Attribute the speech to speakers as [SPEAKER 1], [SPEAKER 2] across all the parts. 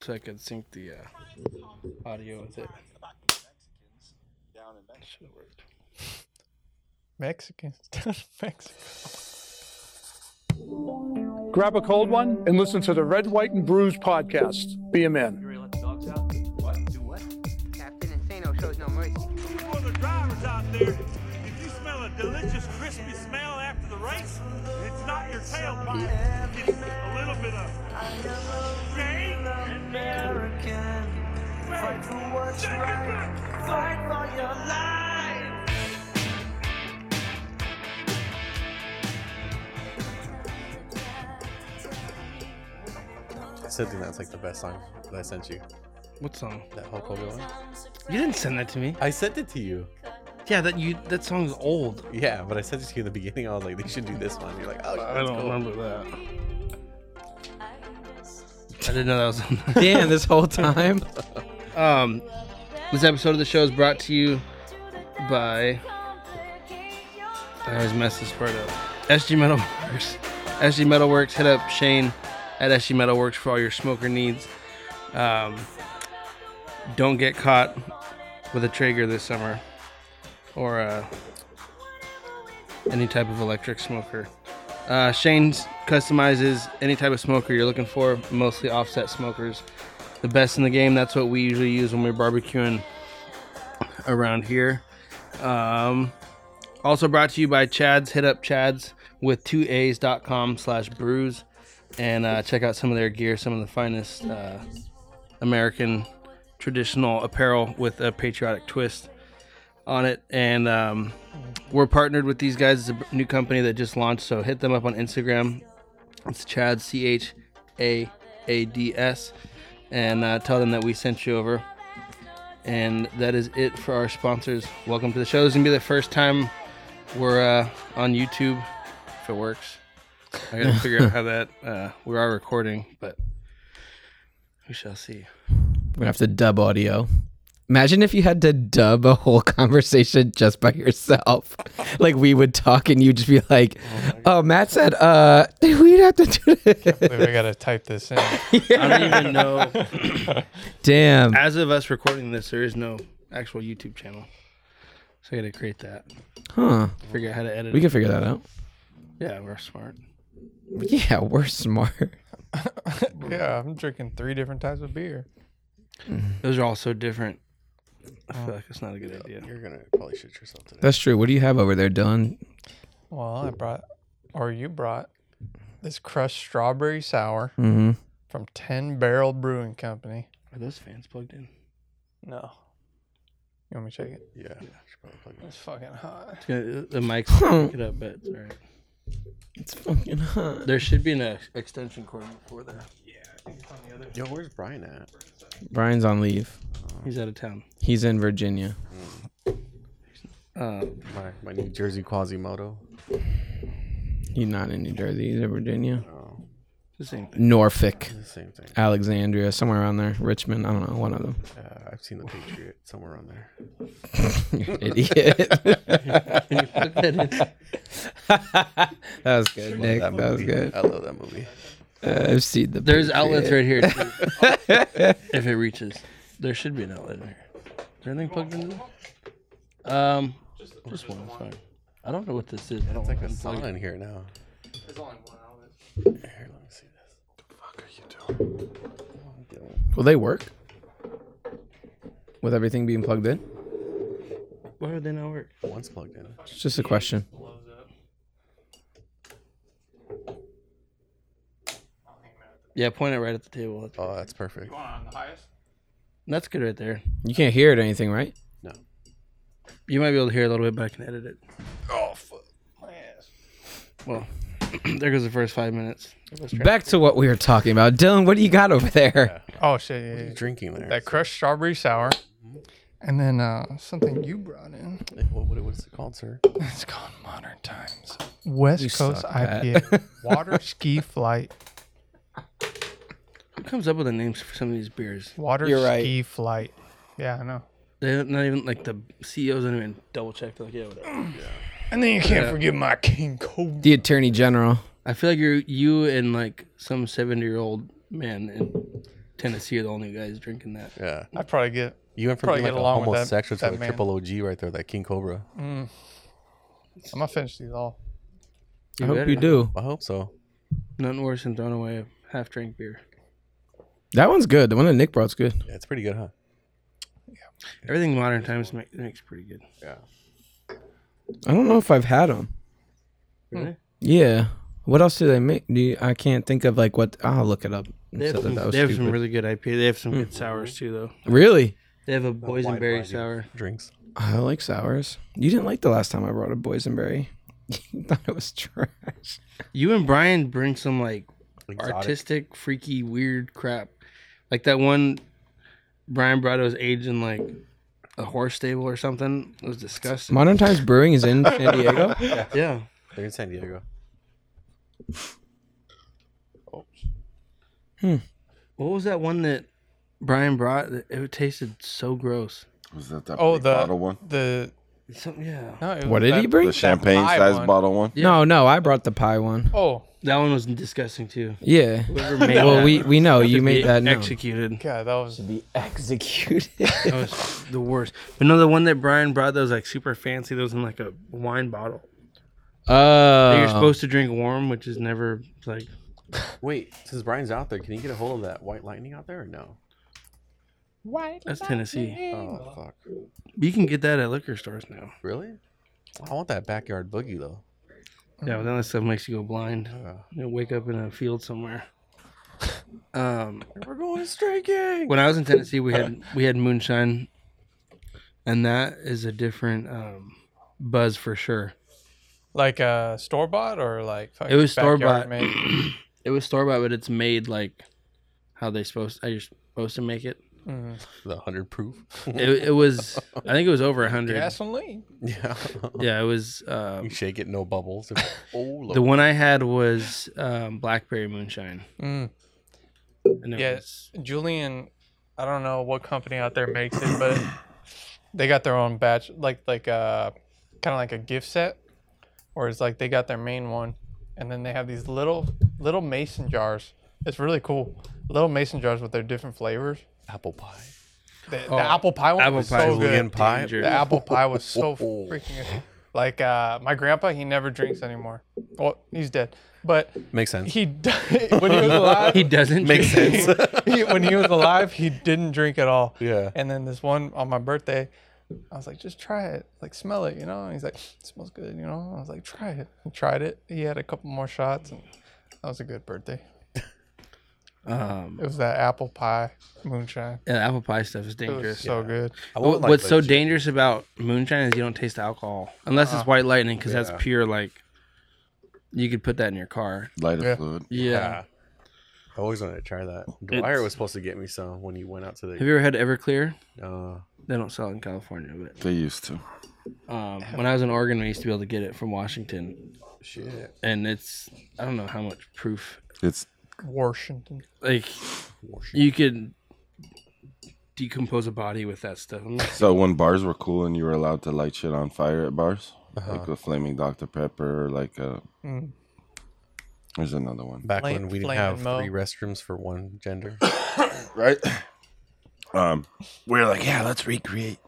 [SPEAKER 1] so I could sync the uh, audio with it. Should have worked.
[SPEAKER 2] Mexicans down in Mexico.
[SPEAKER 3] Grab a cold one and listen to the Red, White, and Brews podcast. Be a man.
[SPEAKER 4] You ready to let the dogs out? What? Do what?
[SPEAKER 5] Captain Insano shows no mercy.
[SPEAKER 6] For the drivers out there, if you smell a delicious crispy smell after the race, it's not your tailpipe. It's a little bit of Jay American. Fight for what's right. Fight for your life.
[SPEAKER 7] I still think that's like the best song that I sent you.
[SPEAKER 1] What song?
[SPEAKER 7] That Hulk Hogan one.
[SPEAKER 1] You didn't send that to me.
[SPEAKER 7] I sent it to you.
[SPEAKER 1] Yeah, that you that song's old.
[SPEAKER 7] Yeah, but I sent it to you in the beginning. I was like, they should do this one. You're like, oh,
[SPEAKER 1] I
[SPEAKER 7] that's
[SPEAKER 1] don't
[SPEAKER 7] cool.
[SPEAKER 1] remember that. I didn't know that was on there.
[SPEAKER 8] Damn, this whole time.
[SPEAKER 1] Um, this episode of the show is brought to you by. I always mess this part up. SG Metalworks. SG Metalworks. Hit up Shane at SG Metalworks for all your smoker needs. Um, don't get caught with a Traeger this summer or uh, any type of electric smoker. Uh, Shane's customizes any type of smoker you're looking for, mostly offset smokers the best in the game. That's what we usually use when we're barbecuing around here. Um, also brought to you by Chad's. Hit up Chad's with two A's dot com slash brews and uh, check out some of their gear, some of the finest uh, American traditional apparel with a patriotic twist on it. And um, we're partnered with these guys. It's a new company that just launched, so hit them up on Instagram. It's Chad C H A A D S and uh, tell them that we sent you over. And that is it for our sponsors. Welcome to the show. This is gonna be the first time we're uh, on YouTube, if it works. I gotta figure out how that. Uh, we are recording, but we shall see.
[SPEAKER 8] We're gonna have to dub audio. Imagine if you had to dub a whole conversation just by yourself. Like we would talk and you'd just be like, "Oh, Matt said, uh, we'd have to do this."
[SPEAKER 2] Wait, we gotta type this in.
[SPEAKER 1] I don't even know.
[SPEAKER 8] Damn.
[SPEAKER 1] As of us recording this, there is no actual YouTube channel, so I gotta create that.
[SPEAKER 8] Huh.
[SPEAKER 1] Figure out how to edit.
[SPEAKER 8] We
[SPEAKER 1] it.
[SPEAKER 8] can figure that out.
[SPEAKER 1] Yeah, we're smart.
[SPEAKER 8] Yeah, we're smart.
[SPEAKER 2] yeah, I'm drinking three different types of beer.
[SPEAKER 1] Those are all so different. I feel like it's not a good idea.
[SPEAKER 7] You're gonna probably shoot yourself today.
[SPEAKER 8] That's true. What do you have over there, Dylan?
[SPEAKER 2] Well, I brought, or you brought, this crushed strawberry sour
[SPEAKER 8] Mm-hmm.
[SPEAKER 2] from Ten Barrel Brewing Company.
[SPEAKER 1] Are those fans plugged in?
[SPEAKER 2] No. You want me to check it?
[SPEAKER 7] Yeah. I should probably plug it.
[SPEAKER 2] It's fucking hot.
[SPEAKER 1] Yeah, the mic's pick it up, but it's all right.
[SPEAKER 8] It's fucking hot.
[SPEAKER 1] There should be an ex- extension cord for that.
[SPEAKER 7] Yo, where's Brian at?
[SPEAKER 8] Brian's on leave.
[SPEAKER 1] He's out of town.
[SPEAKER 8] He's in Virginia.
[SPEAKER 1] Uh,
[SPEAKER 7] My my New Jersey Quasimodo.
[SPEAKER 8] He's not in New Jersey. He's in Virginia.
[SPEAKER 7] Oh,
[SPEAKER 1] the same thing.
[SPEAKER 8] Norfolk,
[SPEAKER 7] the same thing.
[SPEAKER 8] Alexandria, somewhere around there. Richmond. I don't know. One of them.
[SPEAKER 7] Uh, I've seen the Patriot somewhere on there.
[SPEAKER 8] Idiot.
[SPEAKER 1] Can you plug that in?
[SPEAKER 8] that was good, Nick. That, was
[SPEAKER 7] movie.
[SPEAKER 8] good.
[SPEAKER 7] I love that movie.
[SPEAKER 8] Uh, I've seen the.
[SPEAKER 1] There's outlets
[SPEAKER 8] Patriot.
[SPEAKER 1] right here. Too. if it reaches, there should be an outlet in here. Is there anything plugged into there? Um, just one. it's fine. I don't know what this is. I don't
[SPEAKER 7] It's like a
[SPEAKER 1] unplug it.
[SPEAKER 7] sauna in here now. There's only one outlet. Here, let me see this. What the fuck are you doing?
[SPEAKER 8] Will they work? With everything being plugged in?
[SPEAKER 1] Why would they not work?
[SPEAKER 7] One's plugged in.
[SPEAKER 8] It's just a question.
[SPEAKER 1] Yeah, point it right at the table. That's-
[SPEAKER 7] Oh, that's perfect.
[SPEAKER 1] That's good right there.
[SPEAKER 8] You can't hear it or anything, right?
[SPEAKER 7] No.
[SPEAKER 1] You might be able to hear a little bit, but I can edit it.
[SPEAKER 7] Oh, fuck.
[SPEAKER 1] Well, there goes the first five minutes.
[SPEAKER 8] Back to what we were talking about. Dylan, what do you got over there?
[SPEAKER 2] Oh shit! yeah, yeah,
[SPEAKER 7] You're
[SPEAKER 2] yeah.
[SPEAKER 7] drinking there.
[SPEAKER 2] That crushed strawberry sour,
[SPEAKER 7] Mm-hmm.
[SPEAKER 2] and then uh, something you brought in.
[SPEAKER 7] What, what, what's it called, sir?
[SPEAKER 2] It's called Modern Times West
[SPEAKER 8] You
[SPEAKER 2] Coast
[SPEAKER 8] suck, Pat.
[SPEAKER 2] IPA Water Ski Flight.
[SPEAKER 1] Who comes up with the names for some of these beers?
[SPEAKER 2] Water
[SPEAKER 8] You're right.
[SPEAKER 2] Ski Flight. Yeah, I know.
[SPEAKER 1] They don't not even like the CEOs don't even double check. They're like, yeah, whatever.
[SPEAKER 2] And then you can't forget my King Cobra.
[SPEAKER 8] The Attorney General.
[SPEAKER 1] I feel like you're you and like some seventy year old man in Tennessee are the only guys drinking that.
[SPEAKER 9] Yeah.
[SPEAKER 2] I probably get.
[SPEAKER 9] You went from
[SPEAKER 2] Probably
[SPEAKER 9] being like
[SPEAKER 2] get
[SPEAKER 9] a
[SPEAKER 2] along with that-
[SPEAKER 9] homosexual
[SPEAKER 2] that
[SPEAKER 9] to a
[SPEAKER 2] man.
[SPEAKER 9] triple OG right there, that King Cobra.
[SPEAKER 2] I'm gonna finish these all.
[SPEAKER 8] I hope
[SPEAKER 1] better.
[SPEAKER 8] you do.
[SPEAKER 9] I hope so.
[SPEAKER 1] Nothing worse than throwing away a half drink beer.
[SPEAKER 8] That one's good. The one that Nick brought's good.
[SPEAKER 9] Yeah, it's pretty good, huh?
[SPEAKER 1] Everything modern times make, makes pretty good.
[SPEAKER 8] I don't know if I've had them.
[SPEAKER 1] Really?
[SPEAKER 8] Yeah. What else do they make? Do you, I can't think of like what. I'll look it up. and
[SPEAKER 1] They have,
[SPEAKER 8] said that
[SPEAKER 1] some,
[SPEAKER 8] that was
[SPEAKER 1] they have some
[SPEAKER 8] stupid.
[SPEAKER 1] really good IPA. They have some good sours too, though.
[SPEAKER 8] really.
[SPEAKER 1] Hmm. They have a
[SPEAKER 9] Wine
[SPEAKER 1] boysenberry
[SPEAKER 9] variety
[SPEAKER 1] sour.
[SPEAKER 9] Drinks.
[SPEAKER 8] I like sours. You didn't like the last time I brought a boysenberry. you thought it was trash.
[SPEAKER 1] You and Brian bring some like
[SPEAKER 9] Exotic.
[SPEAKER 1] artistic, freaky, weird crap. Like that one Brian brought was aged in like a horse stable or something. It was disgusting.
[SPEAKER 8] Modern Times Brewing is in San Diego.
[SPEAKER 1] yeah.
[SPEAKER 9] They're in San Diego.
[SPEAKER 1] What was that one that Brian brought? that- It tasted so gross.
[SPEAKER 10] Was that that
[SPEAKER 2] Oh,
[SPEAKER 10] big
[SPEAKER 2] the
[SPEAKER 10] bottle one?
[SPEAKER 2] the
[SPEAKER 1] Something, yeah.
[SPEAKER 2] no. It
[SPEAKER 8] What
[SPEAKER 2] was
[SPEAKER 8] did he
[SPEAKER 2] that-
[SPEAKER 8] bring?
[SPEAKER 10] The champagne
[SPEAKER 2] pie
[SPEAKER 10] size
[SPEAKER 2] one.
[SPEAKER 10] bottle one?
[SPEAKER 8] No, no, I brought the pie one.
[SPEAKER 2] Oh
[SPEAKER 1] That one was disgusting too.
[SPEAKER 8] Yeah.
[SPEAKER 1] Whoever made
[SPEAKER 8] Well,
[SPEAKER 1] that
[SPEAKER 8] we we know
[SPEAKER 1] had to
[SPEAKER 8] you
[SPEAKER 1] be
[SPEAKER 8] made that known.
[SPEAKER 1] executed.
[SPEAKER 2] god, that was
[SPEAKER 8] Be executed.
[SPEAKER 1] That was the worst. But no, the one that Brian brought that was like super fancy. That was in like a wine bottle.
[SPEAKER 8] Oh.
[SPEAKER 1] That you're supposed to drink warm, which is never like
[SPEAKER 9] Wait, since Brian's out there, can you get a hold of that white lightning out there or no?
[SPEAKER 1] that's Tennessee.
[SPEAKER 9] Oh fuck.
[SPEAKER 1] You can get that at liquor stores now.
[SPEAKER 9] Really? I want that backyard boogie though.
[SPEAKER 1] Yeah, but then that stuff makes you go blind.
[SPEAKER 9] Uh,
[SPEAKER 1] You wake up in a field somewhere. Um,
[SPEAKER 9] We're going striking.
[SPEAKER 1] when I was in Tennessee, we had we had moonshine, and that is a different um, buzz for sure.
[SPEAKER 2] like a store bought or like
[SPEAKER 1] It was store
[SPEAKER 2] fucking
[SPEAKER 1] bought.
[SPEAKER 2] backyard made?
[SPEAKER 1] It was store bought, but it's made like how they supposed. How you're supposed to make it.
[SPEAKER 2] Mm.
[SPEAKER 9] The hundred proof.
[SPEAKER 1] It, it was. I think it was over hundred.
[SPEAKER 2] Gasoline.
[SPEAKER 9] yeah.
[SPEAKER 1] Yeah, it was. Uh,
[SPEAKER 9] You shake it, no bubbles. oh Lord.
[SPEAKER 1] the one I had was um, blackberry moonshine.
[SPEAKER 2] Mm.
[SPEAKER 1] And it
[SPEAKER 2] Yeah.
[SPEAKER 1] was,
[SPEAKER 2] Julian, I don't know what company out there makes it, but they got their own batch, like like uh, kind of like a gift set, or it's like they got their main one, and then they have these little little mason jars. It's really cool, little mason jars with their different flavors.
[SPEAKER 9] apple pie.
[SPEAKER 2] The, the apple pie one
[SPEAKER 1] Oh, apple
[SPEAKER 2] was
[SPEAKER 1] pie
[SPEAKER 2] so
[SPEAKER 1] is
[SPEAKER 2] good.
[SPEAKER 9] Julian pie.
[SPEAKER 1] danger.
[SPEAKER 2] The apple pie was so freaking good. Like uh, my grandpa, he never drinks anymore. Well, he's dead, but
[SPEAKER 9] Makes sense.
[SPEAKER 2] he d- when he was alive,
[SPEAKER 1] he doesn't
[SPEAKER 9] Makes
[SPEAKER 1] drink-
[SPEAKER 9] sense.
[SPEAKER 2] he, when he was alive, he didn't drink at all.
[SPEAKER 9] Yeah.
[SPEAKER 2] And then this one on my birthday, I was like, just try it, like smell it, you know. And he's like, it smells good, you know. I was like, try it. He tried it. He had a couple more shots, and that was a good birthday.
[SPEAKER 1] Um,
[SPEAKER 2] It was that apple pie moonshine.
[SPEAKER 1] yeah, apple pie stuff is
[SPEAKER 2] It was
[SPEAKER 1] dangerous.
[SPEAKER 2] so good.
[SPEAKER 9] I
[SPEAKER 1] What-
[SPEAKER 9] want, like,
[SPEAKER 1] What's
[SPEAKER 9] the
[SPEAKER 1] so
[SPEAKER 9] ch-
[SPEAKER 1] dangerous about moonshine is you don't taste the alcohol unless
[SPEAKER 2] Uh,
[SPEAKER 1] it's white lightning because that's pure like. You could put that in your car.
[SPEAKER 10] Lighter
[SPEAKER 2] Yeah.
[SPEAKER 10] fluid.
[SPEAKER 9] Yeah. I always wanted to try that. Dwyer was supposed to get me some when he went out to
[SPEAKER 1] Have
[SPEAKER 9] the.
[SPEAKER 1] you ever had Everclear?
[SPEAKER 9] Uh,
[SPEAKER 1] They don't sell it in California, but
[SPEAKER 10] They used to.
[SPEAKER 1] um, when I was in Oregon, we used to be able to get it from Washington,
[SPEAKER 9] shit.
[SPEAKER 1] and it's I don't know how much proof.
[SPEAKER 10] It's
[SPEAKER 2] Washington.
[SPEAKER 1] Like you could decompose a body with that stuff. I'm like,
[SPEAKER 10] so when bars were cool and you were allowed to light shit on fire at bars, like a flaming Dr Pepper or like a.
[SPEAKER 2] Uh-huh. Mm.
[SPEAKER 10] There's another one,
[SPEAKER 9] Back
[SPEAKER 2] Flame-
[SPEAKER 9] when we didn't
[SPEAKER 2] Flame
[SPEAKER 9] have
[SPEAKER 2] and Mo.
[SPEAKER 9] three restrooms for one gender.
[SPEAKER 10] right? Um, we were like, yeah, let's recreate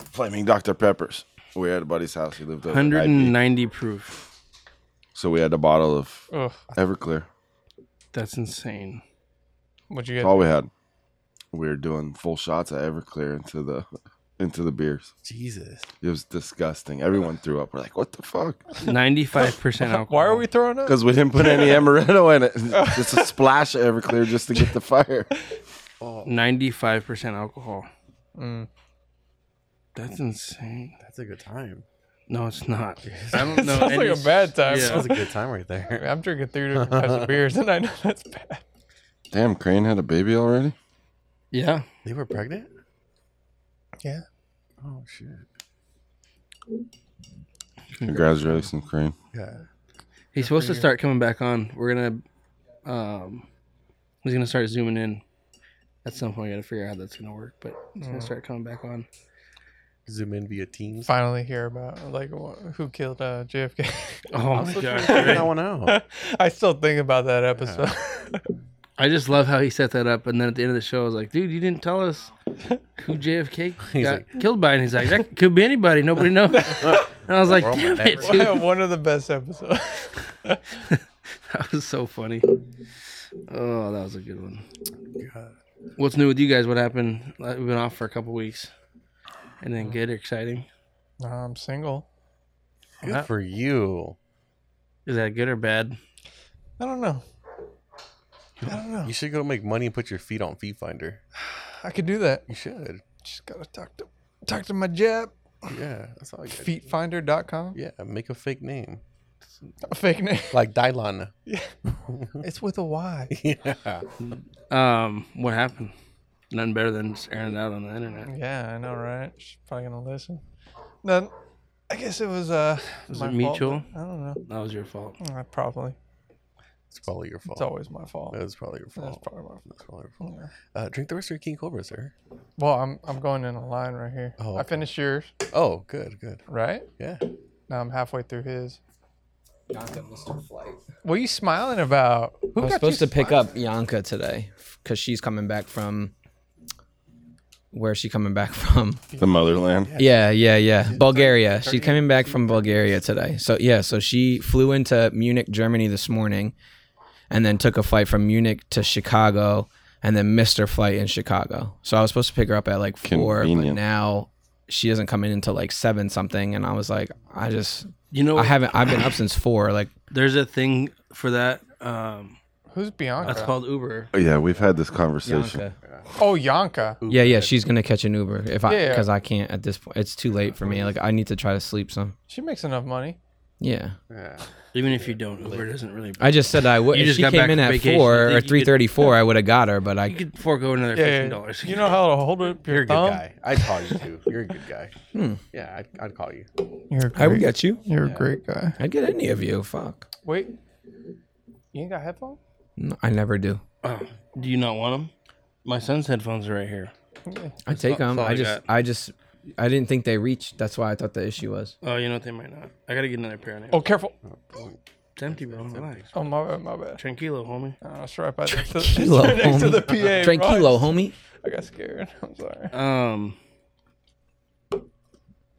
[SPEAKER 10] flaming Dr Peppers. We were at a buddy's house. He lived over. at IP.
[SPEAKER 1] 190 proof.
[SPEAKER 10] So we had a bottle of
[SPEAKER 2] Ugh.
[SPEAKER 10] Everclear.
[SPEAKER 1] That's insane.
[SPEAKER 2] What'd you
[SPEAKER 10] That's
[SPEAKER 1] Oh.
[SPEAKER 2] get?
[SPEAKER 10] all we had. We were doing full shots of Everclear into the into the beers.
[SPEAKER 9] Jesus.
[SPEAKER 10] It was disgusting. Everyone threw up. We're like, what the fuck?
[SPEAKER 1] 95 percent alcohol.
[SPEAKER 2] Why are we throwing up?
[SPEAKER 10] Because we didn't put any amaretto in it. Just a splash of Everclear just to get the fire.
[SPEAKER 1] 95 percent alcohol?
[SPEAKER 2] Mm.
[SPEAKER 1] That's insane.
[SPEAKER 9] That's a good time.
[SPEAKER 1] No, it's not. I don't know.
[SPEAKER 2] Sounds
[SPEAKER 1] any-
[SPEAKER 2] like a bad time.
[SPEAKER 1] Yeah.
[SPEAKER 9] That was a good time right there.
[SPEAKER 2] I'm drinking three different types of beers, and I know that's bad.
[SPEAKER 10] Damn, Crane had a baby already?
[SPEAKER 1] Yeah.
[SPEAKER 9] They were pregnant?
[SPEAKER 2] Yeah.
[SPEAKER 9] Oh, shit.
[SPEAKER 10] Congratulations, Crane.
[SPEAKER 9] Yeah.
[SPEAKER 1] He's supposed to start coming back on. We're gonna um he's gonna start zooming in. At some point we gotta figure out how that's gonna work, but he's
[SPEAKER 2] Oh.
[SPEAKER 1] gonna start coming back on.
[SPEAKER 9] Zoom in via Teams.
[SPEAKER 2] Finally, hear about like wh- who killed uh, JFK.
[SPEAKER 1] Oh
[SPEAKER 9] I'm
[SPEAKER 1] my god.
[SPEAKER 9] still trying to figure that one out.
[SPEAKER 2] I still think about that episode.
[SPEAKER 1] I just love how he set that up, and then at the end of the show, I was like, "Dude, you didn't tell us who JFK
[SPEAKER 2] He's
[SPEAKER 1] got
[SPEAKER 2] like-
[SPEAKER 1] killed by," and he's like, "That could be anybody. Nobody knows." and I was like,
[SPEAKER 2] We're all
[SPEAKER 1] "Damn
[SPEAKER 2] my
[SPEAKER 1] it, dude.
[SPEAKER 2] One of the best episodes.
[SPEAKER 1] that was so funny." Oh, that was a good one. What's new with you guys? What happened? Like, We've been off for a couple weeks. And
[SPEAKER 2] Uh,
[SPEAKER 1] then good, exciting.
[SPEAKER 2] No, I'm single.
[SPEAKER 9] Good for you.
[SPEAKER 1] Is that good or bad?
[SPEAKER 2] I don't know. I don't know.
[SPEAKER 9] You should go make money and put your feet on Feet Finder.
[SPEAKER 2] I could do that.
[SPEAKER 9] You should.
[SPEAKER 2] Just gotta talk to talk to my jab.
[SPEAKER 9] Yeah, that's all. I got.
[SPEAKER 2] Feetfinder.com.
[SPEAKER 9] Yeah, make a fake name
[SPEAKER 2] Fake name.
[SPEAKER 9] like Dylan.
[SPEAKER 2] It's with a Y.
[SPEAKER 9] yeah.
[SPEAKER 1] Um, what happened? Nothing better than just airing it out on the internet.
[SPEAKER 2] Yeah, I know, right? She's probably gonna listen. No, I guess it was uh.
[SPEAKER 1] Was
[SPEAKER 2] my
[SPEAKER 1] it
[SPEAKER 2] fault.
[SPEAKER 1] mutual?
[SPEAKER 2] I don't know.
[SPEAKER 1] That was your fault.
[SPEAKER 2] Uh, probably.
[SPEAKER 9] It's probably your fault.
[SPEAKER 2] It's always my fault.
[SPEAKER 9] That was probably your fault.
[SPEAKER 2] That's probably my fault.
[SPEAKER 9] That's probably your fault. Uh, drink the rest of your King Cobra, sir.
[SPEAKER 2] Well, I'm I'm going in a line right here.
[SPEAKER 9] Oh,
[SPEAKER 2] I
[SPEAKER 9] okay.
[SPEAKER 2] finished yours,
[SPEAKER 9] Oh, good, good.
[SPEAKER 2] right?
[SPEAKER 9] Yeah.
[SPEAKER 2] Now I'm um, halfway through his.
[SPEAKER 7] Jonathan missed her flight.
[SPEAKER 2] What are you smiling about? Who
[SPEAKER 8] I was
[SPEAKER 2] got
[SPEAKER 8] supposed
[SPEAKER 2] you
[SPEAKER 8] to pick
[SPEAKER 2] smiling?
[SPEAKER 8] up Yanka today because she's coming back from. Where is she coming back from?
[SPEAKER 10] The motherland.
[SPEAKER 8] Yeah, yeah, yeah. Bulgaria. She's coming back from Bulgaria today. So yeah, so she flew into Munich, Germany this morning, and then took a flight from Munich to Chicago, and then missed her flight in Chicago. So I was supposed to pick her up at like four, but
[SPEAKER 10] Convenient.
[SPEAKER 8] now she doesn't come in until like seven something, and I was like, I just
[SPEAKER 1] You know,
[SPEAKER 8] I haven't. I've been up since four. Like
[SPEAKER 1] there's a thing for that. Um,
[SPEAKER 2] Who's Bianca?
[SPEAKER 1] that's called Uber.
[SPEAKER 10] Oh, yeah, we've had this conversation.
[SPEAKER 2] oh, Yanka.
[SPEAKER 8] Yeah, yeah, she's gonna catch an Uber if I
[SPEAKER 2] Yeah, yeah.
[SPEAKER 8] because I can't at this point. It's too late for me. Like I need to try to sleep some.
[SPEAKER 2] She makes enough money.
[SPEAKER 8] Yeah,
[SPEAKER 9] Yeah.
[SPEAKER 1] Even if you don't, Uber doesn't really.
[SPEAKER 8] I just said I would.
[SPEAKER 1] You
[SPEAKER 8] If
[SPEAKER 1] just
[SPEAKER 8] she
[SPEAKER 1] got
[SPEAKER 8] came
[SPEAKER 1] back
[SPEAKER 8] in
[SPEAKER 1] from
[SPEAKER 8] at
[SPEAKER 1] vacation,
[SPEAKER 8] four
[SPEAKER 1] you
[SPEAKER 8] or
[SPEAKER 1] think you
[SPEAKER 8] three
[SPEAKER 1] could-
[SPEAKER 8] thirty-four, I would have got her, but
[SPEAKER 1] You
[SPEAKER 8] I
[SPEAKER 1] could forego another
[SPEAKER 2] Yeah,
[SPEAKER 1] fifteen
[SPEAKER 2] yeah.
[SPEAKER 1] dollars.
[SPEAKER 2] You know how to hold up your
[SPEAKER 9] You're a good
[SPEAKER 2] thumb.
[SPEAKER 9] guy. I'd call you too. You're a good guy. Yeah, I'd, I'd call you.
[SPEAKER 2] You're a
[SPEAKER 8] I
[SPEAKER 2] great-
[SPEAKER 8] would get you.
[SPEAKER 2] You're a great guy.
[SPEAKER 8] I'd get any of you. Fuck,
[SPEAKER 2] Wait, you ain't got headphones?
[SPEAKER 8] No, I never do.
[SPEAKER 1] Oh, do you not want them? My son's headphones are right here.
[SPEAKER 8] I take
[SPEAKER 1] all-
[SPEAKER 8] them.
[SPEAKER 1] that's all
[SPEAKER 8] I
[SPEAKER 1] I
[SPEAKER 8] just,
[SPEAKER 1] got.
[SPEAKER 8] I just, I didn't think they reached. That's why I thought the issue was.
[SPEAKER 1] Oh, you know what? They might not. I gotta get another pair. Now.
[SPEAKER 2] Oh, careful.
[SPEAKER 1] it's empty, bro. Relax.
[SPEAKER 2] Oh, my bad, my bad.
[SPEAKER 1] Tranquilo, homie.
[SPEAKER 2] Oh, that's right. By the,
[SPEAKER 8] Kilo,
[SPEAKER 2] it's right next to the PA.
[SPEAKER 8] homie.
[SPEAKER 2] bro.
[SPEAKER 8] Tranquilo, homie.
[SPEAKER 2] I got scared. I'm sorry.
[SPEAKER 1] Um,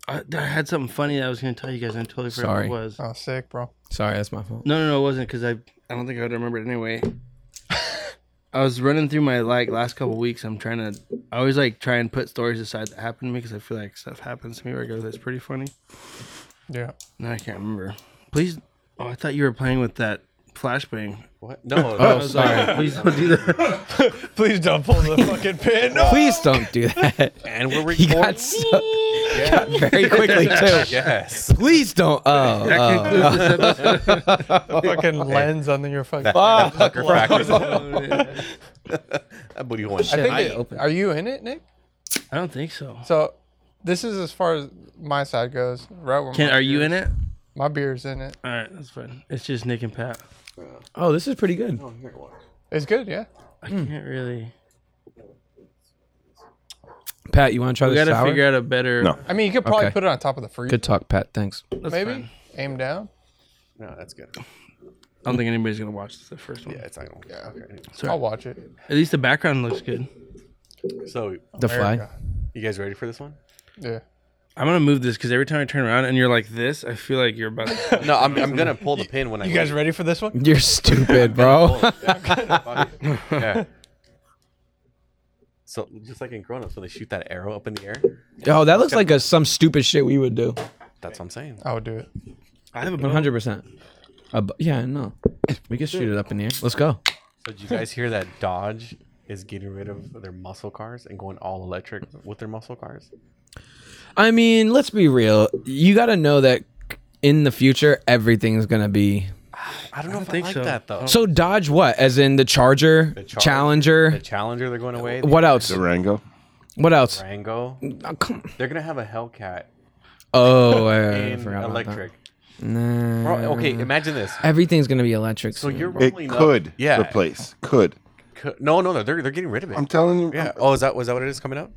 [SPEAKER 1] I, I had something funny that I was gonna tell you guys. and I totally forgot
[SPEAKER 8] Sorry.
[SPEAKER 1] what it was.
[SPEAKER 2] Oh, sick, bro.
[SPEAKER 8] Sorry, that's my fault.
[SPEAKER 1] No, no, no, it wasn't because I I don't think I would remember it anyway. I was running through my like last couple weeks. I'm trying to. I always like try and put stories aside that happened to me because I feel like stuff happens to me where I go, "That's pretty funny."
[SPEAKER 2] Yeah.
[SPEAKER 1] No, I can't remember. Please. Oh, I thought you were playing with that flashbang.
[SPEAKER 9] What? No.
[SPEAKER 8] Oh,
[SPEAKER 9] no.
[SPEAKER 8] sorry.
[SPEAKER 1] Please don't do that.
[SPEAKER 2] Please don't pull the fucking pin. No.
[SPEAKER 8] Please don't do that.
[SPEAKER 9] And we're
[SPEAKER 8] He
[SPEAKER 9] recording.
[SPEAKER 8] got, so, got very quickly too.
[SPEAKER 9] yes.
[SPEAKER 8] Please don't. Oh, oh.
[SPEAKER 2] fucking lens on your fucking.
[SPEAKER 9] That pucker factor's That booty one.
[SPEAKER 2] I think
[SPEAKER 8] I
[SPEAKER 2] it-
[SPEAKER 8] open-
[SPEAKER 2] are you in it, Nick?
[SPEAKER 1] I don't think so.
[SPEAKER 2] So, this is as far as my side goes. Right where
[SPEAKER 1] Ken,
[SPEAKER 2] my
[SPEAKER 1] are you
[SPEAKER 2] beer-
[SPEAKER 1] in it?
[SPEAKER 2] My beer's in it.
[SPEAKER 1] All right, that's fine. It's just Nick and Pat.
[SPEAKER 8] oh, this is pretty good.
[SPEAKER 2] It's good, yeah.
[SPEAKER 1] I can't really.
[SPEAKER 8] Pat, you want to try
[SPEAKER 1] We
[SPEAKER 8] this
[SPEAKER 1] gotta
[SPEAKER 8] sour?
[SPEAKER 1] figure out a better.
[SPEAKER 10] No.
[SPEAKER 2] I mean, you could probably
[SPEAKER 8] Okay.
[SPEAKER 2] put it on top of the freezer,
[SPEAKER 8] Good talk, Pat. Thanks.
[SPEAKER 1] That's
[SPEAKER 2] maybe.
[SPEAKER 1] fine.
[SPEAKER 2] Aim down.
[SPEAKER 9] No, that's good.
[SPEAKER 1] I don't think anybody's gonna watch this, the first one.
[SPEAKER 9] Yeah, it's not gonna work. Yeah. Okay.
[SPEAKER 1] Sorry.
[SPEAKER 2] I'll watch it.
[SPEAKER 1] At least the background looks good.
[SPEAKER 9] So,
[SPEAKER 8] The fly.
[SPEAKER 9] you guys ready for this one?
[SPEAKER 2] Yeah.
[SPEAKER 1] I'm gonna move this because every time I turn around and you're like this, I feel like you're about. to...
[SPEAKER 9] No, I'm, I'm gonna pull the pin when I.
[SPEAKER 2] You guys ready for this one?
[SPEAKER 8] You're stupid, bro.
[SPEAKER 9] Yeah. So just like in Grown Ups when they shoot that arrow up in the air,
[SPEAKER 8] oh, that looks like a, some stupid shit we would do.
[SPEAKER 9] that's what I'm saying.
[SPEAKER 2] I would do it.
[SPEAKER 1] I have a
[SPEAKER 8] One
[SPEAKER 1] bow.
[SPEAKER 8] hundred percent. Yeah, no. We can shoot it up in the air. Let's go.
[SPEAKER 9] So did you guys hear that Dodge is getting rid of their muscle cars and going all electric with their muscle cars?
[SPEAKER 8] I mean, let's be real. You got to know that in the future everything's gonna be.
[SPEAKER 9] I don't know if I
[SPEAKER 1] think
[SPEAKER 9] like
[SPEAKER 1] so.
[SPEAKER 9] that though.
[SPEAKER 8] So Dodge what? As in the Charger,
[SPEAKER 9] Charger,
[SPEAKER 8] Challenger.
[SPEAKER 9] the Challenger, they're going away. The
[SPEAKER 8] what else?
[SPEAKER 10] Durango.
[SPEAKER 8] What else?
[SPEAKER 9] Durango.
[SPEAKER 8] Oh, come-
[SPEAKER 9] They're gonna have a Hellcat
[SPEAKER 8] oh, I- I,
[SPEAKER 9] in
[SPEAKER 8] forgot about
[SPEAKER 9] electric.
[SPEAKER 8] that. Nah.
[SPEAKER 9] Bro, okay, imagine this.
[SPEAKER 8] Everything's gonna be electric.
[SPEAKER 9] So
[SPEAKER 8] soon.
[SPEAKER 9] you're rolling
[SPEAKER 10] It
[SPEAKER 9] up-
[SPEAKER 10] could
[SPEAKER 9] yeah.
[SPEAKER 10] replace. Could.
[SPEAKER 9] Could- no, no, no. They're they're getting rid of it.
[SPEAKER 10] I'm telling you.
[SPEAKER 9] yeah. Oh, is that was that what it is coming up?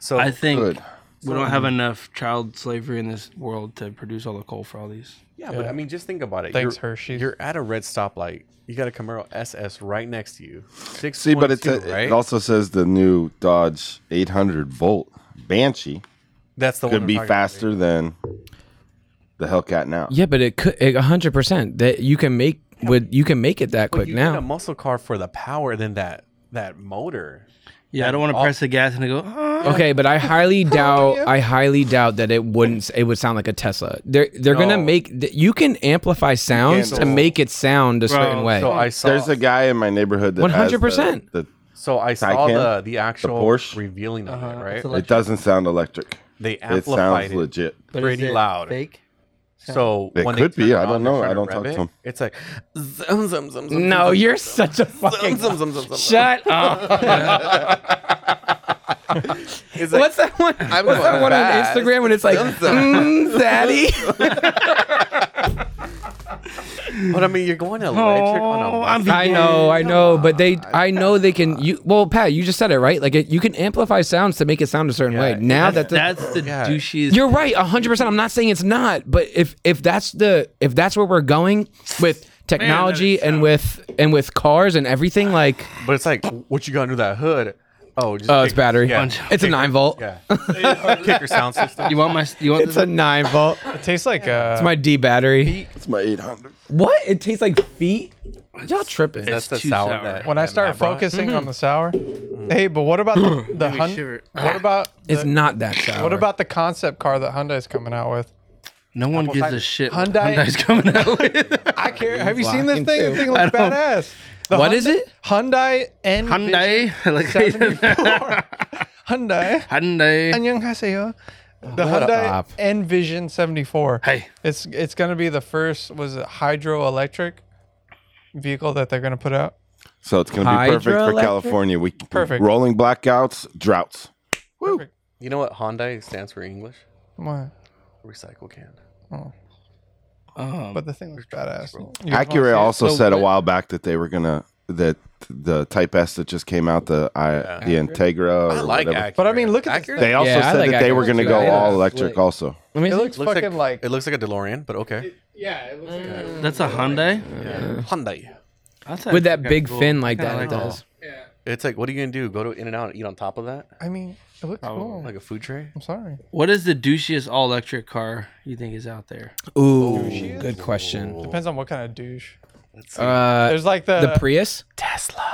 [SPEAKER 9] So
[SPEAKER 1] I think
[SPEAKER 10] Good.
[SPEAKER 1] we don't have enough child slavery in this world to produce all the coal for all these.
[SPEAKER 9] Yeah, but I mean, just think about it.
[SPEAKER 2] Thanks,
[SPEAKER 9] you're,
[SPEAKER 2] Hershey's.
[SPEAKER 9] You're at a red stoplight. You got a Camaro SS right next to you. Six.
[SPEAKER 10] See, but it's
[SPEAKER 9] right.
[SPEAKER 10] it also says the new Dodge 800 volt Banshee
[SPEAKER 9] That's the one.
[SPEAKER 10] could
[SPEAKER 9] I'm
[SPEAKER 10] be
[SPEAKER 9] talking about.
[SPEAKER 10] faster than the Hellcat now.
[SPEAKER 8] Yeah, but it could a hundred percent that you can make would you can make it that
[SPEAKER 9] But
[SPEAKER 8] quick
[SPEAKER 9] you need a
[SPEAKER 8] now.
[SPEAKER 9] muscle car for the power than that that motor.
[SPEAKER 1] Yeah, I don't want to press the gas and go. "Ah."
[SPEAKER 8] Okay, but I highly doubt I highly doubt that it wouldn't it would sound like a Tesla. They're they're gonna
[SPEAKER 9] No.
[SPEAKER 8] make th- you can amplify sounds to
[SPEAKER 9] so-
[SPEAKER 8] make it sound a
[SPEAKER 1] Bro,
[SPEAKER 8] certain way.
[SPEAKER 9] So I saw.
[SPEAKER 10] There's a guy in my neighborhood that has the-
[SPEAKER 8] 100%.
[SPEAKER 10] the-
[SPEAKER 9] so I saw the
[SPEAKER 10] Taycan,
[SPEAKER 9] the actual
[SPEAKER 10] Porsche.
[SPEAKER 9] revealing
[SPEAKER 8] Uh-huh.
[SPEAKER 9] of it. Right.
[SPEAKER 10] it doesn't sound electric.
[SPEAKER 9] They
[SPEAKER 10] It
[SPEAKER 9] amplified
[SPEAKER 10] sounds
[SPEAKER 9] it.
[SPEAKER 10] legit.
[SPEAKER 9] But pretty
[SPEAKER 7] it
[SPEAKER 9] loud.
[SPEAKER 7] Fake.
[SPEAKER 9] So
[SPEAKER 10] It
[SPEAKER 9] when
[SPEAKER 10] could
[SPEAKER 9] they
[SPEAKER 10] be.
[SPEAKER 9] turn
[SPEAKER 10] I
[SPEAKER 9] it
[SPEAKER 10] don't
[SPEAKER 9] on,
[SPEAKER 10] know.
[SPEAKER 9] they're
[SPEAKER 10] I
[SPEAKER 9] trying
[SPEAKER 10] don't
[SPEAKER 9] to
[SPEAKER 10] talk
[SPEAKER 9] rev
[SPEAKER 10] to
[SPEAKER 9] it.
[SPEAKER 10] 'em.
[SPEAKER 9] It's like zum zum zum zum.
[SPEAKER 8] No,
[SPEAKER 9] zum,
[SPEAKER 8] you're
[SPEAKER 9] zum,
[SPEAKER 8] such a fucking.
[SPEAKER 9] zum, zum, zum, zum, zum, zum.
[SPEAKER 8] Shut up.
[SPEAKER 9] It's like,
[SPEAKER 8] What's that one?
[SPEAKER 9] I'm
[SPEAKER 8] what's that
[SPEAKER 9] going
[SPEAKER 8] one on
[SPEAKER 9] fast.
[SPEAKER 8] Instagram when it's like, mm, daddy?
[SPEAKER 9] But I mean, you're going electric on a.
[SPEAKER 1] Oh, I'm
[SPEAKER 9] muscle-
[SPEAKER 8] I know, I know, but they, I know they can. You well, Pat, you just said it right. Like it, you can amplify sounds to make it sound a certain way.
[SPEAKER 9] Yeah,
[SPEAKER 8] Now that the,
[SPEAKER 1] That's the
[SPEAKER 9] Yeah.
[SPEAKER 1] douchiest.
[SPEAKER 8] you're right, hundred percent. I'm not saying it's not, but if if that's the if that's where we're going with technology
[SPEAKER 1] is
[SPEAKER 8] and with and with cars and everything, like
[SPEAKER 9] But it's like, what you got under that hood? Oh, just
[SPEAKER 8] oh, it's
[SPEAKER 9] kick-
[SPEAKER 8] battery.
[SPEAKER 9] Yeah,
[SPEAKER 8] It's a nine volt.
[SPEAKER 9] yeah. Kicker sound system.
[SPEAKER 1] you want my? You want
[SPEAKER 8] It's a
[SPEAKER 1] this?
[SPEAKER 8] nine volt.
[SPEAKER 2] It tastes like uh,
[SPEAKER 8] It's my D battery.
[SPEAKER 10] It's my 800.
[SPEAKER 8] What? It tastes like feet. Y'all tripping?
[SPEAKER 9] That's the
[SPEAKER 1] too
[SPEAKER 9] sound
[SPEAKER 1] sour.
[SPEAKER 9] that.
[SPEAKER 2] when I
[SPEAKER 9] that
[SPEAKER 2] start
[SPEAKER 9] Matt brought.
[SPEAKER 2] focusing on the sour. Hey, but what about the, the
[SPEAKER 1] me
[SPEAKER 2] hun-
[SPEAKER 1] shiver.
[SPEAKER 2] What about
[SPEAKER 8] It's
[SPEAKER 2] the-
[SPEAKER 8] not that sour.
[SPEAKER 2] what about the concept car that Hyundai's coming out with?
[SPEAKER 1] no one gives a shit. what
[SPEAKER 2] Hyundai-
[SPEAKER 1] Hyundai's coming out with
[SPEAKER 2] I care. Have you seen this
[SPEAKER 8] Fucking
[SPEAKER 2] thing?
[SPEAKER 8] too.
[SPEAKER 2] This thing looks
[SPEAKER 1] don't-
[SPEAKER 2] badass. The
[SPEAKER 8] What is it?
[SPEAKER 2] Hyundai and
[SPEAKER 1] Hyundai. I like how you said that.
[SPEAKER 2] Hyundai.
[SPEAKER 1] Hyundai.
[SPEAKER 2] 안녕하세요.
[SPEAKER 9] Oh,
[SPEAKER 2] The Hyundai
[SPEAKER 8] up.
[SPEAKER 2] Envision 74.
[SPEAKER 1] Hey.
[SPEAKER 2] It's it's going to be the first was it hydroelectric vehicle that they're going to put out.
[SPEAKER 10] So it's going to be perfect for
[SPEAKER 8] Hydroelectric?
[SPEAKER 10] California. We
[SPEAKER 2] Perfect.
[SPEAKER 10] rolling blackouts, droughts.
[SPEAKER 9] You know what Hyundai stands for in English?
[SPEAKER 2] Come on.
[SPEAKER 9] Recycle can.
[SPEAKER 1] um,
[SPEAKER 2] But the thing looks badass. You guys wanna see
[SPEAKER 10] Acura
[SPEAKER 2] it?
[SPEAKER 10] also
[SPEAKER 1] So
[SPEAKER 10] said a
[SPEAKER 1] what-
[SPEAKER 10] while back that they were going to that the Type S that just came out, the I, the Integra. Or
[SPEAKER 9] I like
[SPEAKER 10] whatever.
[SPEAKER 9] Acura.
[SPEAKER 2] But I mean, look at this
[SPEAKER 9] Acura.
[SPEAKER 10] They also
[SPEAKER 8] Yeah, I
[SPEAKER 10] said
[SPEAKER 8] like
[SPEAKER 10] that they were
[SPEAKER 8] Acura
[SPEAKER 10] going to
[SPEAKER 8] too.
[SPEAKER 10] go
[SPEAKER 8] Yeah,
[SPEAKER 10] all
[SPEAKER 8] it's
[SPEAKER 10] electric.
[SPEAKER 8] like-
[SPEAKER 10] also,
[SPEAKER 8] Let me
[SPEAKER 2] It
[SPEAKER 8] see.
[SPEAKER 2] looks, fucking like,
[SPEAKER 9] It looks like a DeLorean, but okay.
[SPEAKER 1] That's a Hyundai.
[SPEAKER 9] Hyundai.
[SPEAKER 1] That's
[SPEAKER 8] with that
[SPEAKER 1] actually
[SPEAKER 8] big
[SPEAKER 1] cool.
[SPEAKER 8] fin like
[SPEAKER 1] Kinda
[SPEAKER 8] that, it
[SPEAKER 1] like
[SPEAKER 8] does.
[SPEAKER 9] It's like, what are you gonna do? Go to In and Out and eat on top of that?
[SPEAKER 2] I mean, it looks cool.
[SPEAKER 9] Like a food tray?
[SPEAKER 2] I'm sorry.
[SPEAKER 1] What is the douchiest all electric car you think is out there?
[SPEAKER 8] Ooh, good question.
[SPEAKER 2] Depends on what kind of douche.
[SPEAKER 8] Uh,
[SPEAKER 2] There's like the,
[SPEAKER 8] the Prius.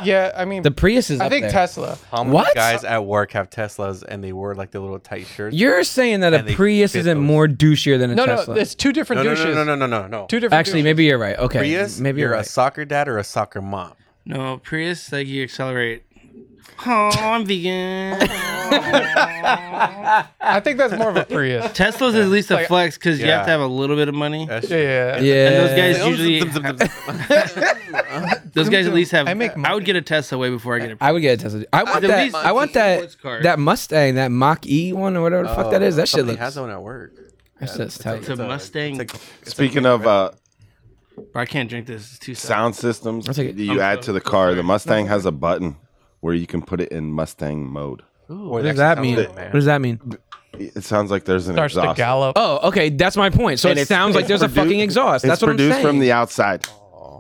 [SPEAKER 2] Yeah, I mean
[SPEAKER 8] The Prius is.
[SPEAKER 2] I
[SPEAKER 8] up
[SPEAKER 2] think
[SPEAKER 8] there.
[SPEAKER 2] Tesla.
[SPEAKER 9] How many
[SPEAKER 8] What?
[SPEAKER 9] guys at work have Teslas and they wear like the little tight shirts?
[SPEAKER 8] You're saying that
[SPEAKER 9] And
[SPEAKER 8] a
[SPEAKER 9] they
[SPEAKER 8] Prius
[SPEAKER 9] fit
[SPEAKER 8] isn't
[SPEAKER 9] those.
[SPEAKER 8] more douchier than a
[SPEAKER 2] No,
[SPEAKER 8] Tesla.
[SPEAKER 2] no, it's two different
[SPEAKER 9] no, no,
[SPEAKER 2] douches.
[SPEAKER 9] no, no, no, no, no, no.
[SPEAKER 2] Two different
[SPEAKER 8] Actually,
[SPEAKER 2] douches.
[SPEAKER 8] maybe you're right. Okay,
[SPEAKER 9] Prius,
[SPEAKER 8] maybe
[SPEAKER 9] you're
[SPEAKER 8] you're,
[SPEAKER 9] a
[SPEAKER 8] right.
[SPEAKER 9] soccer dad or a soccer mom.
[SPEAKER 1] No, Prius. Like you accelerate. Oh, I'm vegan.
[SPEAKER 2] I think that's more of a Prius.
[SPEAKER 1] Tesla's at least a
[SPEAKER 2] Like-
[SPEAKER 1] flex because you have to
[SPEAKER 9] Yeah. Uh,
[SPEAKER 1] have a little bit of money.
[SPEAKER 9] That's
[SPEAKER 2] Yeah, yeah. yeah.
[SPEAKER 8] yeah,
[SPEAKER 1] And those guys
[SPEAKER 9] Zim,
[SPEAKER 1] usually
[SPEAKER 9] zim, zim, zim, zim.
[SPEAKER 1] those guys at least have.
[SPEAKER 2] I
[SPEAKER 1] I,
[SPEAKER 2] make
[SPEAKER 1] would get a Tesla way before I get a.
[SPEAKER 8] I would get a Tesla. I want
[SPEAKER 1] the
[SPEAKER 8] that.
[SPEAKER 1] least-
[SPEAKER 8] I want that.
[SPEAKER 1] sports car.
[SPEAKER 8] That Mustang, that Mach E one or whatever the fuck that is. That shit
[SPEAKER 9] Somebody
[SPEAKER 8] looks.
[SPEAKER 9] has one at work.
[SPEAKER 8] that shit's tight.
[SPEAKER 1] It's a Mustang.
[SPEAKER 9] It's like,
[SPEAKER 10] speaking of uh,
[SPEAKER 1] Bro, I can't drink this. It's too sour.
[SPEAKER 10] sound systems
[SPEAKER 8] I'll
[SPEAKER 10] that
[SPEAKER 8] take it.
[SPEAKER 10] you add to the car, the Mustang has a button where you can put it in Mustang mode.
[SPEAKER 9] what
[SPEAKER 8] What does that mean? What does that mean?
[SPEAKER 10] It sounds like there's an
[SPEAKER 2] Starts to
[SPEAKER 10] exhaust.
[SPEAKER 2] gallop.
[SPEAKER 8] Oh, okay. That's my point. So
[SPEAKER 10] And
[SPEAKER 8] it
[SPEAKER 10] it's-
[SPEAKER 8] sounds like
[SPEAKER 10] it's
[SPEAKER 8] there's a
[SPEAKER 10] produ-
[SPEAKER 8] fucking exhaust.
[SPEAKER 10] It's
[SPEAKER 8] That's what I'm
[SPEAKER 10] produced
[SPEAKER 8] saying.
[SPEAKER 10] from the outside.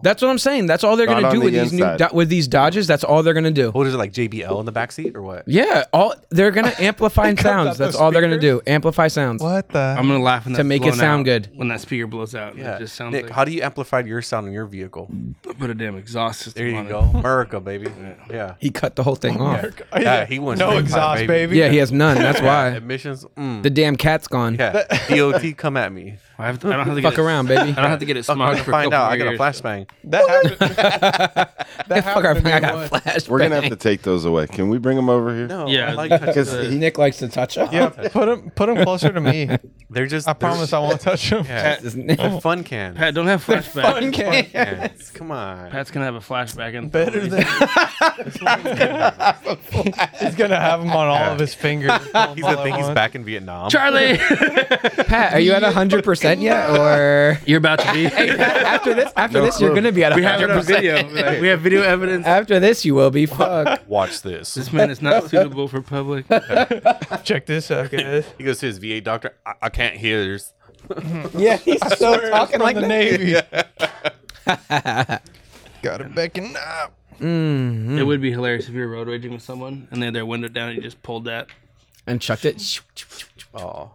[SPEAKER 8] that's what I'm saying. That's all they're
[SPEAKER 10] Not
[SPEAKER 8] gonna
[SPEAKER 10] on
[SPEAKER 8] do
[SPEAKER 10] the
[SPEAKER 8] with these new
[SPEAKER 10] inside.
[SPEAKER 8] do- with these Dodges. That's all they're gonna do.
[SPEAKER 9] What is it like JBL in the backseat or what?
[SPEAKER 8] Yeah, all they're gonna amplify sounds. That's all they're gonna do. Amplify sounds.
[SPEAKER 2] what the?
[SPEAKER 1] I'm gonna laugh when
[SPEAKER 8] To
[SPEAKER 1] that's
[SPEAKER 8] make it
[SPEAKER 1] blown
[SPEAKER 8] sound
[SPEAKER 1] out.
[SPEAKER 8] good.
[SPEAKER 1] when that speaker blows out. Yeah,
[SPEAKER 9] Yeah.
[SPEAKER 1] it just sounds
[SPEAKER 9] Nick,
[SPEAKER 1] like
[SPEAKER 9] how do you amplify your sound in your vehicle?
[SPEAKER 1] put a damn exhaust system.
[SPEAKER 9] There you
[SPEAKER 1] on
[SPEAKER 9] go,
[SPEAKER 1] It.
[SPEAKER 9] America, baby. Yeah.
[SPEAKER 8] He cut the whole thing off.
[SPEAKER 2] Oh,
[SPEAKER 9] Yeah, he went
[SPEAKER 2] no
[SPEAKER 9] straight
[SPEAKER 2] exhaust,
[SPEAKER 9] back,
[SPEAKER 2] baby.
[SPEAKER 9] baby.
[SPEAKER 8] Yeah, he has none. That's why
[SPEAKER 9] Emissions. Mm.
[SPEAKER 8] the damn cat's gone.
[SPEAKER 9] Yeah. DOT, come at me.
[SPEAKER 1] I, have to, I don't have to
[SPEAKER 8] Fuck
[SPEAKER 1] get it-
[SPEAKER 8] around, baby.
[SPEAKER 1] I don't have to get it
[SPEAKER 9] I'm
[SPEAKER 1] smoked
[SPEAKER 9] gonna
[SPEAKER 1] for
[SPEAKER 9] find
[SPEAKER 1] a couple
[SPEAKER 9] out. I got a
[SPEAKER 1] years.
[SPEAKER 9] flashbang.
[SPEAKER 2] That happened. that
[SPEAKER 8] Fuck our
[SPEAKER 2] happened. to me
[SPEAKER 8] I got
[SPEAKER 2] once.
[SPEAKER 8] flash.
[SPEAKER 10] We're gonna have to take those away. Can we bring them over here?
[SPEAKER 9] No.
[SPEAKER 1] Yeah,
[SPEAKER 9] I like
[SPEAKER 2] Uh,
[SPEAKER 9] touching
[SPEAKER 10] Because
[SPEAKER 9] the-
[SPEAKER 10] he-
[SPEAKER 8] Nick likes to touch up.
[SPEAKER 2] Yeah, put him put him closer to me.
[SPEAKER 9] They're just.
[SPEAKER 2] I
[SPEAKER 9] they're-
[SPEAKER 2] promise I won't touch him.
[SPEAKER 9] Yeah. They're fun can.
[SPEAKER 1] Pat, don't have flashbacks.
[SPEAKER 9] Yes, Come on.
[SPEAKER 1] Pat's gonna have a flashback and
[SPEAKER 2] Better than he's gonna have him on all of his fingers.
[SPEAKER 9] He's gonna think he's back in Vietnam.
[SPEAKER 1] Charlie.
[SPEAKER 8] Pat, are you at hundred percent yet, or
[SPEAKER 1] You're about to be.
[SPEAKER 8] after this? After this, you're You're gonna be at
[SPEAKER 1] We have it on
[SPEAKER 8] 100%.
[SPEAKER 1] video. Like, we have video evidence.
[SPEAKER 8] After this, you will be. Fuck.
[SPEAKER 9] Watch this.
[SPEAKER 1] This man is not suitable for public.
[SPEAKER 2] Check this out, guys.
[SPEAKER 9] He goes to his VA doctor. I, I can't hear. There's
[SPEAKER 8] yeah, he's still talking like that.
[SPEAKER 2] Navy. Got it beckon up.
[SPEAKER 1] It would be hilarious if you were road raging with someone and they had their window down and you just pulled that.
[SPEAKER 8] and chucked it.
[SPEAKER 9] oh.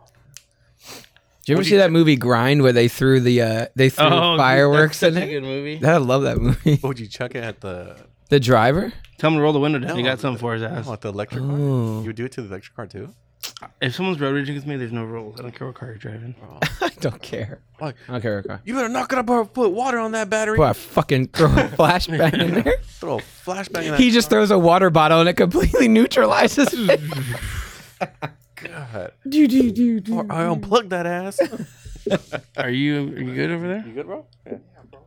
[SPEAKER 8] Did you ever see that movie Grind where they threw the uh, they threw
[SPEAKER 1] Oh,
[SPEAKER 8] fireworks
[SPEAKER 1] that's
[SPEAKER 8] in
[SPEAKER 1] such a good
[SPEAKER 8] it?
[SPEAKER 1] movie.
[SPEAKER 8] I love that movie.
[SPEAKER 9] What would you chuck it at the?
[SPEAKER 8] The driver?
[SPEAKER 1] Tell him to roll the window down. you
[SPEAKER 9] No,
[SPEAKER 1] got something for his ass.
[SPEAKER 9] No, at the electric car.
[SPEAKER 1] Oh.
[SPEAKER 9] You would do it to the electric car too.
[SPEAKER 1] If someone's road raging with me, there's no rules. I don't care what car you're driving.
[SPEAKER 8] I don't care.
[SPEAKER 9] Like,
[SPEAKER 8] I don't care. Okay.
[SPEAKER 9] you better knock it up or put water on that battery.
[SPEAKER 8] Boy, I fucking throw a flashbang in there.
[SPEAKER 9] Throw a flashbang in that.
[SPEAKER 8] He just throws a water bottle and it completely neutralizes it.
[SPEAKER 9] God.
[SPEAKER 8] do, do, do, do.
[SPEAKER 9] Or I unplugged that ass.
[SPEAKER 1] Are you are you good over there?
[SPEAKER 9] you good, bro? Yeah.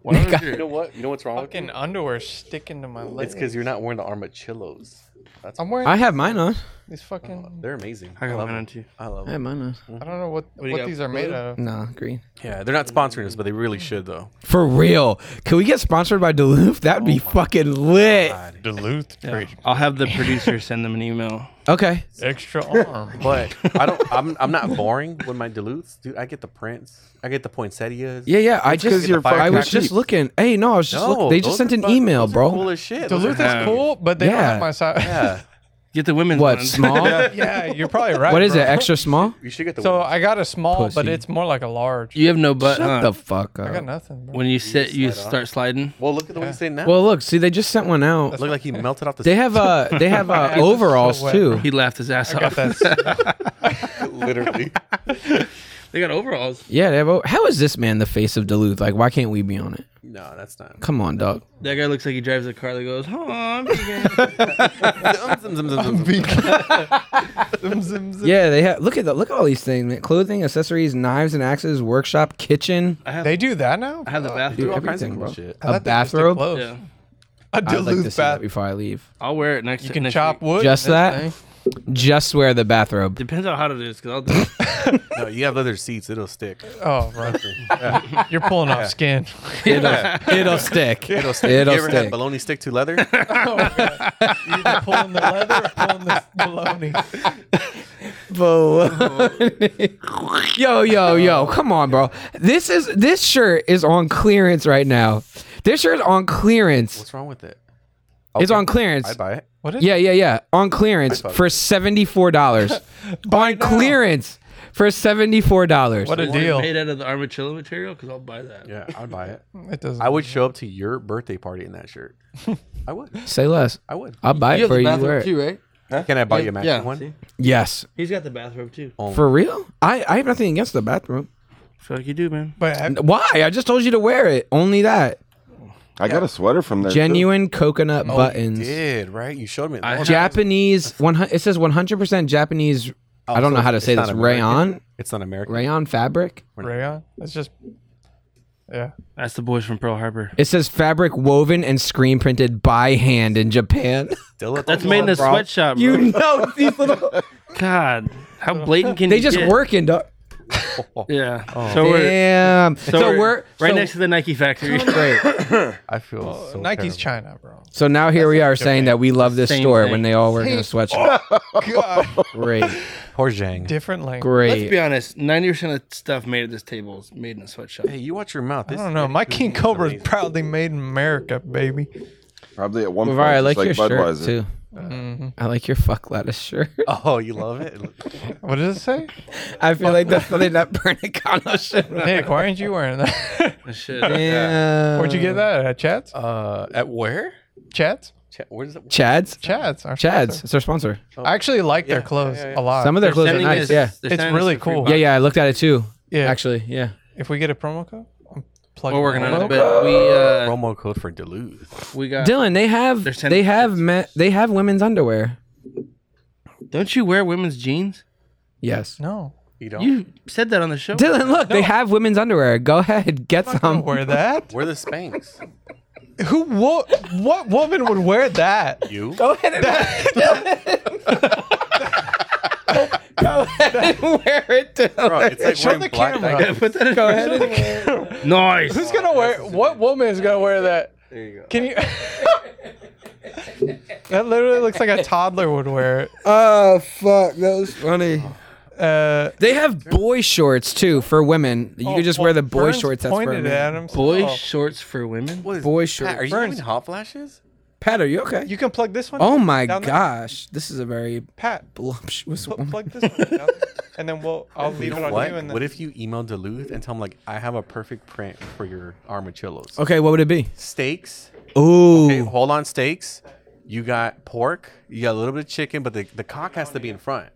[SPEAKER 1] Why don't you-
[SPEAKER 9] You know what? You know what's wrong with you?
[SPEAKER 2] Fucking underwear sticking to my
[SPEAKER 9] It's
[SPEAKER 2] legs.
[SPEAKER 9] because you're not wearing the armachillos. That's
[SPEAKER 2] I'm wearing
[SPEAKER 8] I have mine on.
[SPEAKER 2] these fucking.
[SPEAKER 9] they're amazing.
[SPEAKER 1] I got
[SPEAKER 9] love
[SPEAKER 1] mine on too.
[SPEAKER 9] them. I love
[SPEAKER 8] I have
[SPEAKER 9] them.
[SPEAKER 8] mine on.
[SPEAKER 2] I don't know what what,
[SPEAKER 1] you got,
[SPEAKER 2] these are made
[SPEAKER 1] blue?
[SPEAKER 2] out of.
[SPEAKER 8] Nah, green.
[SPEAKER 9] Yeah, they're not sponsoring us, but they really should though.
[SPEAKER 8] For real. Can we get sponsored by Duluth? That'd be fucking lit.
[SPEAKER 9] Oh God.
[SPEAKER 2] Duluth Creek.
[SPEAKER 1] I'll have the producer send them an email.
[SPEAKER 8] Okay.
[SPEAKER 2] Extra arm.
[SPEAKER 9] But I don't. I'm. I'm not boring with my Duluths, dude. I get the prints. I get the poinsettias.
[SPEAKER 8] Yeah, yeah. I just
[SPEAKER 9] you're
[SPEAKER 8] I was
[SPEAKER 9] fucking
[SPEAKER 8] just
[SPEAKER 9] cheap.
[SPEAKER 8] looking. Hey, no, I was just looking. They just
[SPEAKER 9] those
[SPEAKER 8] sent
[SPEAKER 9] are
[SPEAKER 8] an
[SPEAKER 9] fuck-
[SPEAKER 8] email,
[SPEAKER 9] those are
[SPEAKER 8] bro.
[SPEAKER 9] Cool as shit. Those
[SPEAKER 2] Duluth
[SPEAKER 9] are-
[SPEAKER 2] is cool, but they don't
[SPEAKER 8] Yeah.
[SPEAKER 2] have my size.
[SPEAKER 9] Yeah,
[SPEAKER 1] Get the women's
[SPEAKER 8] What,
[SPEAKER 1] one.
[SPEAKER 8] small?
[SPEAKER 2] yeah, you're probably right.
[SPEAKER 8] what is it?
[SPEAKER 2] bro.
[SPEAKER 8] Extra small?
[SPEAKER 9] you should get the.
[SPEAKER 2] So
[SPEAKER 9] ones.
[SPEAKER 2] I got a small, but
[SPEAKER 8] Pussy.
[SPEAKER 2] it's more like a large.
[SPEAKER 1] you have no butt.
[SPEAKER 8] Shut
[SPEAKER 1] huh?
[SPEAKER 8] the fuck
[SPEAKER 9] uh,
[SPEAKER 2] I
[SPEAKER 8] up.
[SPEAKER 2] got nothing. Bro.
[SPEAKER 1] when you sit, you
[SPEAKER 9] slide off.
[SPEAKER 1] start sliding.
[SPEAKER 9] well, look at the way you say now.
[SPEAKER 8] Well, look, see, they just sent one out.
[SPEAKER 9] look like he melted off the.
[SPEAKER 8] They have uh they have uh, overalls
[SPEAKER 2] so wet.
[SPEAKER 8] too.
[SPEAKER 1] He laughed his ass
[SPEAKER 2] I got
[SPEAKER 1] off.
[SPEAKER 2] that.
[SPEAKER 9] literally.
[SPEAKER 1] They got overalls.
[SPEAKER 8] Yeah, they have. O- How is this man the face of Duluth? Like, why can't we be on it?
[SPEAKER 9] No, that's not.
[SPEAKER 8] Come on, dog.
[SPEAKER 1] That guy looks like he drives a car that goes, "Huh, I'm vegan."
[SPEAKER 9] Zum, zum, zum, zum, zum.
[SPEAKER 8] Yeah, they have. Look at the look at all these things: man. clothing, accessories, knives and axes, workshop, kitchen,
[SPEAKER 2] they do that now.
[SPEAKER 1] I have the
[SPEAKER 9] Do
[SPEAKER 1] bathroom.
[SPEAKER 9] all kinds of
[SPEAKER 8] everything,
[SPEAKER 9] cool
[SPEAKER 8] bro.
[SPEAKER 9] shit.
[SPEAKER 8] a bathrobe.
[SPEAKER 2] Clothes.
[SPEAKER 1] Yeah,
[SPEAKER 2] A
[SPEAKER 8] I'd
[SPEAKER 2] Duluth
[SPEAKER 8] like to see that
[SPEAKER 2] bath.
[SPEAKER 8] before I leave.
[SPEAKER 1] I'll wear it next.
[SPEAKER 2] You can
[SPEAKER 1] next
[SPEAKER 2] chop
[SPEAKER 1] week.
[SPEAKER 2] wood.
[SPEAKER 8] Just
[SPEAKER 2] and
[SPEAKER 8] that?
[SPEAKER 2] everything.
[SPEAKER 8] Just wear the bathrobe.
[SPEAKER 1] Depends on how hot it is, because I'll do it.
[SPEAKER 9] No, you have leather seats. It'll stick.
[SPEAKER 2] Oh, bro. You're pulling off skin.
[SPEAKER 8] It'll, it'll stick. It'll stick. It'll
[SPEAKER 9] you ever had
[SPEAKER 8] stick.
[SPEAKER 9] bologna stick to leather?
[SPEAKER 2] You're either pulling the leather or pulling the baloney.
[SPEAKER 9] Oh.
[SPEAKER 8] yo,
[SPEAKER 9] Uh,
[SPEAKER 8] yo, yo! Come on, bro. This is this shirt is on clearance right now. This shirt is on clearance.
[SPEAKER 9] What's wrong with it?
[SPEAKER 8] It's on clearance.
[SPEAKER 9] I'd buy it.
[SPEAKER 2] What is
[SPEAKER 8] Yeah, yeah, yeah. On clearance
[SPEAKER 9] fuck.
[SPEAKER 8] for seventy four dollars. On clearance for seventy four dollars.
[SPEAKER 2] What a
[SPEAKER 1] One
[SPEAKER 2] deal.
[SPEAKER 1] made out of the armachillo material, because I'll buy that.
[SPEAKER 9] Yeah, I'd buy it.
[SPEAKER 2] It doesn't.
[SPEAKER 9] I would show up to your birthday party in that shirt. I would.
[SPEAKER 8] Say less.
[SPEAKER 9] I would.
[SPEAKER 8] I'll buy it for you. to Wear it.
[SPEAKER 7] right?
[SPEAKER 9] Can I buy you a matching
[SPEAKER 7] yeah,
[SPEAKER 9] one?
[SPEAKER 7] see?
[SPEAKER 8] Yes,
[SPEAKER 1] He's got the bathrobe too. I
[SPEAKER 8] for real. I I have nothing against the bathroom.
[SPEAKER 1] feel like you do, man.
[SPEAKER 2] But have,
[SPEAKER 8] Why? I just told you to wear it. Only that.
[SPEAKER 10] I got a sweater from there. too.
[SPEAKER 8] Genuine coconut buttons.
[SPEAKER 9] You did right? You showed me.
[SPEAKER 1] I-
[SPEAKER 9] that.
[SPEAKER 8] Japanese. One. hun- It says one hundred percent Japanese. I don't
[SPEAKER 9] so
[SPEAKER 8] know how to
[SPEAKER 9] it's
[SPEAKER 8] say
[SPEAKER 9] not
[SPEAKER 8] this.
[SPEAKER 9] American.
[SPEAKER 8] Rayon.
[SPEAKER 9] It's not American.
[SPEAKER 8] Rayon fabric.
[SPEAKER 2] rayon. That's just. Yeah.
[SPEAKER 1] That's the boys from Pearl Harbor.
[SPEAKER 8] It says fabric woven and screen printed by hand in Japan.
[SPEAKER 9] Still at
[SPEAKER 1] That's
[SPEAKER 9] the-
[SPEAKER 1] made in a sweatshop.
[SPEAKER 8] you
[SPEAKER 1] bro.
[SPEAKER 8] know these little.
[SPEAKER 1] God, how blatant can
[SPEAKER 8] They
[SPEAKER 1] you
[SPEAKER 8] just
[SPEAKER 1] get?
[SPEAKER 8] working. Dog.
[SPEAKER 1] Yeah. So we're
[SPEAKER 8] Damn.
[SPEAKER 1] so, we're, right
[SPEAKER 8] so-
[SPEAKER 1] next to the Nike factory.
[SPEAKER 8] Great.
[SPEAKER 9] I feel so
[SPEAKER 2] Nike's
[SPEAKER 9] terrible.
[SPEAKER 2] China, bro.
[SPEAKER 8] So now here we are saying that we love this
[SPEAKER 1] Same
[SPEAKER 8] store when
[SPEAKER 1] thing.
[SPEAKER 8] they all work in a sweatshop. Great,
[SPEAKER 9] Horjang.
[SPEAKER 2] Different language.
[SPEAKER 1] Let's be
[SPEAKER 8] great.
[SPEAKER 1] honest. Ninety percent of stuff made at this table is made in a sweatshop.
[SPEAKER 9] Hey, you watch your mouth.
[SPEAKER 2] I
[SPEAKER 9] This
[SPEAKER 2] don't know. My King Cobra is proudly made in America, baby.
[SPEAKER 10] Probably at one point.
[SPEAKER 8] Guevara, I
[SPEAKER 10] just
[SPEAKER 8] like,
[SPEAKER 10] like
[SPEAKER 8] your
[SPEAKER 10] Budweiser.
[SPEAKER 8] shirt too. I like your fuck lettuce shirt.
[SPEAKER 9] Oh, you love it.
[SPEAKER 2] What does it say?
[SPEAKER 8] I feel like that's something that Pernicano shirt.
[SPEAKER 2] Nick, why aren't you wearing that?
[SPEAKER 1] Shit.
[SPEAKER 8] Yeah.
[SPEAKER 2] Where'd you get that? At Chats?
[SPEAKER 9] Uh, at where?
[SPEAKER 2] Chats?
[SPEAKER 9] Ch- Where is it?
[SPEAKER 8] Chad's?
[SPEAKER 2] Chats. our
[SPEAKER 8] Chad's.
[SPEAKER 2] sponsor.
[SPEAKER 8] It's our sponsor.
[SPEAKER 2] I actually like their
[SPEAKER 9] Yeah,
[SPEAKER 2] clothes
[SPEAKER 9] yeah, yeah.
[SPEAKER 2] a lot.
[SPEAKER 8] Some of their clothes are nice. yeah.
[SPEAKER 2] It's really cool.
[SPEAKER 8] Yeah, yeah. I looked at it too.
[SPEAKER 2] Yeah.
[SPEAKER 8] Actually, yeah.
[SPEAKER 2] If we get a promo code, I'm plugging
[SPEAKER 1] We're working
[SPEAKER 2] it.
[SPEAKER 1] on it, but we uh,
[SPEAKER 9] Promo code for Duluth.
[SPEAKER 1] we got.
[SPEAKER 8] Dylan, they have
[SPEAKER 1] There's ten-
[SPEAKER 8] they have me, they have women's underwear.
[SPEAKER 1] Don't you wear women's jeans?
[SPEAKER 8] Yes.
[SPEAKER 2] No.
[SPEAKER 9] You don't
[SPEAKER 1] You said that on the show.
[SPEAKER 8] Dylan, look, they have women's underwear. Go ahead, get
[SPEAKER 2] Don't
[SPEAKER 8] some.
[SPEAKER 2] wear that.
[SPEAKER 9] wear the Spanx.
[SPEAKER 2] Um, Who? What? What woman would wear that?
[SPEAKER 9] You.
[SPEAKER 8] Go ahead and Go ahead and wear it, Dylan.
[SPEAKER 9] Bro, it's like
[SPEAKER 2] Show
[SPEAKER 9] wearing
[SPEAKER 2] the
[SPEAKER 9] black
[SPEAKER 2] camera.
[SPEAKER 9] diamond.
[SPEAKER 1] Put that in
[SPEAKER 8] Go ahead and wear it.
[SPEAKER 1] Nice.
[SPEAKER 2] Who's gonna wear? What woman is gonna wear that? There you go. Can you? that literally looks like a toddler would wear it.
[SPEAKER 8] Oh fuck, that was funny.
[SPEAKER 2] Uh,
[SPEAKER 8] They have boy shorts too for women. You can just wear the boy
[SPEAKER 2] Oh, Burns
[SPEAKER 8] shorts. That's for
[SPEAKER 2] pointed at
[SPEAKER 8] women.
[SPEAKER 2] him.
[SPEAKER 1] Boy
[SPEAKER 2] Oh.
[SPEAKER 1] shorts for women.
[SPEAKER 9] What is Pat, are
[SPEAKER 8] Boy shorts.
[SPEAKER 9] you
[SPEAKER 2] Burns.
[SPEAKER 9] having hot flashes?
[SPEAKER 8] Pat, are you okay?
[SPEAKER 2] You can plug this one.
[SPEAKER 8] Oh my
[SPEAKER 2] down there.
[SPEAKER 8] gosh, this is a very
[SPEAKER 2] Pat,
[SPEAKER 8] voluptuous
[SPEAKER 2] pl-
[SPEAKER 8] woman.
[SPEAKER 2] plug this one, down, and then we'll. I'll leave it on
[SPEAKER 9] What?
[SPEAKER 2] you. And then,
[SPEAKER 9] what if you email Duluth and tell him like I have a perfect print for your armadillos?
[SPEAKER 8] Okay, what would it be?
[SPEAKER 9] Steaks.
[SPEAKER 8] Ooh,
[SPEAKER 9] Okay, hold on, steaks. You got pork. You got a little bit of chicken, but the, the cock has to be in front.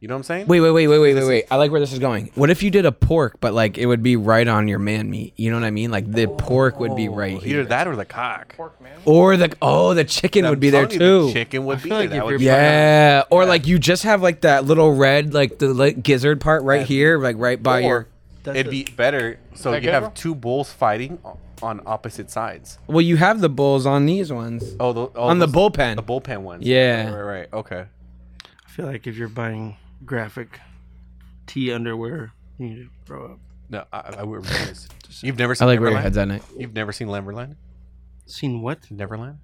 [SPEAKER 9] You know what I'm saying?
[SPEAKER 8] Wait, wait, wait, wait, wait, wait, wait. I like where this is going. What if you did a pork, but like it would be right on your man meat? You know what I mean? Like the pork would be right
[SPEAKER 9] Either
[SPEAKER 8] here.
[SPEAKER 9] that or the cock.
[SPEAKER 8] Or the oh, the chicken would be there
[SPEAKER 9] I'm telling you,
[SPEAKER 8] too.
[SPEAKER 9] The chicken would be
[SPEAKER 1] feel
[SPEAKER 9] there.
[SPEAKER 1] like if
[SPEAKER 9] That would
[SPEAKER 1] you're
[SPEAKER 9] be
[SPEAKER 8] Yeah, or like you just have like that little red, like the like, gizzard part right here, like right by your.
[SPEAKER 9] Or it'd be better. So
[SPEAKER 2] that
[SPEAKER 9] you
[SPEAKER 2] good,
[SPEAKER 9] have
[SPEAKER 2] bro?
[SPEAKER 9] two bulls fighting o- on opposite sides.
[SPEAKER 8] Well, you have the bulls on these ones.
[SPEAKER 9] Oh, the, oh
[SPEAKER 8] On the
[SPEAKER 9] those-
[SPEAKER 8] bullpen.
[SPEAKER 9] The bullpen ones.
[SPEAKER 8] Yeah.
[SPEAKER 9] Right, right. right. Okay.
[SPEAKER 1] I feel like if you're buying graphic tee underwear, you need to throw up.
[SPEAKER 9] No, I, I would refuse. You've never
[SPEAKER 8] I
[SPEAKER 9] seen
[SPEAKER 8] like where your
[SPEAKER 9] Neverland?
[SPEAKER 8] head's at night.
[SPEAKER 9] You've never seen Neverland?
[SPEAKER 1] Seen what?
[SPEAKER 9] Neverland?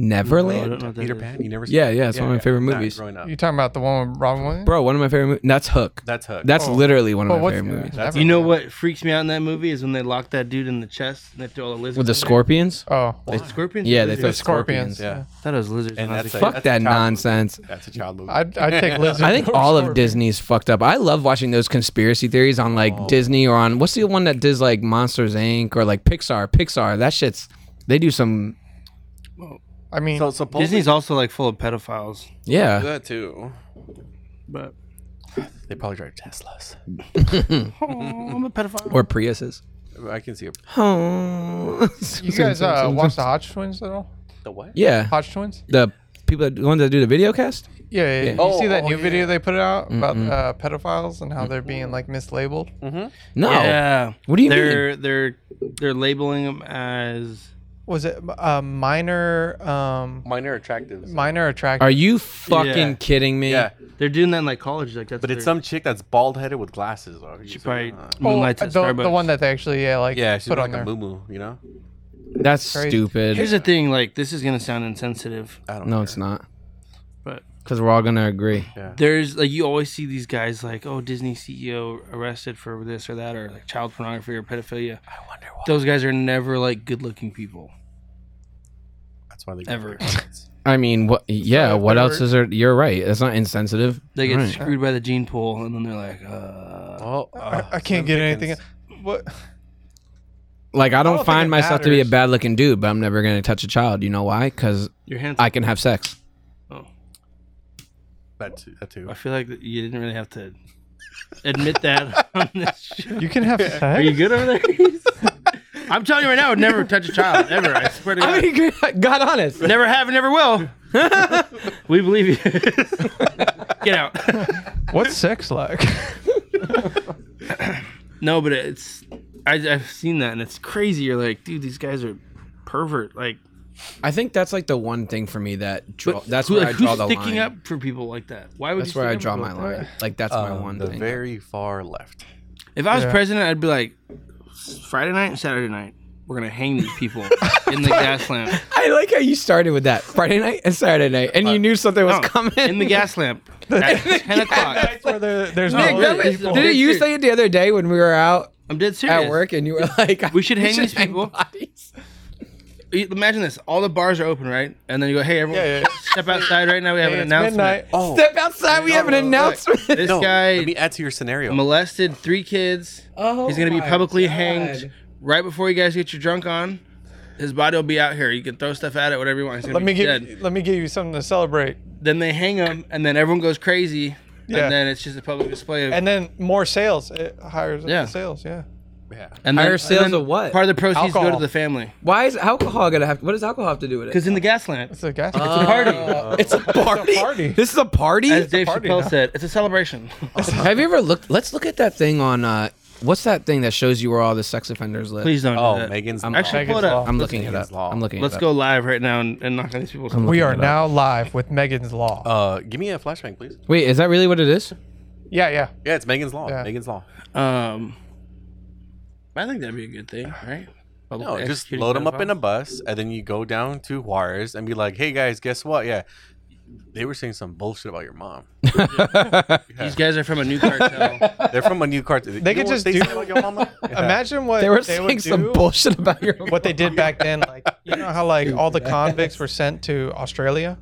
[SPEAKER 1] No, I don't
[SPEAKER 8] Neverland.
[SPEAKER 1] know what that
[SPEAKER 9] Peter
[SPEAKER 1] is.
[SPEAKER 9] Pan? You never seen
[SPEAKER 8] Yeah, yeah, it's one of my favorite
[SPEAKER 9] Nah,
[SPEAKER 8] movies.
[SPEAKER 9] growing up.
[SPEAKER 2] you talking about the one with Robin Williams?
[SPEAKER 8] Bro, one of my favorite movies. That's Hook.
[SPEAKER 9] That's Hook.
[SPEAKER 8] That's literally one of
[SPEAKER 2] Well, Oh.
[SPEAKER 8] my
[SPEAKER 2] what's- Oh,
[SPEAKER 8] favorite movies.
[SPEAKER 9] That's-
[SPEAKER 2] never-
[SPEAKER 1] You know what freaks me out in that movie is when they lock that dude in the chest and they throw all the lizards.
[SPEAKER 8] With the
[SPEAKER 1] in there.
[SPEAKER 8] scorpions.
[SPEAKER 2] Oh,
[SPEAKER 1] They- scorpions?
[SPEAKER 8] Yeah, they
[SPEAKER 1] Lizards.
[SPEAKER 8] throw
[SPEAKER 2] The scorpions.
[SPEAKER 8] scorpions.
[SPEAKER 9] yeah.
[SPEAKER 1] I thought it was lizards.
[SPEAKER 9] And
[SPEAKER 1] when I was
[SPEAKER 9] that's
[SPEAKER 1] a kid.
[SPEAKER 9] a,
[SPEAKER 8] Fuck
[SPEAKER 9] that's a
[SPEAKER 8] that
[SPEAKER 9] child
[SPEAKER 8] nonsense.
[SPEAKER 9] Movie. That's a child movie.
[SPEAKER 2] I'd, I'd take lizard.
[SPEAKER 8] I think
[SPEAKER 2] over
[SPEAKER 8] all of
[SPEAKER 2] scorpion.
[SPEAKER 8] Disney's fucked up. I love watching those conspiracy theories on like
[SPEAKER 2] Oh.
[SPEAKER 8] Disney or on what's the one that does like Monsters Inc. or like Pixar. Pixar, that shit's they do some
[SPEAKER 2] I mean,
[SPEAKER 9] so supposedly
[SPEAKER 1] Disney's also like full of pedophiles,
[SPEAKER 8] yeah.
[SPEAKER 9] that too.
[SPEAKER 1] but
[SPEAKER 9] They probably drive Teslas.
[SPEAKER 1] I'm a pedophile.
[SPEAKER 8] Or Priuses.
[SPEAKER 9] I can see a,
[SPEAKER 8] Oh,
[SPEAKER 2] you guys uh, watch the Hodge twins at all?
[SPEAKER 9] the what?
[SPEAKER 8] yeah
[SPEAKER 2] Hodge twins?
[SPEAKER 8] the people that, the ones that do the video cast.
[SPEAKER 2] Yeah. yeah, yeah. you
[SPEAKER 9] Oh,
[SPEAKER 2] see that
[SPEAKER 9] oh,
[SPEAKER 2] new
[SPEAKER 9] yeah.
[SPEAKER 2] video they put out about uh, pedophiles and how they're being like mislabeled?
[SPEAKER 8] No,
[SPEAKER 1] Yeah.
[SPEAKER 8] What do you
[SPEAKER 1] they're, They're they're labeling them as
[SPEAKER 2] Was it uh, minor? Um,
[SPEAKER 9] Minor attractives.
[SPEAKER 2] minor attractive.
[SPEAKER 8] are you fucking
[SPEAKER 1] Yeah.
[SPEAKER 8] kidding me?
[SPEAKER 9] yeah,
[SPEAKER 1] they're doing that in like college. Like that's
[SPEAKER 9] but it's
[SPEAKER 1] their-
[SPEAKER 9] some chick that's bald headed with glasses. Though.
[SPEAKER 1] she probably
[SPEAKER 2] Oh,
[SPEAKER 1] moonlights at
[SPEAKER 2] the,
[SPEAKER 1] Starbucks.
[SPEAKER 2] the one that they actually yeah like
[SPEAKER 9] yeah, she's
[SPEAKER 2] put
[SPEAKER 9] like
[SPEAKER 2] on there.
[SPEAKER 9] a moo you know.
[SPEAKER 8] that's
[SPEAKER 2] Crazy.
[SPEAKER 1] Here's
[SPEAKER 8] stupid.
[SPEAKER 1] the thing. Like this is gonna sound insensitive,
[SPEAKER 9] I don't
[SPEAKER 8] No,
[SPEAKER 9] know.
[SPEAKER 8] it's not
[SPEAKER 1] but
[SPEAKER 8] because we're all gonna agree.
[SPEAKER 1] there's like you always see these guys like oh Disney CEO arrested for this or that or like child pornography or pedophilia.
[SPEAKER 9] I wonder why.
[SPEAKER 1] Those guys are never like good looking people
[SPEAKER 9] That's why they
[SPEAKER 1] ever.
[SPEAKER 8] I mean, what? Yeah,
[SPEAKER 2] Sorry,
[SPEAKER 8] what
[SPEAKER 2] I
[SPEAKER 8] else
[SPEAKER 2] heard-
[SPEAKER 8] is there? You're right. It's not insensitive.
[SPEAKER 1] They get
[SPEAKER 8] Right.
[SPEAKER 1] screwed by the gene pool and then they're like, uh,
[SPEAKER 9] Well,
[SPEAKER 2] I, I can't get anything. What?
[SPEAKER 8] Like I
[SPEAKER 2] don't
[SPEAKER 8] don't,
[SPEAKER 2] think
[SPEAKER 8] find
[SPEAKER 2] it
[SPEAKER 8] myself to be a
[SPEAKER 2] matters.
[SPEAKER 8] bad looking dude, but I'm never gonna touch a child. You know why? Because
[SPEAKER 1] your hands.
[SPEAKER 8] I can have sex.
[SPEAKER 1] oh.
[SPEAKER 9] That too. That too.
[SPEAKER 1] I feel like that you didn't really have to admit that on this show.
[SPEAKER 2] You can have
[SPEAKER 1] Are
[SPEAKER 2] sex.
[SPEAKER 1] you good over there? I'm telling you right now, I would never touch a child ever. I swear to God.
[SPEAKER 8] I mean, God honest.
[SPEAKER 1] Never have and never will. we believe you. Get out.
[SPEAKER 2] What's sex like?
[SPEAKER 1] No, but it's I, I've seen that and it's crazy. You're like, dude, these guys are pervert. Like,
[SPEAKER 8] I think that's like the one thing for me that draw,
[SPEAKER 1] but
[SPEAKER 8] that's
[SPEAKER 1] who-
[SPEAKER 8] where
[SPEAKER 1] like,
[SPEAKER 8] I draw
[SPEAKER 1] who's
[SPEAKER 8] the
[SPEAKER 1] sticking
[SPEAKER 8] line.
[SPEAKER 1] up for people like that? Why would
[SPEAKER 8] that's
[SPEAKER 1] you
[SPEAKER 8] where I
[SPEAKER 1] stick
[SPEAKER 8] draw
[SPEAKER 1] up for
[SPEAKER 8] my
[SPEAKER 1] people like
[SPEAKER 8] line. Like that's my
[SPEAKER 9] Um,
[SPEAKER 8] one
[SPEAKER 9] the
[SPEAKER 8] thing.
[SPEAKER 9] very far left.
[SPEAKER 1] that? If I was
[SPEAKER 2] Yeah.
[SPEAKER 1] president, I'd be like, Friday night and Saturday night, we're gonna hang these people in the gas lamp.
[SPEAKER 8] I like how you started with that Friday night and Saturday night, and you knew something
[SPEAKER 1] No,
[SPEAKER 8] was coming.
[SPEAKER 1] in the gas lamp at ten o'clock.
[SPEAKER 2] Where there, there's
[SPEAKER 8] Nick,
[SPEAKER 2] no
[SPEAKER 8] that
[SPEAKER 1] Oh,
[SPEAKER 8] was-
[SPEAKER 1] people.
[SPEAKER 8] didn't you say it the other day when we were out
[SPEAKER 1] I'm dead
[SPEAKER 8] at
[SPEAKER 1] serious.
[SPEAKER 8] work and you were like,
[SPEAKER 1] We should hang these people."
[SPEAKER 8] bodies.
[SPEAKER 1] Imagine this: all the bars are open, right? And then you go, "Hey, everyone,
[SPEAKER 2] Yeah, yeah.
[SPEAKER 1] step outside right now. We have
[SPEAKER 2] Hey,
[SPEAKER 1] an
[SPEAKER 2] it's
[SPEAKER 1] announcement."
[SPEAKER 2] midnight.
[SPEAKER 9] Oh,
[SPEAKER 8] Step outside. We have an announcement.
[SPEAKER 1] This
[SPEAKER 9] no.
[SPEAKER 1] guy
[SPEAKER 9] Let me add to your scenario.
[SPEAKER 1] molested three kids.
[SPEAKER 8] Oh
[SPEAKER 1] He's gonna be
[SPEAKER 8] my
[SPEAKER 1] publicly
[SPEAKER 8] God.
[SPEAKER 1] hanged right before you guys get your drunk on. His body will be out here. You can throw stuff at it, whatever you want. He's gonna
[SPEAKER 2] Let
[SPEAKER 1] be
[SPEAKER 2] me give.
[SPEAKER 1] dead.
[SPEAKER 2] Let me give you something to celebrate.
[SPEAKER 1] Then they hang him, and then everyone goes crazy.
[SPEAKER 2] Yeah.
[SPEAKER 1] And then it's just a public display of.
[SPEAKER 2] And then more sales. It hires up
[SPEAKER 1] Yeah.
[SPEAKER 2] the sales. Yeah.
[SPEAKER 9] yeah.
[SPEAKER 1] and then-
[SPEAKER 8] Higher
[SPEAKER 1] and
[SPEAKER 8] sales
[SPEAKER 1] then
[SPEAKER 8] of what?
[SPEAKER 1] Part of the proceeds go
[SPEAKER 2] Alcohol.
[SPEAKER 1] to the family.
[SPEAKER 8] Why is alcohol gonna have? What does alcohol have to do with it?
[SPEAKER 1] Because in the gas lamp,
[SPEAKER 2] It's a gas. Uh,
[SPEAKER 1] it's a party.
[SPEAKER 8] It's a party.
[SPEAKER 2] party.
[SPEAKER 8] This is a party.
[SPEAKER 1] As Dave
[SPEAKER 2] party
[SPEAKER 1] Chappelle
[SPEAKER 2] now.
[SPEAKER 1] said, it's a celebration.
[SPEAKER 8] Oh, Have you ever looked? Let's look at that thing on. Uh, what's that thing that shows you where all the sex offenders live?
[SPEAKER 1] Please don't. do
[SPEAKER 9] Oh,
[SPEAKER 1] that.
[SPEAKER 9] Megan's.
[SPEAKER 8] I'm-
[SPEAKER 1] Actually, pull it up.
[SPEAKER 8] I'm looking it up.
[SPEAKER 9] Megan's Law.
[SPEAKER 8] I'm looking.
[SPEAKER 1] Let's
[SPEAKER 8] it up.
[SPEAKER 1] go live right now and, and knock on these people's.
[SPEAKER 2] we
[SPEAKER 8] looking
[SPEAKER 2] are
[SPEAKER 8] it up.
[SPEAKER 2] now live with Megan's Law.
[SPEAKER 9] Uh, give me a flashbang, please.
[SPEAKER 8] Wait, is that really what it is?
[SPEAKER 2] yeah, yeah.
[SPEAKER 9] Yeah, it's Megan's Law.
[SPEAKER 2] Yeah.
[SPEAKER 9] Megan's Law.
[SPEAKER 1] Um, I think that'd be a good thing, right?
[SPEAKER 9] No, Oh, just load them up in a bus, and then you go down to Juarez and be like, "Hey guys, guess what? Yeah, they were saying some bullshit about your mom.
[SPEAKER 1] These guys are from a new cartel.
[SPEAKER 9] They're from a new cartel.
[SPEAKER 2] They could just do. Imagine what
[SPEAKER 8] They were
[SPEAKER 2] would
[SPEAKER 8] saying
[SPEAKER 2] do,
[SPEAKER 8] some bullshit about your.
[SPEAKER 2] What they did back then, like you know how like all the convicts were sent to Australia.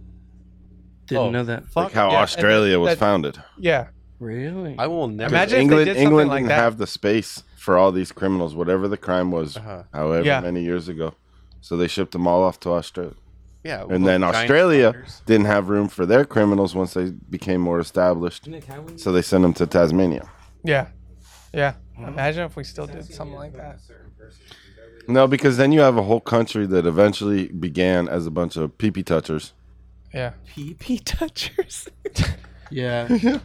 [SPEAKER 1] Didn't
[SPEAKER 9] Oh,
[SPEAKER 1] know that.
[SPEAKER 10] Like how
[SPEAKER 2] yeah, and
[SPEAKER 10] Australia was
[SPEAKER 2] that-
[SPEAKER 10] founded.
[SPEAKER 2] Yeah,
[SPEAKER 1] Really?
[SPEAKER 9] I will never.
[SPEAKER 2] Imagine- if they
[SPEAKER 10] England,
[SPEAKER 2] did something
[SPEAKER 10] England
[SPEAKER 2] like
[SPEAKER 10] didn't
[SPEAKER 2] that.
[SPEAKER 10] have the space for all these criminals, whatever the crime was,
[SPEAKER 9] Uh-huh.
[SPEAKER 10] however
[SPEAKER 2] Yeah.
[SPEAKER 10] many years ago. So they shipped them all off to Australia.
[SPEAKER 9] Yeah, with
[SPEAKER 10] And then
[SPEAKER 9] giant
[SPEAKER 10] Australia
[SPEAKER 9] fuckers.
[SPEAKER 10] didn't have room for their criminals once they became more established. So they sent them to Tasmania.
[SPEAKER 2] yeah, yeah. Imagine if we still did something like that.
[SPEAKER 10] No, because then you have a whole country that eventually began as a bunch of pee pee touchers.
[SPEAKER 2] Yeah,
[SPEAKER 8] PP touchers.
[SPEAKER 1] Yeah. Then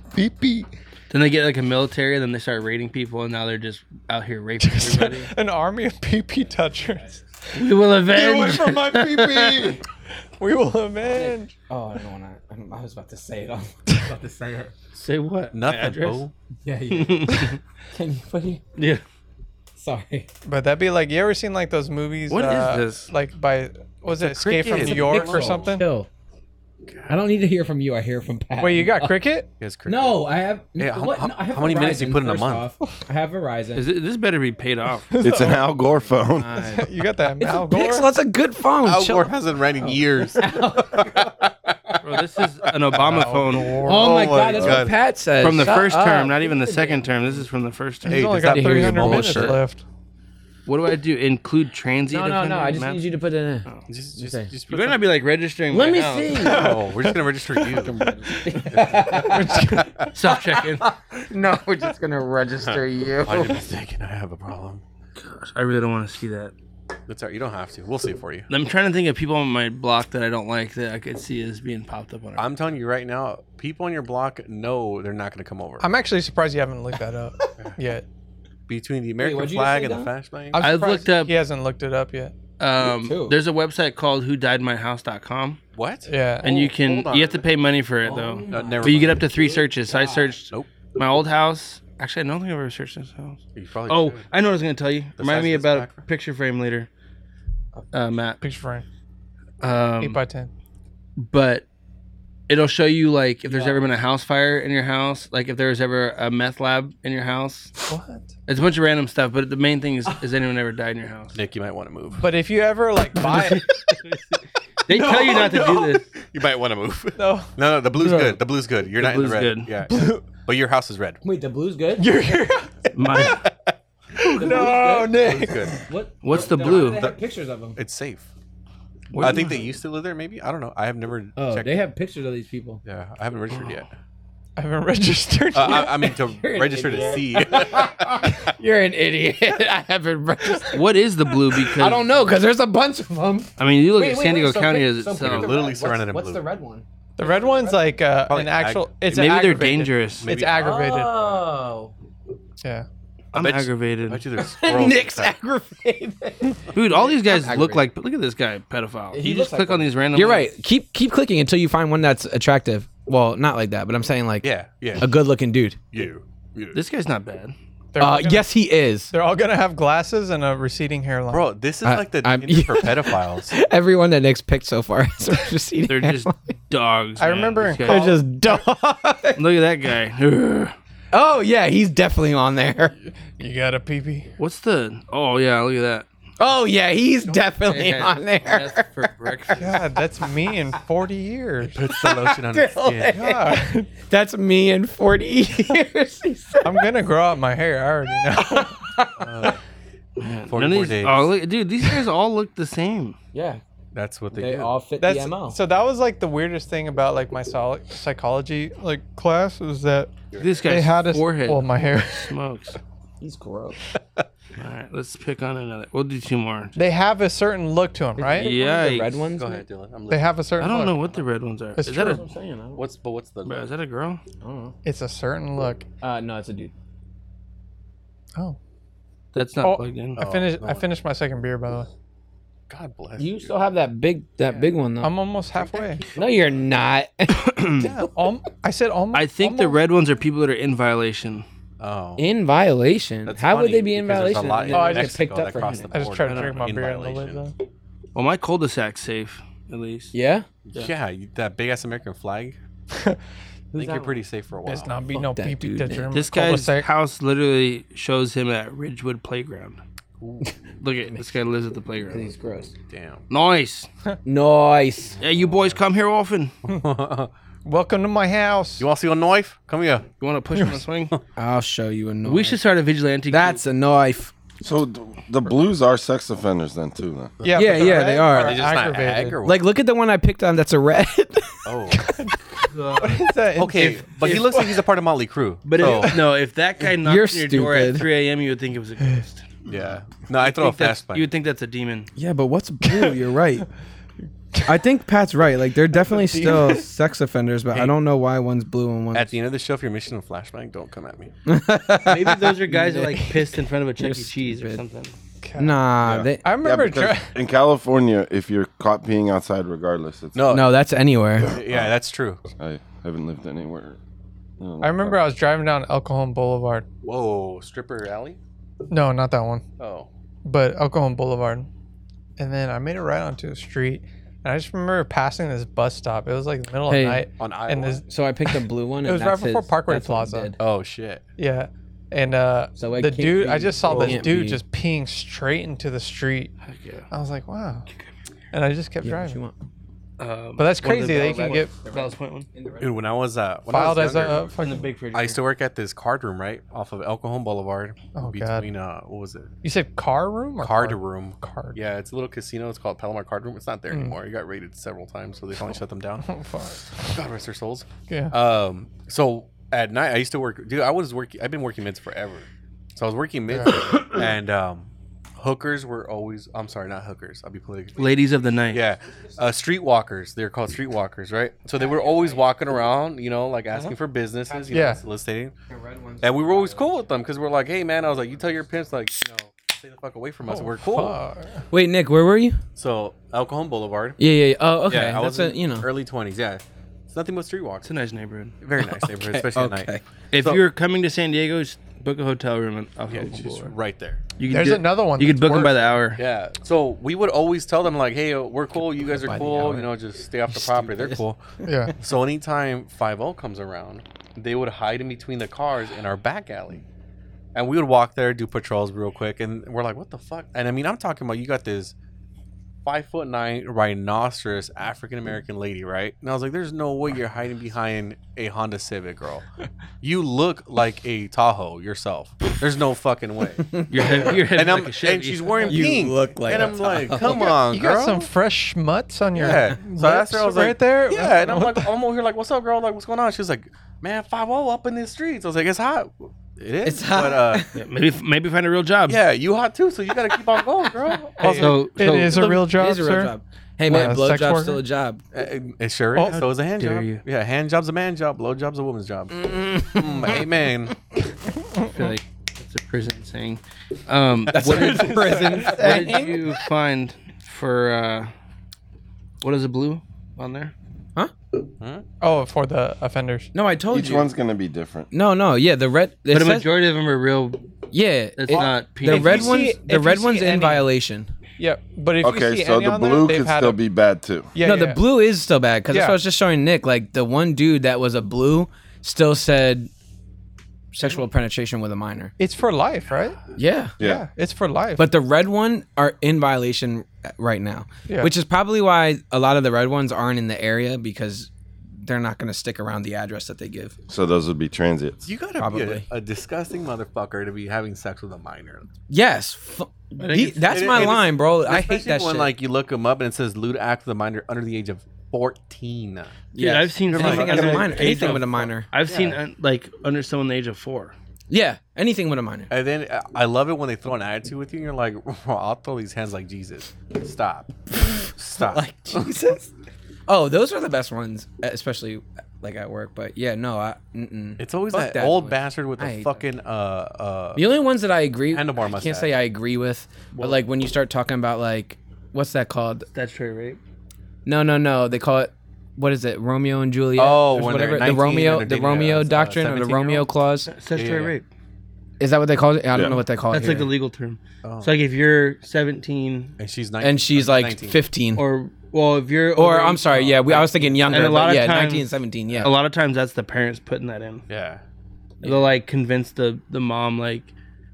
[SPEAKER 1] they get like a military, then they start raiding people, and now they're just out here raping everybody.
[SPEAKER 2] an army of PP touchers.
[SPEAKER 1] we will avenge.
[SPEAKER 2] my PP. we will avenge.
[SPEAKER 8] Oh, I don't want to. I was about to say it. I was about to say it.
[SPEAKER 1] Say what? My
[SPEAKER 9] nothing.
[SPEAKER 1] address?
[SPEAKER 9] bro.
[SPEAKER 8] Yeah. yeah. Can you put it?
[SPEAKER 1] Yeah.
[SPEAKER 8] Sorry.
[SPEAKER 2] But that'd be like you ever seen like those movies?
[SPEAKER 9] What is
[SPEAKER 2] uh,
[SPEAKER 9] this?
[SPEAKER 2] Like by what was it Escape from
[SPEAKER 9] cricket.
[SPEAKER 2] New
[SPEAKER 9] It's a
[SPEAKER 2] York or
[SPEAKER 8] Pixel.
[SPEAKER 2] something?
[SPEAKER 8] Chill. I don't need to hear from you. I hear from Pat.
[SPEAKER 2] Wait, you got cricket?
[SPEAKER 9] Yes, correct.
[SPEAKER 8] No, I have.
[SPEAKER 9] Hey, how-
[SPEAKER 8] what?
[SPEAKER 9] how-
[SPEAKER 8] No, I have
[SPEAKER 9] how many minutes you
[SPEAKER 8] Verizon,
[SPEAKER 9] put in a
[SPEAKER 8] first
[SPEAKER 9] month?
[SPEAKER 8] off. I have Verizon.
[SPEAKER 1] Is it, this better be paid off.
[SPEAKER 10] It's
[SPEAKER 2] Oh
[SPEAKER 10] an Al Gore phone.
[SPEAKER 1] Fine.
[SPEAKER 2] You got that Mal
[SPEAKER 8] Pixel,
[SPEAKER 2] Gore?
[SPEAKER 8] that's a good phone.
[SPEAKER 9] Al
[SPEAKER 8] Chill.
[SPEAKER 9] Gore hasn't ran in years.
[SPEAKER 1] Bro, this is an Obama phone
[SPEAKER 8] Oh, my
[SPEAKER 9] Oh my
[SPEAKER 8] god, that's
[SPEAKER 9] God.
[SPEAKER 8] what Pat says.
[SPEAKER 1] from the
[SPEAKER 8] Shut
[SPEAKER 1] first
[SPEAKER 8] up.
[SPEAKER 1] term, not even the second term. This is from the first term.
[SPEAKER 9] Hey,
[SPEAKER 2] He's only
[SPEAKER 9] does that
[SPEAKER 2] got
[SPEAKER 9] hear your
[SPEAKER 2] 300 minutes
[SPEAKER 9] bullshit?
[SPEAKER 2] left.
[SPEAKER 1] What do I do? Include transit?
[SPEAKER 8] No, no, no. I just need you to put it in.
[SPEAKER 1] Oh.
[SPEAKER 9] Just, just,
[SPEAKER 8] Okay.
[SPEAKER 9] just
[SPEAKER 1] You
[SPEAKER 9] put
[SPEAKER 1] better not be like registering.
[SPEAKER 8] Let
[SPEAKER 1] my
[SPEAKER 8] me
[SPEAKER 1] house.
[SPEAKER 8] see.
[SPEAKER 9] some- No, we're just gonna register you.
[SPEAKER 1] Stop checking.
[SPEAKER 8] no, we're just gonna register you.
[SPEAKER 9] I'm mistaken. I have a problem.
[SPEAKER 1] I really don't want to see that.
[SPEAKER 9] That's all right. You don't have to. We'll see it for you.
[SPEAKER 1] I'm trying to think of people on my block that I don't like that I could see as being popped up on. Our-
[SPEAKER 9] I'm telling you right now, people on your block know they're not gonna come over.
[SPEAKER 2] I'm actually surprised you haven't looked that up yet.
[SPEAKER 9] Between the
[SPEAKER 8] what'd
[SPEAKER 9] American
[SPEAKER 8] you just
[SPEAKER 9] flag
[SPEAKER 8] say,
[SPEAKER 9] and the
[SPEAKER 8] Don?
[SPEAKER 9] flashbang.
[SPEAKER 2] I'm
[SPEAKER 1] I've
[SPEAKER 2] surprised
[SPEAKER 1] looked up-
[SPEAKER 2] He hasn't looked it up yet.
[SPEAKER 8] Me
[SPEAKER 1] um,
[SPEAKER 8] too.
[SPEAKER 1] there's a website called Who Died My House.com,
[SPEAKER 9] What?
[SPEAKER 2] Yeah.
[SPEAKER 1] and you
[SPEAKER 9] Oh,
[SPEAKER 1] can
[SPEAKER 9] hold on.
[SPEAKER 1] you have to pay money for it though.
[SPEAKER 9] No, never
[SPEAKER 1] but you
[SPEAKER 9] mind.
[SPEAKER 1] get up to three searches. So I searched
[SPEAKER 9] Nope.
[SPEAKER 1] my old house. Actually, I don't think I've ever searched this house.
[SPEAKER 9] You probably
[SPEAKER 1] Oh,
[SPEAKER 9] should.
[SPEAKER 1] I know what I was gonna tell you.
[SPEAKER 9] uh, size
[SPEAKER 1] Remind
[SPEAKER 9] of
[SPEAKER 1] me
[SPEAKER 9] this
[SPEAKER 1] about a
[SPEAKER 9] background?
[SPEAKER 1] picture frame later, uh, Matt.
[SPEAKER 2] Picture frame. Eight
[SPEAKER 1] Um,
[SPEAKER 2] by ten.
[SPEAKER 1] but it'll show you like if there's ever been a house fire in your house, like if there was ever a meth lab in your house.
[SPEAKER 2] What?
[SPEAKER 1] It's a bunch of random stuff, but the main thing is, is anyone ever died in your house?
[SPEAKER 9] Nick, you might want to move.
[SPEAKER 2] But if you ever like buy it,
[SPEAKER 1] They tell you not to do this.
[SPEAKER 9] You might want to move.
[SPEAKER 2] no,
[SPEAKER 9] No, no, the blue's good. The blue's good. You're
[SPEAKER 1] The
[SPEAKER 9] not in the
[SPEAKER 1] blue's
[SPEAKER 9] red.
[SPEAKER 1] good.
[SPEAKER 9] Yeah, yeah. But your house is red.
[SPEAKER 8] Wait, the blue's good.
[SPEAKER 2] you're, you're
[SPEAKER 1] My,
[SPEAKER 2] no Nick.
[SPEAKER 9] It's good.
[SPEAKER 8] What?
[SPEAKER 1] what's the
[SPEAKER 8] Then why do
[SPEAKER 1] blue?
[SPEAKER 8] They have pictures of them.
[SPEAKER 9] It's safe.
[SPEAKER 1] Where
[SPEAKER 9] I
[SPEAKER 1] do
[SPEAKER 9] think
[SPEAKER 1] you-
[SPEAKER 9] they used to live there. Maybe I don't know. I have never.
[SPEAKER 8] Oh,
[SPEAKER 9] checked.
[SPEAKER 8] they have pictures of these people.
[SPEAKER 9] Yeah, I haven't registered yet.
[SPEAKER 2] I haven't registered.
[SPEAKER 9] Uh, I, I mean to
[SPEAKER 8] You're an
[SPEAKER 9] register to
[SPEAKER 8] idiot.
[SPEAKER 9] see.
[SPEAKER 8] You're an idiot. I haven't registered.
[SPEAKER 1] What is the blue? Because
[SPEAKER 8] I don't know because there's a bunch of them.
[SPEAKER 1] I mean, you look at San Diego County as
[SPEAKER 8] so
[SPEAKER 1] itself.
[SPEAKER 8] pick the
[SPEAKER 9] literally
[SPEAKER 8] red. What's-
[SPEAKER 9] surrounded in
[SPEAKER 8] What's
[SPEAKER 9] blue.
[SPEAKER 8] the red one?
[SPEAKER 2] the red one's like uh,
[SPEAKER 9] Probably
[SPEAKER 2] an actual.
[SPEAKER 9] ag-
[SPEAKER 2] it's
[SPEAKER 1] Maybe they're
[SPEAKER 2] aggravated.
[SPEAKER 1] dangerous.
[SPEAKER 9] Maybe- Ah.
[SPEAKER 2] It's aggravated.
[SPEAKER 8] Oh,
[SPEAKER 2] Yeah.
[SPEAKER 1] I'm
[SPEAKER 9] bet you- I
[SPEAKER 1] aggravated,
[SPEAKER 9] bet you there's squirrels.
[SPEAKER 8] Nick's
[SPEAKER 9] inside.
[SPEAKER 8] aggravated.
[SPEAKER 1] dude. All these guys
[SPEAKER 8] I'm
[SPEAKER 1] look
[SPEAKER 8] aggravated.
[SPEAKER 1] like. Look at this guy, pedophile.
[SPEAKER 8] He
[SPEAKER 1] you just
[SPEAKER 8] looks like
[SPEAKER 1] click on
[SPEAKER 8] one.
[SPEAKER 1] these random.
[SPEAKER 8] You're right.
[SPEAKER 1] ones.
[SPEAKER 8] Keep keep clicking until you find one that's attractive. Well, not like that, but I'm saying like
[SPEAKER 9] Yeah, yeah.
[SPEAKER 8] a good looking dude.
[SPEAKER 9] You. you.
[SPEAKER 1] This guy's not bad.
[SPEAKER 2] They're all
[SPEAKER 8] Uh,
[SPEAKER 2] gonna-
[SPEAKER 8] yes, he is.
[SPEAKER 2] They're all gonna have glasses and a receding hairline.
[SPEAKER 9] Bro, this is
[SPEAKER 8] I-
[SPEAKER 9] like the
[SPEAKER 8] I'm-
[SPEAKER 9] Tinder for pedophiles.
[SPEAKER 8] Everyone that Nick's picked so far has receding.
[SPEAKER 1] They're just dogs.
[SPEAKER 2] I
[SPEAKER 1] man.
[SPEAKER 2] remember
[SPEAKER 1] This
[SPEAKER 2] in
[SPEAKER 1] guy-
[SPEAKER 8] they're just dog.
[SPEAKER 1] Look at that guy.
[SPEAKER 8] oh yeah, he's definitely on there.
[SPEAKER 2] You got a peepee.
[SPEAKER 1] What's the? Oh yeah, look at that.
[SPEAKER 8] Oh yeah, he's definitely on there.
[SPEAKER 1] That's for breakfast.
[SPEAKER 2] God, that's me in 40 years.
[SPEAKER 9] Puts the lotion on his skin.
[SPEAKER 2] God,
[SPEAKER 8] That's me in 40 years. he said.
[SPEAKER 2] I'm gonna grow out my hair. I already know.
[SPEAKER 1] None
[SPEAKER 9] 44
[SPEAKER 1] of these-
[SPEAKER 9] days.
[SPEAKER 1] oh, look, dude, these guys all look the same.
[SPEAKER 8] Yeah,
[SPEAKER 9] That's what they,
[SPEAKER 8] they
[SPEAKER 9] do.
[SPEAKER 8] all fit
[SPEAKER 9] E
[SPEAKER 2] That's
[SPEAKER 8] the MO.
[SPEAKER 2] so. That was like the weirdest thing about like my sol- psychology like class was that
[SPEAKER 1] This
[SPEAKER 2] they
[SPEAKER 1] guy's
[SPEAKER 2] had us.
[SPEAKER 1] forehead
[SPEAKER 2] Well, my hair.
[SPEAKER 1] smokes.
[SPEAKER 8] He's gross.
[SPEAKER 1] All right, let's pick on another. We'll do two more.
[SPEAKER 2] They have a certain look to them, right?
[SPEAKER 1] Yeah,
[SPEAKER 8] The red ones.
[SPEAKER 9] Go ahead, Dylan. I'm
[SPEAKER 2] They
[SPEAKER 9] listening.
[SPEAKER 2] have a certain.
[SPEAKER 1] I don't know
[SPEAKER 2] look.
[SPEAKER 1] what the red ones are.
[SPEAKER 2] It's
[SPEAKER 1] is that
[SPEAKER 2] true.
[SPEAKER 1] a?
[SPEAKER 8] saying. I don't-
[SPEAKER 9] What's but what's the?
[SPEAKER 1] Bro, is that a girl?
[SPEAKER 8] I don't know.
[SPEAKER 2] It's a certain look.
[SPEAKER 8] Uh, no, it's a dude.
[SPEAKER 2] Oh,
[SPEAKER 1] That's not
[SPEAKER 2] Oh,
[SPEAKER 1] plugged in.
[SPEAKER 2] I finished.
[SPEAKER 9] no
[SPEAKER 2] I
[SPEAKER 9] wonder.
[SPEAKER 2] finished my second beer, by the way.
[SPEAKER 9] God bless
[SPEAKER 8] You still have that big that big one though.
[SPEAKER 2] I'm almost halfway.
[SPEAKER 8] no, you're not.
[SPEAKER 2] yeah, um, I said almost.
[SPEAKER 1] I think the red ones are people that are in violation.
[SPEAKER 9] Oh.
[SPEAKER 8] In violation.
[SPEAKER 9] That's
[SPEAKER 8] How would
[SPEAKER 9] funny,
[SPEAKER 8] they be in
[SPEAKER 9] because there's a
[SPEAKER 8] violation?
[SPEAKER 9] lot
[SPEAKER 8] They
[SPEAKER 9] in
[SPEAKER 2] Oh, I
[SPEAKER 8] get
[SPEAKER 2] just-
[SPEAKER 8] picked up
[SPEAKER 9] that
[SPEAKER 8] for
[SPEAKER 9] cross the
[SPEAKER 8] anything.
[SPEAKER 2] I just
[SPEAKER 9] board
[SPEAKER 2] tried to
[SPEAKER 9] that are
[SPEAKER 2] drink my
[SPEAKER 9] in
[SPEAKER 2] beer in the lid.
[SPEAKER 9] violation.
[SPEAKER 2] Though.
[SPEAKER 1] Well, my cul-de-sac's safe, at least.
[SPEAKER 8] Yeah.
[SPEAKER 9] Yeah, you- that big ass American flag. I think you're pretty safe for a while.
[SPEAKER 2] It's not be no
[SPEAKER 8] that
[SPEAKER 2] peep
[SPEAKER 8] dude,
[SPEAKER 2] that
[SPEAKER 8] man.
[SPEAKER 2] you're in
[SPEAKER 1] This
[SPEAKER 2] my
[SPEAKER 1] guy's
[SPEAKER 2] cul-de-sac.
[SPEAKER 1] house literally shows him at Ridgewood Playground. Look at this guy lives at the playground.
[SPEAKER 8] He's gross.
[SPEAKER 9] Damn.
[SPEAKER 1] Nice.
[SPEAKER 8] Nice.
[SPEAKER 1] Yeah, you boys come here often.
[SPEAKER 2] Welcome to my house.
[SPEAKER 9] you want to see a knife? Come here.
[SPEAKER 1] You want to push him and swing?
[SPEAKER 8] I'll show you a knife.
[SPEAKER 1] We should start a vigilante.
[SPEAKER 8] That's a knife.
[SPEAKER 10] So th- the blues are sex offenders then too. Then.
[SPEAKER 8] Yeah,
[SPEAKER 2] but
[SPEAKER 8] yeah,
[SPEAKER 2] they're
[SPEAKER 8] they
[SPEAKER 2] ag-
[SPEAKER 8] are.
[SPEAKER 9] Are they just not ag or what?
[SPEAKER 8] Like, look at the one I picked on. That's a red.
[SPEAKER 9] oh.
[SPEAKER 2] Is that in-
[SPEAKER 9] Okay, but he looks like he's a part of Motley Crue.
[SPEAKER 1] But
[SPEAKER 9] so,
[SPEAKER 1] if, no, if that guy knocked
[SPEAKER 8] You're
[SPEAKER 1] on your door at
[SPEAKER 8] stupid.
[SPEAKER 1] 3 a.m., you would think it was a ghost.
[SPEAKER 9] yeah. No, I throw a
[SPEAKER 1] Think that's-
[SPEAKER 9] fast one.
[SPEAKER 1] you would think that's a demon.
[SPEAKER 8] yeah, but what's blue? You're right. I think Pat's right. Like, they're definitely still sex offenders, but I don't know why one's blue and one's.
[SPEAKER 9] At the end of the show, if you're missing a flashbang, don't come at me.
[SPEAKER 1] Maybe those are guys that are like pissed in front of a Chuck E. Cheese or
[SPEAKER 8] stupid.
[SPEAKER 1] something.
[SPEAKER 8] nah,
[SPEAKER 10] Yeah.
[SPEAKER 8] they,
[SPEAKER 2] I
[SPEAKER 10] Yeah,
[SPEAKER 2] remember.
[SPEAKER 10] because
[SPEAKER 2] dri-
[SPEAKER 10] in California, if you're caught peeing outside, regardless, it's
[SPEAKER 9] No,
[SPEAKER 8] no, that's anywhere.
[SPEAKER 9] Yeah, that's true.
[SPEAKER 10] I haven't lived anywhere. you know,
[SPEAKER 2] I
[SPEAKER 10] like
[SPEAKER 2] remember I was driving down El Cajon Boulevard.
[SPEAKER 9] Whoa, stripper alley.
[SPEAKER 2] No, not that one.
[SPEAKER 9] Oh,
[SPEAKER 2] but El Cajon Boulevard. And then I made it right onto a street. And I just remember passing this bus stop. It was like the middle
[SPEAKER 8] Hey.
[SPEAKER 2] of night.
[SPEAKER 9] on Iowa.
[SPEAKER 2] And this
[SPEAKER 8] So I picked a blue one.
[SPEAKER 2] It
[SPEAKER 8] and
[SPEAKER 2] was right
[SPEAKER 8] that's
[SPEAKER 2] before
[SPEAKER 8] his-
[SPEAKER 2] Parkway
[SPEAKER 8] that's what he
[SPEAKER 2] Plaza.
[SPEAKER 8] did.
[SPEAKER 9] oh shit.
[SPEAKER 2] yeah. And uh
[SPEAKER 8] So I
[SPEAKER 2] the
[SPEAKER 8] can't
[SPEAKER 2] dude I
[SPEAKER 8] be-
[SPEAKER 2] just saw this
[SPEAKER 8] can't
[SPEAKER 2] dude
[SPEAKER 8] be.
[SPEAKER 2] just peeing straight into the street. I was like, wow. And I just kept
[SPEAKER 8] Yeah, what you
[SPEAKER 2] driving.
[SPEAKER 8] want?
[SPEAKER 1] Um,
[SPEAKER 2] But that's
[SPEAKER 1] one of
[SPEAKER 2] crazy. They can get
[SPEAKER 1] The Val's Point one.
[SPEAKER 9] Dude, when I was uh, when
[SPEAKER 2] filed
[SPEAKER 9] I
[SPEAKER 2] as
[SPEAKER 9] was younger,
[SPEAKER 2] a fucking
[SPEAKER 1] Big fridge.
[SPEAKER 9] I used to work at this card room right off of El Cajon Boulevard.
[SPEAKER 2] Oh, God.
[SPEAKER 9] between uh, what was it?
[SPEAKER 2] You said car room or
[SPEAKER 9] Card room.
[SPEAKER 2] Card. Hmm.
[SPEAKER 9] Yeah, it's a little casino. It's called Palomar Card Room. It's not there anymore. It got raided several times, so they finally shut them down.
[SPEAKER 2] Oh, fuck.
[SPEAKER 9] God rest their souls.
[SPEAKER 2] Yeah.
[SPEAKER 8] Uh,
[SPEAKER 9] Um, so at night I used to work. Dude, I was working. I've been working mids forever. So I was working mids, and um, hookers were always. I'm sorry, not hookers. I'll be politically
[SPEAKER 1] Ladies of the night.
[SPEAKER 9] Yeah, uh, streetwalkers. They're called streetwalkers, right? So they were always walking around, you know, like asking for businesses, you
[SPEAKER 2] Uh-huh. Yeah.
[SPEAKER 9] know, soliciting. And we were always cool with them because we're like, hey, man, I was like, you tell your pimps, like, you know, stay the fuck away from us. we're cool.
[SPEAKER 2] Fuck.
[SPEAKER 8] Wait, Nick, where were you?
[SPEAKER 9] So El Cajon Boulevard.
[SPEAKER 8] Yeah, yeah. yeah. Oh, okay.
[SPEAKER 9] I was
[SPEAKER 8] that's a
[SPEAKER 9] in
[SPEAKER 8] you know.
[SPEAKER 9] early twenties. Yeah, it's nothing but streetwalks.
[SPEAKER 1] It's a nice neighborhood.
[SPEAKER 9] Very nice neighborhood, especially at night.
[SPEAKER 1] If
[SPEAKER 9] So-
[SPEAKER 1] you're coming to San Diego, just book a hotel room and off
[SPEAKER 9] Yeah,
[SPEAKER 1] yeah,
[SPEAKER 9] it's just right there.
[SPEAKER 1] You can
[SPEAKER 2] There's
[SPEAKER 1] do-
[SPEAKER 2] another one
[SPEAKER 1] You could
[SPEAKER 2] that's
[SPEAKER 1] book them by
[SPEAKER 2] worse.
[SPEAKER 1] the hour.
[SPEAKER 9] Yeah. So we would always tell them like, "Hey, uh, we're cool. You guys are cool. You know, just stay off the property. They're cool."
[SPEAKER 2] Yeah.
[SPEAKER 9] So anytime 5 comes around, they would hide in between the cars in our back alley. And we would walk there, do patrols real quick, and we're like, what the fuck? And I mean, I'm talking about you got this five foot nine rhinoceros African American lady, right? And I was like, there's no way you're hiding behind a Honda Civic, girl. You look like a Tahoe yourself. There's no fucking way.
[SPEAKER 1] Your head, your head
[SPEAKER 9] And
[SPEAKER 1] like
[SPEAKER 9] I'm
[SPEAKER 1] a Chevy.
[SPEAKER 9] and she's wearing
[SPEAKER 8] You
[SPEAKER 9] pink.
[SPEAKER 8] look like
[SPEAKER 9] and
[SPEAKER 8] a
[SPEAKER 9] I'm like, come on,
[SPEAKER 2] You
[SPEAKER 9] girl.
[SPEAKER 2] got some fresh schmutz on your
[SPEAKER 9] Yeah. So I asked her, I was
[SPEAKER 2] lips right
[SPEAKER 9] like,
[SPEAKER 2] there.
[SPEAKER 9] Yeah, and I'm like, I'm over here, like, what's up, girl? Like, what's going on? She's like, man, 5 up in these streets. I was like, it's hot. It is.
[SPEAKER 8] It's hot.
[SPEAKER 9] But, uh,
[SPEAKER 1] Yeah, maybe maybe find a real job.
[SPEAKER 9] yeah, you hot too, so you got to keep on going, girl. I was like,
[SPEAKER 1] So,
[SPEAKER 2] It
[SPEAKER 1] so
[SPEAKER 2] is a real job,
[SPEAKER 8] It is a real
[SPEAKER 2] sir.
[SPEAKER 8] job. Hey
[SPEAKER 2] What,
[SPEAKER 8] man,
[SPEAKER 2] a sex
[SPEAKER 8] blowjob's
[SPEAKER 2] worker?
[SPEAKER 8] still a job.
[SPEAKER 9] "Uh, it sure is. So it's a hand
[SPEAKER 1] dare
[SPEAKER 9] job.
[SPEAKER 1] you.
[SPEAKER 9] Yeah, hand job's a man job. Blow job's a woman's job. Mm, amen.
[SPEAKER 1] I feel like that's a prison saying. Um, what, did, what did you find for uh, what is a blue on there?
[SPEAKER 2] Oh, for the offenders.
[SPEAKER 8] No, I told
[SPEAKER 10] Each
[SPEAKER 8] you.
[SPEAKER 10] one's gonna be different.
[SPEAKER 8] No, no, yeah, the red. it
[SPEAKER 1] But a
[SPEAKER 8] says-
[SPEAKER 1] majority of them are real.
[SPEAKER 8] yeah,
[SPEAKER 1] It's
[SPEAKER 8] it- uh,
[SPEAKER 1] not
[SPEAKER 8] the
[SPEAKER 1] peanut.
[SPEAKER 8] red
[SPEAKER 2] you
[SPEAKER 8] ones.
[SPEAKER 2] see-
[SPEAKER 8] the
[SPEAKER 2] if you
[SPEAKER 8] red
[SPEAKER 2] see
[SPEAKER 8] ones in
[SPEAKER 2] any-
[SPEAKER 8] violation.
[SPEAKER 2] Yeah, but if you
[SPEAKER 10] Okay,
[SPEAKER 2] see
[SPEAKER 10] so
[SPEAKER 2] any
[SPEAKER 10] the
[SPEAKER 2] on
[SPEAKER 10] blue
[SPEAKER 2] there,
[SPEAKER 10] could
[SPEAKER 2] they've had
[SPEAKER 10] still
[SPEAKER 2] a-
[SPEAKER 10] be bad too.
[SPEAKER 2] Yeah,
[SPEAKER 8] no,
[SPEAKER 2] yeah.
[SPEAKER 8] the blue is still bad because that's what
[SPEAKER 2] Yeah.
[SPEAKER 8] I was just showing Nick. Like the one dude that was a blue still said sexual penetration with a minor.
[SPEAKER 2] It's for life, right?
[SPEAKER 8] Yeah.
[SPEAKER 10] Yeah.
[SPEAKER 2] it's for life.
[SPEAKER 8] But the red one are in violation right now,
[SPEAKER 2] Yeah.
[SPEAKER 8] which is probably why a lot of the red ones aren't in the area because they're not going to stick around the address that they give.
[SPEAKER 10] So those would be transients.
[SPEAKER 9] You got to be a,
[SPEAKER 8] Probably.
[SPEAKER 9] a disgusting motherfucker to be having sex with a minor.
[SPEAKER 8] Yes, f- the-
[SPEAKER 1] it's-
[SPEAKER 8] that's
[SPEAKER 9] And it-
[SPEAKER 8] my
[SPEAKER 9] and it's-
[SPEAKER 8] line, bro. I hate
[SPEAKER 9] especially
[SPEAKER 8] that
[SPEAKER 9] when,
[SPEAKER 8] shit.
[SPEAKER 9] like, you look them up and it says lewd act with a minor under the age of 14.
[SPEAKER 1] Yeah, I've seen
[SPEAKER 8] anything
[SPEAKER 1] someone
[SPEAKER 8] as a
[SPEAKER 1] under the
[SPEAKER 8] minor.
[SPEAKER 1] age
[SPEAKER 8] Anything
[SPEAKER 1] of-
[SPEAKER 8] with a minor.
[SPEAKER 1] I've seen uh, like under someone the age of four.
[SPEAKER 8] Yeah, anything with a minor.
[SPEAKER 9] And then uh, I love it when they throw an attitude with you, and you're like, I'll throw these hands like Jesus. Stop. Stop.
[SPEAKER 8] Like Jesus. oh, those are the best ones, e, especially like at work. But yeah, no, I. Mm-mm.
[SPEAKER 9] it's always
[SPEAKER 8] Fuck
[SPEAKER 9] that,
[SPEAKER 8] that
[SPEAKER 9] old
[SPEAKER 8] noise.
[SPEAKER 9] bastard with
[SPEAKER 8] I
[SPEAKER 9] the
[SPEAKER 8] hate
[SPEAKER 9] fucking uh uh.
[SPEAKER 8] The only ones that I agree, I
[SPEAKER 9] Handlebar
[SPEAKER 8] can't
[SPEAKER 9] mustache.
[SPEAKER 8] say I agree with, but like when you start talking about like, what's that called?
[SPEAKER 1] Statutory rape.
[SPEAKER 8] No, no, no. They call it what is it? Romeo and Juliet.
[SPEAKER 9] Oh,
[SPEAKER 8] or
[SPEAKER 9] when they're
[SPEAKER 8] whatever. The
[SPEAKER 9] 19
[SPEAKER 8] Romeo,
[SPEAKER 9] and
[SPEAKER 8] the
[SPEAKER 9] they're dating a,
[SPEAKER 8] Romeo
[SPEAKER 9] uh,
[SPEAKER 8] doctrine or the
[SPEAKER 9] 17 -year-old?
[SPEAKER 8] Romeo clause.
[SPEAKER 1] Statutory
[SPEAKER 9] yeah.
[SPEAKER 1] rape.
[SPEAKER 8] Is that what they call it? I don't
[SPEAKER 10] Yeah.
[SPEAKER 8] know what they call
[SPEAKER 1] That's
[SPEAKER 8] it.
[SPEAKER 1] like the
[SPEAKER 8] here.
[SPEAKER 1] legal term.
[SPEAKER 9] Oh.
[SPEAKER 1] So like if you're 17
[SPEAKER 9] and she's 19,
[SPEAKER 8] and she's like
[SPEAKER 9] 19.
[SPEAKER 8] 15. Or,
[SPEAKER 1] or well, if you're over
[SPEAKER 8] I'm
[SPEAKER 1] 18
[SPEAKER 8] sorry, yeah, we, I was thinking younger.
[SPEAKER 1] And a lot
[SPEAKER 8] but
[SPEAKER 1] of
[SPEAKER 8] yeah,
[SPEAKER 1] times-
[SPEAKER 8] 19 17, yeah.
[SPEAKER 1] A lot of times that's the parents putting that in.
[SPEAKER 9] Yeah,
[SPEAKER 1] They'll like convince the the mom like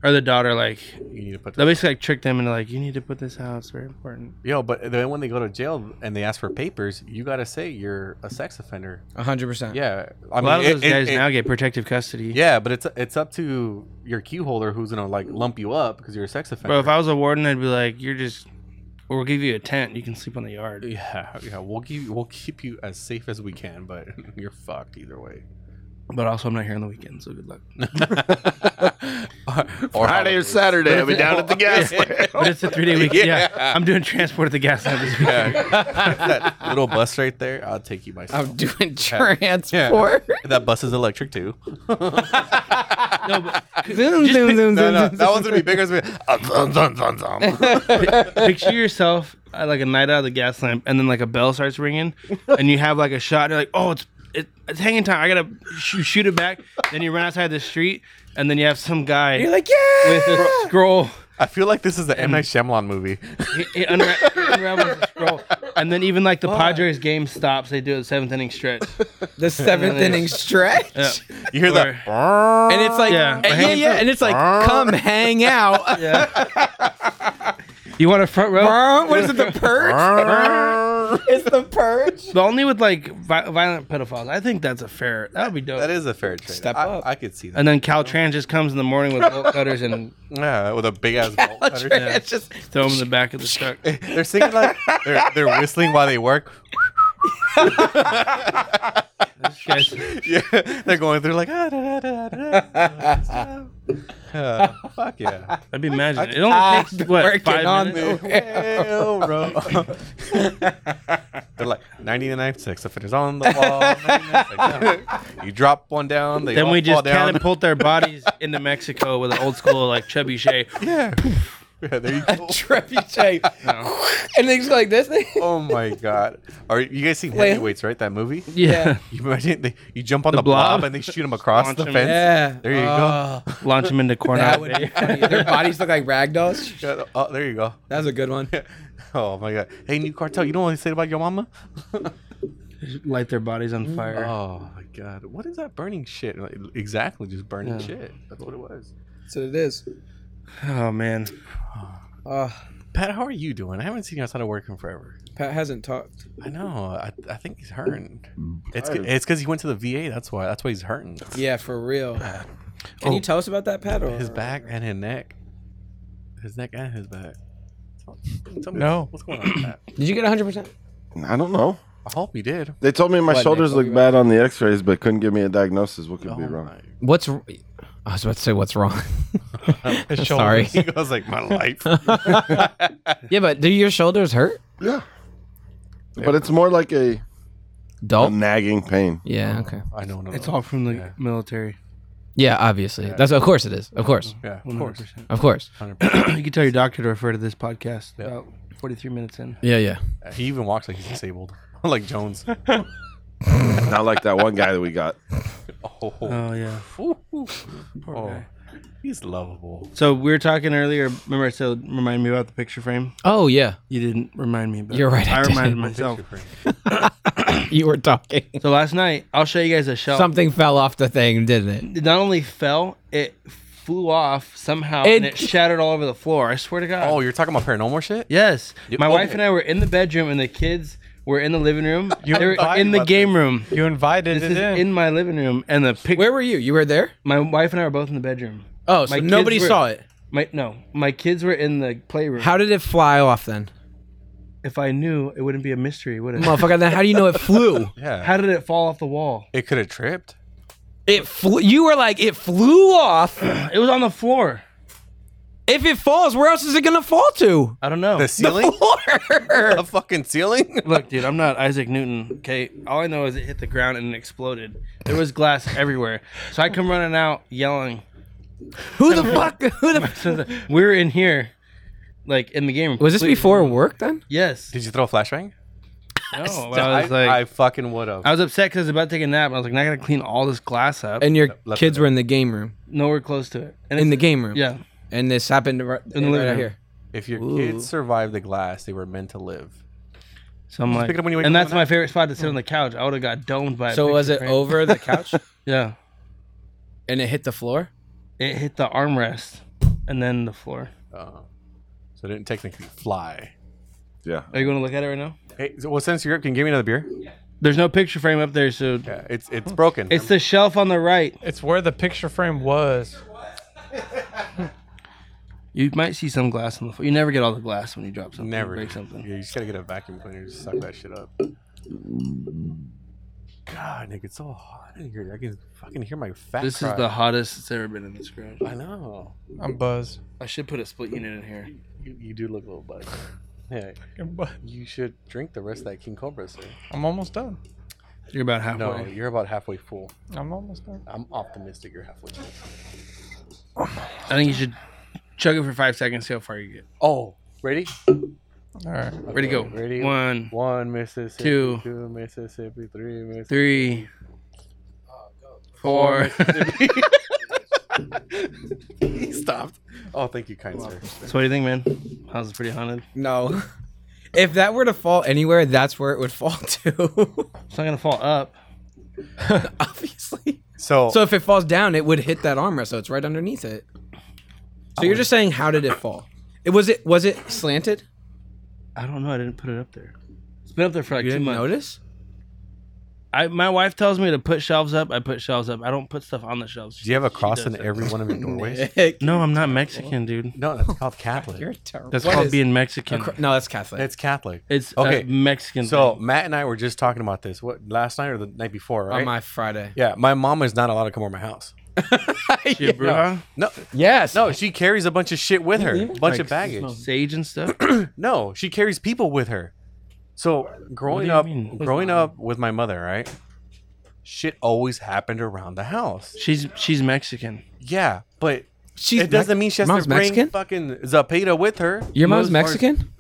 [SPEAKER 1] or the daughter like
[SPEAKER 9] you need to put.
[SPEAKER 1] they'll
[SPEAKER 9] That
[SPEAKER 1] basically like trick them into like you need to put this out. It's very important.
[SPEAKER 9] Yo, but then when they go to jail and they ask for papers, you gotta say you're a sex offender.
[SPEAKER 8] 100%.
[SPEAKER 9] Yeah, I
[SPEAKER 1] A lot of
[SPEAKER 9] it-
[SPEAKER 1] those
[SPEAKER 9] it-
[SPEAKER 1] guys
[SPEAKER 9] it-
[SPEAKER 1] now get protective custody.
[SPEAKER 9] Yeah, but it's it's up to your key holder who's gonna like lump you up because you're a sex offender.
[SPEAKER 1] Bro, if I was a warden, I'd be like, you're just. We'll give you a tent. You can sleep on the yard.
[SPEAKER 9] yeah, yeah, we'll give you, we'll keep you as safe as we can, but you're fucked either way.
[SPEAKER 1] But also, I'm not here on the weekend, so good luck.
[SPEAKER 10] Friday or Saturday, I'll be down at the gas plant.
[SPEAKER 1] But it's a three day weekend. Yeah.
[SPEAKER 9] Yeah.
[SPEAKER 1] I'm doing transport at the gas station this weekend.
[SPEAKER 9] that little bus right there, I'll take you myself.
[SPEAKER 8] I'm doing transport.
[SPEAKER 9] that bus is electric too.
[SPEAKER 1] No, but
[SPEAKER 8] Zoom,
[SPEAKER 9] No,
[SPEAKER 8] zoom, zoom, zoom,
[SPEAKER 9] no,
[SPEAKER 8] zoom,
[SPEAKER 9] that one's gonna be bigger. Uh, As
[SPEAKER 1] picture yourself uh, like a night out of the gas lamp, and then like a bell starts ringing, and you have like a shot. And you're like, oh, it's it, it's hanging time. I gotta shoot, shoot it back. Then you run outside the street, and then you have some guy
[SPEAKER 8] You're like, yeah.
[SPEAKER 1] with a scroll.
[SPEAKER 9] I feel like this is the M Night Shyamalan movie.
[SPEAKER 1] He, he unra- unravels the scroll, and then even like the Padres game stops. They do a seventh inning stretch.
[SPEAKER 8] the seventh inning stretch.
[SPEAKER 1] Yeah.
[SPEAKER 9] You hear that?
[SPEAKER 8] And it's like,
[SPEAKER 1] Yeah.
[SPEAKER 8] yeah, yeah, yeah, and it's like, come hang out.
[SPEAKER 1] You want a front row?
[SPEAKER 8] Bro, what is it? The purge? it's the purge.
[SPEAKER 1] But only with like vi- violent pedophiles. I think that's a fair. That would be dope.
[SPEAKER 9] That is a fair trade.
[SPEAKER 8] Step
[SPEAKER 9] I,
[SPEAKER 8] up.
[SPEAKER 9] I could see that.
[SPEAKER 1] And then Caltrans just comes in the morning with bolt cutters and uh,
[SPEAKER 9] Yeah, with a big ass bolt cutter.
[SPEAKER 8] It's just
[SPEAKER 1] throw them in the back of the truck.
[SPEAKER 9] They're singing like they're, they're whistling while they work.
[SPEAKER 1] This guy's-
[SPEAKER 9] Yeah, they're going through like ah, da, da, da, da, da. Uh, fuck yeah.
[SPEAKER 1] I'd be imagining. It only takes what
[SPEAKER 8] working
[SPEAKER 1] five
[SPEAKER 8] on
[SPEAKER 1] minutes.
[SPEAKER 9] Hell, bro. they're like 99 sex offenders on the wall. 99 sex offenders. you drop one down, they
[SPEAKER 1] Then
[SPEAKER 9] all
[SPEAKER 1] we
[SPEAKER 9] fall
[SPEAKER 1] just
[SPEAKER 9] down.
[SPEAKER 1] catapult their bodies into Mexico with an old school like trebuchet.
[SPEAKER 9] yeah. yeah, there you go.
[SPEAKER 8] trebuchet, and things like this.
[SPEAKER 9] Oh my god. Are you guys seen
[SPEAKER 8] Wait.
[SPEAKER 9] heavyweights, right? That movie?
[SPEAKER 1] Yeah,
[SPEAKER 9] You imagine they, you jump on the,
[SPEAKER 1] The
[SPEAKER 9] blob.
[SPEAKER 1] blob.
[SPEAKER 9] and they shoot him across
[SPEAKER 1] Launch Uh.
[SPEAKER 9] the
[SPEAKER 1] him.
[SPEAKER 9] fence.
[SPEAKER 8] Yeah,
[SPEAKER 9] There you
[SPEAKER 8] Oh,
[SPEAKER 1] launch them into corn.
[SPEAKER 8] That would be funny. Their bodies look like ragdolls.
[SPEAKER 9] go. Yeah, Oh, there you go.
[SPEAKER 8] That's a good one.
[SPEAKER 9] Oh my god. Hey, new cartel. You know what they say about your mama?
[SPEAKER 1] light their bodies on fire.
[SPEAKER 9] Oh my god. What is that burning shit? Like, Exactly, just burning
[SPEAKER 1] Yeah.
[SPEAKER 9] shit. That's what it was.
[SPEAKER 8] That's what it is.
[SPEAKER 1] Oh man,
[SPEAKER 8] Uh,
[SPEAKER 9] Pat, how are you doing? I haven't seen you outside of work in forever.
[SPEAKER 8] Pat hasn't talked.
[SPEAKER 9] I know. I, I think he's hurting. It's it's because he went to the VA. That's why. That's why he's hurting.
[SPEAKER 8] Yeah, for real. Can you tell us about that, Pat? Or
[SPEAKER 9] His back and his neck. His neck and his back. Tell- tell me
[SPEAKER 2] No.
[SPEAKER 9] What's going on with that?
[SPEAKER 8] Did you get 100? percent
[SPEAKER 10] I don't know.
[SPEAKER 9] I hope he did.
[SPEAKER 10] They told me my
[SPEAKER 8] What,
[SPEAKER 10] shoulders
[SPEAKER 8] Nick, what
[SPEAKER 10] look bad on the X-rays, but couldn't give me a diagnosis. What could be
[SPEAKER 9] Oh
[SPEAKER 10] wrong?
[SPEAKER 9] my
[SPEAKER 8] What's? r- I was about to say what's wrong.
[SPEAKER 2] His
[SPEAKER 8] Sorry.
[SPEAKER 9] He goes like my life.
[SPEAKER 8] Yeah, but do your shoulders hurt?
[SPEAKER 10] Yeah, but it's more like a, a
[SPEAKER 8] Dull.
[SPEAKER 10] nagging pain.
[SPEAKER 8] Yeah. Okay.
[SPEAKER 9] I know. No,
[SPEAKER 1] it's all from the military.
[SPEAKER 8] Yeah, obviously. That's of course it is. Of course.
[SPEAKER 9] Yeah, of course.
[SPEAKER 1] 100%.
[SPEAKER 8] Of course.
[SPEAKER 1] you can tell your doctor to refer to this podcast about 43 minutes in.
[SPEAKER 8] Yeah, yeah.
[SPEAKER 9] He even walks like he's disabled, like Jones.
[SPEAKER 10] Not like that one guy that we got.
[SPEAKER 9] Oh,
[SPEAKER 1] Oh yeah.
[SPEAKER 9] oh.
[SPEAKER 1] guy.
[SPEAKER 9] he's lovable.
[SPEAKER 1] So we were talking earlier. Remember, I said remind me about the picture frame.
[SPEAKER 8] Oh yeah.
[SPEAKER 1] You didn't remind me, but
[SPEAKER 8] You're right, I
[SPEAKER 1] I, reminded
[SPEAKER 8] didn't.
[SPEAKER 1] myself.
[SPEAKER 8] You were talking.
[SPEAKER 1] So last night, I'll show you guys a shelf.
[SPEAKER 8] Something fell off the thing, didn't
[SPEAKER 1] It not only fell, it flew off somehow and
[SPEAKER 8] It-
[SPEAKER 1] it shattered all over the floor. I swear to God.
[SPEAKER 9] Oh, you're talking about paranormal shit?
[SPEAKER 1] yes.
[SPEAKER 9] You-
[SPEAKER 1] My
[SPEAKER 9] oh.
[SPEAKER 1] wife and I were in the bedroom, and the kids were in the living room. they were
[SPEAKER 2] thought
[SPEAKER 1] in the
[SPEAKER 2] about
[SPEAKER 1] game room.
[SPEAKER 2] You invited
[SPEAKER 1] This
[SPEAKER 2] it
[SPEAKER 1] is
[SPEAKER 2] in.
[SPEAKER 1] in my living room, and the
[SPEAKER 8] it?
[SPEAKER 1] pic-
[SPEAKER 8] Where were you? You were there?
[SPEAKER 1] My wife and I were both in the bedroom.
[SPEAKER 8] Oh, so
[SPEAKER 1] My kids
[SPEAKER 8] nobody
[SPEAKER 1] were-
[SPEAKER 8] saw it.
[SPEAKER 1] My no, my kids were in the playroom.
[SPEAKER 8] How did it fly off then?
[SPEAKER 1] if I knew, it wouldn't be a mystery, would it?
[SPEAKER 8] Motherfucker, then how do you know it flew?
[SPEAKER 9] Yeah.
[SPEAKER 1] How did it fall off the wall?
[SPEAKER 9] it could have tripped.
[SPEAKER 8] It flew you were like, it flew off.
[SPEAKER 1] It was on the floor.
[SPEAKER 8] If it falls, where else is it gonna fall to?
[SPEAKER 1] I don't know.
[SPEAKER 9] The ceiling?
[SPEAKER 8] Floor.
[SPEAKER 9] The fucking ceiling?
[SPEAKER 1] Look, dude, I'm not Isaac Newton. Okay, all I know is it hit the ground and it exploded. There was glass everywhere, so I come running out yelling.
[SPEAKER 8] who the fuck who the
[SPEAKER 1] So the- we were in here, like in the game. room.
[SPEAKER 8] Was this
[SPEAKER 1] completely-
[SPEAKER 8] before work then?
[SPEAKER 1] Yes.
[SPEAKER 9] Did you throw a flashbang?
[SPEAKER 1] No, but I was like,
[SPEAKER 9] I fucking would have.
[SPEAKER 1] I was upset because I was about to take a nap. And I was like, now I gotta clean all this glass up.
[SPEAKER 8] And your
[SPEAKER 9] left
[SPEAKER 8] kids were in the game room.
[SPEAKER 1] nowhere close to it. And
[SPEAKER 8] In the
[SPEAKER 1] it's-
[SPEAKER 8] game room.
[SPEAKER 1] Yeah.
[SPEAKER 8] And this happened right,
[SPEAKER 1] In the living
[SPEAKER 8] right out
[SPEAKER 1] room.
[SPEAKER 8] here.
[SPEAKER 9] If your
[SPEAKER 8] Ooh.
[SPEAKER 9] kids survived the glass, they were meant to live.
[SPEAKER 1] So I'm
[SPEAKER 9] Just
[SPEAKER 1] like,
[SPEAKER 9] pick it up when you wake
[SPEAKER 1] and
[SPEAKER 9] up
[SPEAKER 1] that's
[SPEAKER 9] one
[SPEAKER 1] my favorite spot to
[SPEAKER 9] Mm.
[SPEAKER 1] sit on the couch. I would have got domed by. a
[SPEAKER 8] So was
[SPEAKER 1] picture
[SPEAKER 8] it
[SPEAKER 1] frame.
[SPEAKER 8] over the couch
[SPEAKER 1] Yeah.
[SPEAKER 8] and it hit the floor?
[SPEAKER 1] It hit the armrest and then the floor.
[SPEAKER 9] Uh, so it didn't technically fly.
[SPEAKER 10] Yeah.
[SPEAKER 1] Are you going to look at it right now?
[SPEAKER 9] Hey, so- well, since you're up, can you give me another beer?
[SPEAKER 1] There's no picture frame up there, so
[SPEAKER 9] Yeah, it's it's broken.
[SPEAKER 1] it's the shelf on the right.
[SPEAKER 2] It's where the picture frame was.
[SPEAKER 1] You might see some glass on the floor. You never get all the glass when you drop something.
[SPEAKER 9] never
[SPEAKER 1] break
[SPEAKER 9] something.
[SPEAKER 1] something.
[SPEAKER 9] You just gotta get a vacuum cleaner to suck that shit up. God, Nick, it's so hot in here. I can fucking hear my fat.
[SPEAKER 1] This is
[SPEAKER 9] cry.
[SPEAKER 1] the hottest it's ever been in this garage.
[SPEAKER 9] I know.
[SPEAKER 2] I'm buzzed.
[SPEAKER 1] I should put a split unit in here.
[SPEAKER 9] You, you do look a little buzzed. yeah,
[SPEAKER 2] I'm buzzed.
[SPEAKER 9] you should drink the rest of that King Cobra. Sir.
[SPEAKER 2] I'm almost done.
[SPEAKER 1] You're about halfway.
[SPEAKER 9] No, you're about halfway full.
[SPEAKER 2] I'm almost done.
[SPEAKER 9] I'm optimistic you're halfway full.
[SPEAKER 1] I think you should chug it for five seconds, see how far you get.
[SPEAKER 9] Oh, ready?
[SPEAKER 2] All right.
[SPEAKER 1] Ready, go.
[SPEAKER 9] Okay, Ready?
[SPEAKER 1] One,
[SPEAKER 9] One Mississippi,
[SPEAKER 1] Two.
[SPEAKER 9] two Mississippi, three Mississippi.
[SPEAKER 1] three, four.
[SPEAKER 9] He stopped. Oh, thank you, kind sir.
[SPEAKER 1] so what do you think, man? House is pretty haunted.
[SPEAKER 8] No. If that were to fall anywhere, that's where it would fall to.
[SPEAKER 1] It's not gonna fall up.
[SPEAKER 8] Obviously.
[SPEAKER 9] So,
[SPEAKER 8] So if it falls down, it would hit that armrest, so it's right underneath it. So you're just saying how did it fall? It was it was it slanted?
[SPEAKER 1] I don't know. I didn't put it up there. It's been up there for like
[SPEAKER 8] You
[SPEAKER 1] two
[SPEAKER 8] didn't
[SPEAKER 1] months.
[SPEAKER 8] notice?
[SPEAKER 1] I my wife tells me to put shelves up. I put shelves up. I don't put stuff on the shelves.
[SPEAKER 9] do you have a cross
[SPEAKER 1] does
[SPEAKER 9] in
[SPEAKER 1] that.
[SPEAKER 9] every one of your doorways?
[SPEAKER 1] No, I'm not Mexican, dude.
[SPEAKER 9] no, that's called Catholic.
[SPEAKER 8] You're terrible.
[SPEAKER 1] That's
[SPEAKER 8] What
[SPEAKER 1] called
[SPEAKER 8] is-
[SPEAKER 1] being Mexican.
[SPEAKER 8] No, that's Catholic.
[SPEAKER 9] It's Catholic.
[SPEAKER 1] It's
[SPEAKER 9] okay.
[SPEAKER 1] a Mexican.
[SPEAKER 9] so
[SPEAKER 1] thing.
[SPEAKER 9] Matt and I were just talking about this. What last night or the night before? Right?
[SPEAKER 8] on my Friday.
[SPEAKER 9] yeah, my mom is not allowed to come over my house.
[SPEAKER 1] Shit, bruja,
[SPEAKER 9] No,
[SPEAKER 8] Yes.
[SPEAKER 9] no, she carries a bunch of shit with her, bunch of baggage.
[SPEAKER 1] sage and stuff.
[SPEAKER 9] No, she carries people with her. So growing
[SPEAKER 1] you
[SPEAKER 9] up,
[SPEAKER 1] mean?
[SPEAKER 9] growing up with my mother, right? Shit always happened around the house.
[SPEAKER 1] she's she's Mexican.
[SPEAKER 9] Yeah, but
[SPEAKER 8] She's
[SPEAKER 9] it doesn't
[SPEAKER 8] Mex-
[SPEAKER 9] mean she has
[SPEAKER 8] mom's
[SPEAKER 9] to bring
[SPEAKER 8] Mexican?
[SPEAKER 9] fucking Zapata with her.
[SPEAKER 8] Your mom's
[SPEAKER 9] As far as-
[SPEAKER 8] Mexican?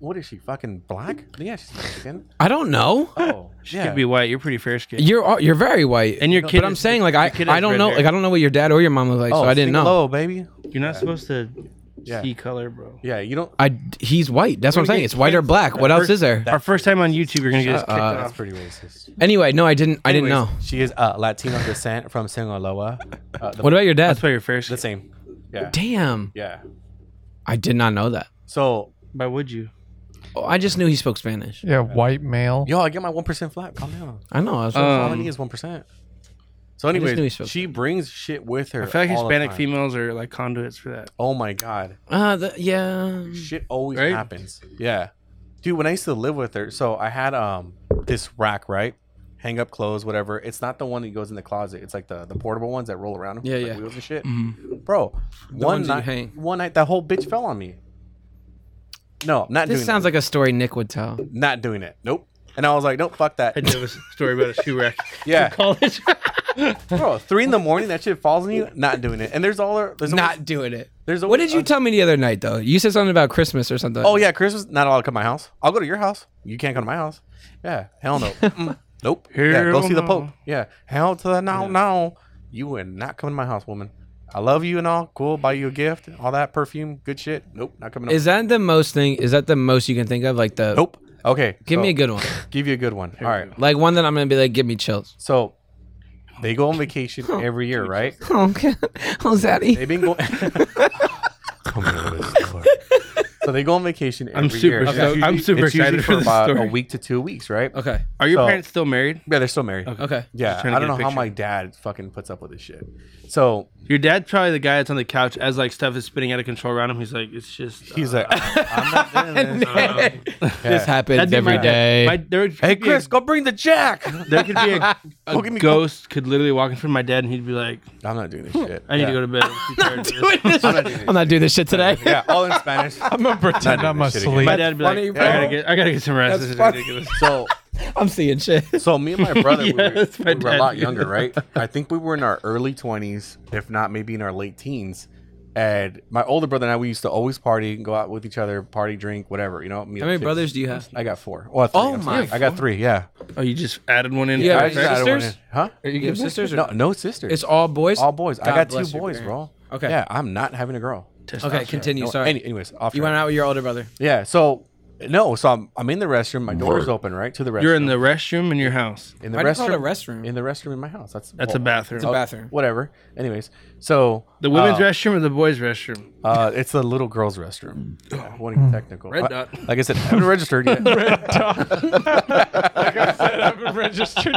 [SPEAKER 9] What is she fucking black? Yeah, she's Mexican.
[SPEAKER 8] I don't know.
[SPEAKER 9] Oh,
[SPEAKER 1] She
[SPEAKER 9] yeah.
[SPEAKER 1] could be white. You're pretty fair skin.
[SPEAKER 8] You're all- you're very white.
[SPEAKER 1] And your kid
[SPEAKER 8] But I'm
[SPEAKER 1] is-
[SPEAKER 8] saying like
[SPEAKER 1] your
[SPEAKER 8] I
[SPEAKER 1] kid
[SPEAKER 8] I
[SPEAKER 1] has
[SPEAKER 8] don't
[SPEAKER 1] red
[SPEAKER 8] know
[SPEAKER 1] hair. Oh,
[SPEAKER 8] like I don't know what your dad or your mom was like, so I didn't know.
[SPEAKER 9] Hello, baby.
[SPEAKER 1] You're not supposed to
[SPEAKER 9] Yeah.
[SPEAKER 1] see color, bro.
[SPEAKER 9] Yeah, you don't.
[SPEAKER 8] I he's white. That's what I'm
[SPEAKER 9] We're
[SPEAKER 8] saying.
[SPEAKER 9] gonna
[SPEAKER 8] It's
[SPEAKER 9] get
[SPEAKER 8] white or
[SPEAKER 9] canceled.
[SPEAKER 8] black. What else
[SPEAKER 1] First-
[SPEAKER 8] is there?
[SPEAKER 1] Our first time on YouTube, you're gonna get us kicked
[SPEAKER 8] up.
[SPEAKER 1] off.
[SPEAKER 9] That's pretty racist.
[SPEAKER 8] Anyway, no, I didn't. Uh, I didn't know.
[SPEAKER 9] Anyways, She is uh, Latino descent from Sinaloa. Uh, the,
[SPEAKER 8] What about your dad?
[SPEAKER 1] That's why you're fair skin.
[SPEAKER 9] the same. Yeah.
[SPEAKER 8] Damn,
[SPEAKER 9] Yeah.
[SPEAKER 8] I did not know that.
[SPEAKER 9] So,
[SPEAKER 1] Why would you?
[SPEAKER 8] Oh, I just knew he spoke Spanish.
[SPEAKER 2] Yeah, white male.
[SPEAKER 9] yo, I get my one percent flat. Calm down.
[SPEAKER 8] I know. I was
[SPEAKER 1] Um,
[SPEAKER 9] All I need is one percent. So,
[SPEAKER 8] just knew he
[SPEAKER 9] anyways,
[SPEAKER 8] spoke
[SPEAKER 9] she brings shit with her.
[SPEAKER 1] I feel like
[SPEAKER 9] all the
[SPEAKER 1] Hispanic
[SPEAKER 9] time.
[SPEAKER 1] females are like conduits for that.
[SPEAKER 9] Oh my god.
[SPEAKER 8] uh, the, yeah.
[SPEAKER 9] Mm. shit always
[SPEAKER 1] Right?
[SPEAKER 9] happens. Yeah. Dude, when I used to live with her, so I had um this rack, right? Hang up clothes, whatever. It's not the one that goes in the closet. It's like the, the portable ones that roll around.
[SPEAKER 8] Yeah,
[SPEAKER 9] like
[SPEAKER 8] yeah.
[SPEAKER 9] Wheels and shit. Bro, one
[SPEAKER 8] ones that you
[SPEAKER 9] night,
[SPEAKER 8] hang.
[SPEAKER 9] one night, that whole bitch fell on me. No, not
[SPEAKER 8] This
[SPEAKER 9] doing
[SPEAKER 8] sounds
[SPEAKER 9] it.
[SPEAKER 8] like a story Nick would tell.
[SPEAKER 9] not doing it. Nope. And I was like, nope, fuck that.
[SPEAKER 1] I did a story about a shoe rack.
[SPEAKER 9] Yeah,
[SPEAKER 1] College.
[SPEAKER 9] bro, three in the morning, that shit falls on you. Not doing it. And there's all our, there's always-
[SPEAKER 8] Not doing it.
[SPEAKER 9] there's
[SPEAKER 8] What
[SPEAKER 9] always
[SPEAKER 8] did you
[SPEAKER 9] us-
[SPEAKER 8] tell me the other night though? You said something about Christmas or something.
[SPEAKER 9] Oh yeah, Christmas not allowed to come to my house. I'll go to your house. You can't come to my house. Yeah, hell no. Mm-mm. nope. Yeah, go
[SPEAKER 1] Hell
[SPEAKER 9] see the
[SPEAKER 1] no.
[SPEAKER 9] Pope. Yeah, hell to the no, no. You would not come to my house, woman. I love you and all. Cool, buy you a gift, all that perfume, good shit. Nope, not coming.
[SPEAKER 8] Is that the most thing? Is that the most you can think of? Like the.
[SPEAKER 9] nope. Okay,
[SPEAKER 8] Give
[SPEAKER 9] so,
[SPEAKER 8] me a good one.
[SPEAKER 9] Give you a good one. All right.
[SPEAKER 8] Like one that I'm gonna be like, give me chills.
[SPEAKER 9] So they go on vacation every year, right?
[SPEAKER 8] Oh, God. oh Zaddy.
[SPEAKER 9] They've been going. so they go on vacation every
[SPEAKER 1] I'm super.
[SPEAKER 9] year.
[SPEAKER 1] stoked. I'm
[SPEAKER 9] It's
[SPEAKER 1] super
[SPEAKER 9] usually
[SPEAKER 1] excited for, this
[SPEAKER 9] about
[SPEAKER 1] story.
[SPEAKER 9] a week to two weeks, right?
[SPEAKER 8] Okay.
[SPEAKER 1] Are your
[SPEAKER 9] So-
[SPEAKER 1] parents still married?
[SPEAKER 9] Yeah, they're still married.
[SPEAKER 8] Okay.
[SPEAKER 9] Yeah,
[SPEAKER 1] trying to
[SPEAKER 9] I don't
[SPEAKER 1] get
[SPEAKER 9] know
[SPEAKER 1] a
[SPEAKER 9] how
[SPEAKER 1] picture.
[SPEAKER 9] my dad fucking puts up with this shit. So
[SPEAKER 1] Your dad's probably the guy that's on the couch as like stuff is spinning out of control around him. He's like, it's just. uh,
[SPEAKER 9] he's like, I'm not doing this.
[SPEAKER 8] This happens
[SPEAKER 1] That'd be
[SPEAKER 8] every
[SPEAKER 1] my-
[SPEAKER 8] day.
[SPEAKER 1] my- there could
[SPEAKER 9] hey,
[SPEAKER 1] be
[SPEAKER 9] Chris, go bring the jack.
[SPEAKER 1] a, there could be a,
[SPEAKER 9] Go give me-
[SPEAKER 1] a ghost could literally walk in front of my dad and he'd be like,
[SPEAKER 9] I'm not doing this shit.
[SPEAKER 1] I need to
[SPEAKER 9] Yeah.
[SPEAKER 1] go to bed. I'm too tired for this.
[SPEAKER 8] I'm not doing this shit today.
[SPEAKER 9] Yeah, all in Spanish.
[SPEAKER 2] I'm gonna pretend I'm
[SPEAKER 9] this shit again.
[SPEAKER 2] asleep.
[SPEAKER 1] My dad'd be
[SPEAKER 8] funny,
[SPEAKER 1] like, I
[SPEAKER 8] bro.
[SPEAKER 1] gotta get, I gotta get some rest.
[SPEAKER 8] That's
[SPEAKER 1] This is
[SPEAKER 8] funny.
[SPEAKER 1] ridiculous.
[SPEAKER 9] So,
[SPEAKER 8] I'm seeing shit.
[SPEAKER 9] so me and my brother, we
[SPEAKER 1] Yeah,
[SPEAKER 9] were,
[SPEAKER 1] that's my
[SPEAKER 9] we were a
[SPEAKER 1] dad.
[SPEAKER 9] lot younger, right? I think we were in our early 20s, if not maybe in our late teens. And my older brother and I, we used to always party, go out with each other, party, drink, whatever. You know, me
[SPEAKER 8] How
[SPEAKER 9] and
[SPEAKER 8] many
[SPEAKER 9] the kids.
[SPEAKER 8] brothers do you have?
[SPEAKER 9] I got four. Well, three,
[SPEAKER 8] Oh
[SPEAKER 9] I'm
[SPEAKER 8] my-
[SPEAKER 9] sorry. I got three. Yeah.
[SPEAKER 1] Oh, you just added one in.
[SPEAKER 8] Yeah,
[SPEAKER 1] for
[SPEAKER 8] I
[SPEAKER 9] I
[SPEAKER 8] just
[SPEAKER 1] effect?
[SPEAKER 9] added one
[SPEAKER 8] sisters?
[SPEAKER 9] in. Huh?
[SPEAKER 1] Are you
[SPEAKER 8] You have
[SPEAKER 1] good?
[SPEAKER 8] sisters? Or
[SPEAKER 9] No, no sisters.
[SPEAKER 8] It's all boys.
[SPEAKER 9] all boys. I
[SPEAKER 8] God
[SPEAKER 9] got
[SPEAKER 8] bless
[SPEAKER 9] two
[SPEAKER 8] your
[SPEAKER 9] boys,
[SPEAKER 8] parents.
[SPEAKER 9] bro.
[SPEAKER 8] Okay.
[SPEAKER 9] Yeah, I'm not having a girl.
[SPEAKER 8] Okay, continue.
[SPEAKER 9] No,
[SPEAKER 8] Sorry.
[SPEAKER 9] any- anyways, off.
[SPEAKER 8] you went
[SPEAKER 9] track.
[SPEAKER 8] out with your older brother.
[SPEAKER 9] Yeah. So no. So I'm I'm in the restroom. My door is open, right, to the restroom.
[SPEAKER 1] You're in the restroom in your house.
[SPEAKER 9] in the
[SPEAKER 8] Why do you call
[SPEAKER 9] restroom.
[SPEAKER 8] it a restroom?
[SPEAKER 9] In the restroom in my house. That's
[SPEAKER 1] That's a bathroom.
[SPEAKER 8] Oh, It's a Oh. bathroom.
[SPEAKER 9] Whatever. Anyways, so
[SPEAKER 1] The women's
[SPEAKER 9] uh,
[SPEAKER 1] restroom or the boys' restroom?
[SPEAKER 9] Uh, it's the little girls' restroom. I want
[SPEAKER 1] Hmm.
[SPEAKER 9] to get technical.
[SPEAKER 1] Oh. Red
[SPEAKER 9] I-
[SPEAKER 1] dot.
[SPEAKER 9] Like I said, I haven't registered yet.
[SPEAKER 2] registered.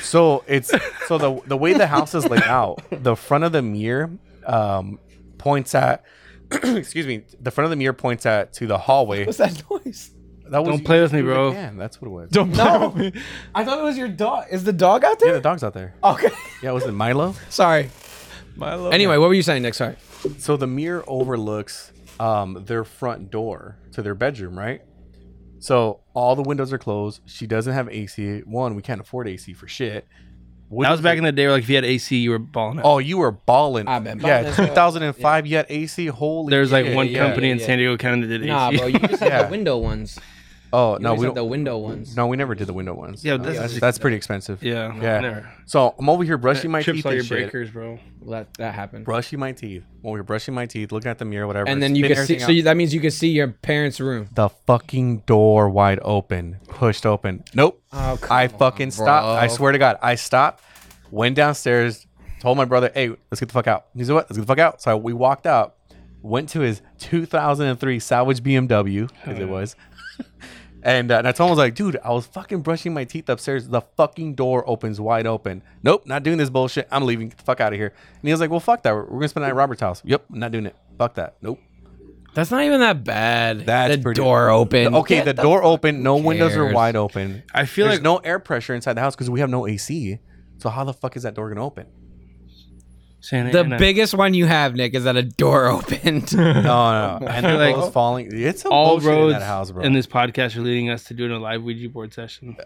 [SPEAKER 9] so it's so the the way the house is laid out, the front of the mirror um, points at. excuse me. The front of the mirror points at to the hallway.
[SPEAKER 8] What's that noise?
[SPEAKER 9] That was
[SPEAKER 1] Don't play with me,
[SPEAKER 9] you were
[SPEAKER 1] bro.
[SPEAKER 9] like, "Man, that's what it was.
[SPEAKER 2] Don't no. me.
[SPEAKER 8] I thought it was your dog. Is the dog out
[SPEAKER 9] Yeah,
[SPEAKER 8] there?
[SPEAKER 9] the dog's out
[SPEAKER 1] Oh.
[SPEAKER 9] there.
[SPEAKER 8] okay.
[SPEAKER 9] Yeah, was it Milo?
[SPEAKER 8] Sorry.
[SPEAKER 2] Milo.
[SPEAKER 8] Anyway, what were you saying next? Sorry.
[SPEAKER 9] So the mirror overlooks um, their front door to their bedroom, right? So all the windows are closed. She doesn't have AC. One, we can't afford AC for shit. What
[SPEAKER 1] That was back in the day where like if you had AC, you were balling out.
[SPEAKER 9] Oh, you were balling.
[SPEAKER 8] I've been ballin'
[SPEAKER 9] Yeah,
[SPEAKER 8] as well.
[SPEAKER 9] 2005. You had AC. Holy.
[SPEAKER 1] There's like
[SPEAKER 9] shit.
[SPEAKER 1] one
[SPEAKER 8] yeah,
[SPEAKER 1] company
[SPEAKER 8] yeah,
[SPEAKER 1] in
[SPEAKER 8] yeah.
[SPEAKER 1] San Diego County that did
[SPEAKER 8] Nah,
[SPEAKER 1] AC.
[SPEAKER 8] bro. You just had
[SPEAKER 9] Yeah.
[SPEAKER 8] the window ones.
[SPEAKER 9] Oh
[SPEAKER 8] You
[SPEAKER 9] no,
[SPEAKER 8] always
[SPEAKER 9] we
[SPEAKER 8] had the
[SPEAKER 9] don't.
[SPEAKER 8] window ones.
[SPEAKER 9] No, we never did the window ones.
[SPEAKER 1] Yeah,
[SPEAKER 9] No,
[SPEAKER 1] that's-
[SPEAKER 9] that's, that's pretty expensive.
[SPEAKER 1] yeah,
[SPEAKER 9] Yeah.
[SPEAKER 1] never.
[SPEAKER 9] So I'm over here brushing my
[SPEAKER 1] Trips
[SPEAKER 9] teeth.
[SPEAKER 1] all
[SPEAKER 9] and
[SPEAKER 1] your
[SPEAKER 9] shit.
[SPEAKER 1] breakers, bro.
[SPEAKER 8] Let that happen.
[SPEAKER 9] Brushing my teeth. While we are brushing my teeth, looking at the mirror, whatever.
[SPEAKER 8] and then you
[SPEAKER 9] spit
[SPEAKER 8] can see.
[SPEAKER 9] everything
[SPEAKER 8] So
[SPEAKER 9] out.
[SPEAKER 8] you, that means you can see your parents' room.
[SPEAKER 9] the fucking door wide open, pushed open. Nope.
[SPEAKER 8] Oh, come
[SPEAKER 9] I
[SPEAKER 8] on,
[SPEAKER 9] fucking stopped.
[SPEAKER 8] bro.
[SPEAKER 9] I swear to God, I stopped, went downstairs, told my brother, hey, let's get the fuck out. He said, what? Let's get the fuck out. So we walked out, went to his 2003 salvage BMW, as it was. And, uh, and I told him, I was like, dude, I was fucking brushing my teeth upstairs. The fucking door opens wide open. Nope, not doing this bullshit. I'm leaving. Get the fuck out of here. And he was like, well, fuck that. We're, we're going to spend the night at Robert's house. Yep, not doing it. Fuck that. Nope.
[SPEAKER 8] That's not even that bad.
[SPEAKER 9] That's
[SPEAKER 8] the
[SPEAKER 9] pretty-
[SPEAKER 8] door open.
[SPEAKER 9] Okay, the, door open, no windows are
[SPEAKER 8] cares?
[SPEAKER 9] wide open.
[SPEAKER 1] I feel
[SPEAKER 9] There's
[SPEAKER 1] like
[SPEAKER 9] no air pressure inside the house because we have no AC. So how the fuck is that door gonna open?
[SPEAKER 1] Santa
[SPEAKER 8] The
[SPEAKER 1] Ana.
[SPEAKER 8] biggest one you have, Nick, is that a door opened.
[SPEAKER 9] No, no, and the
[SPEAKER 1] Like,
[SPEAKER 9] clothes falling. It's some
[SPEAKER 1] all
[SPEAKER 9] bullshit
[SPEAKER 1] roads
[SPEAKER 9] in that house, bro.
[SPEAKER 1] in this podcast are leading us to doing a live Ouija board session.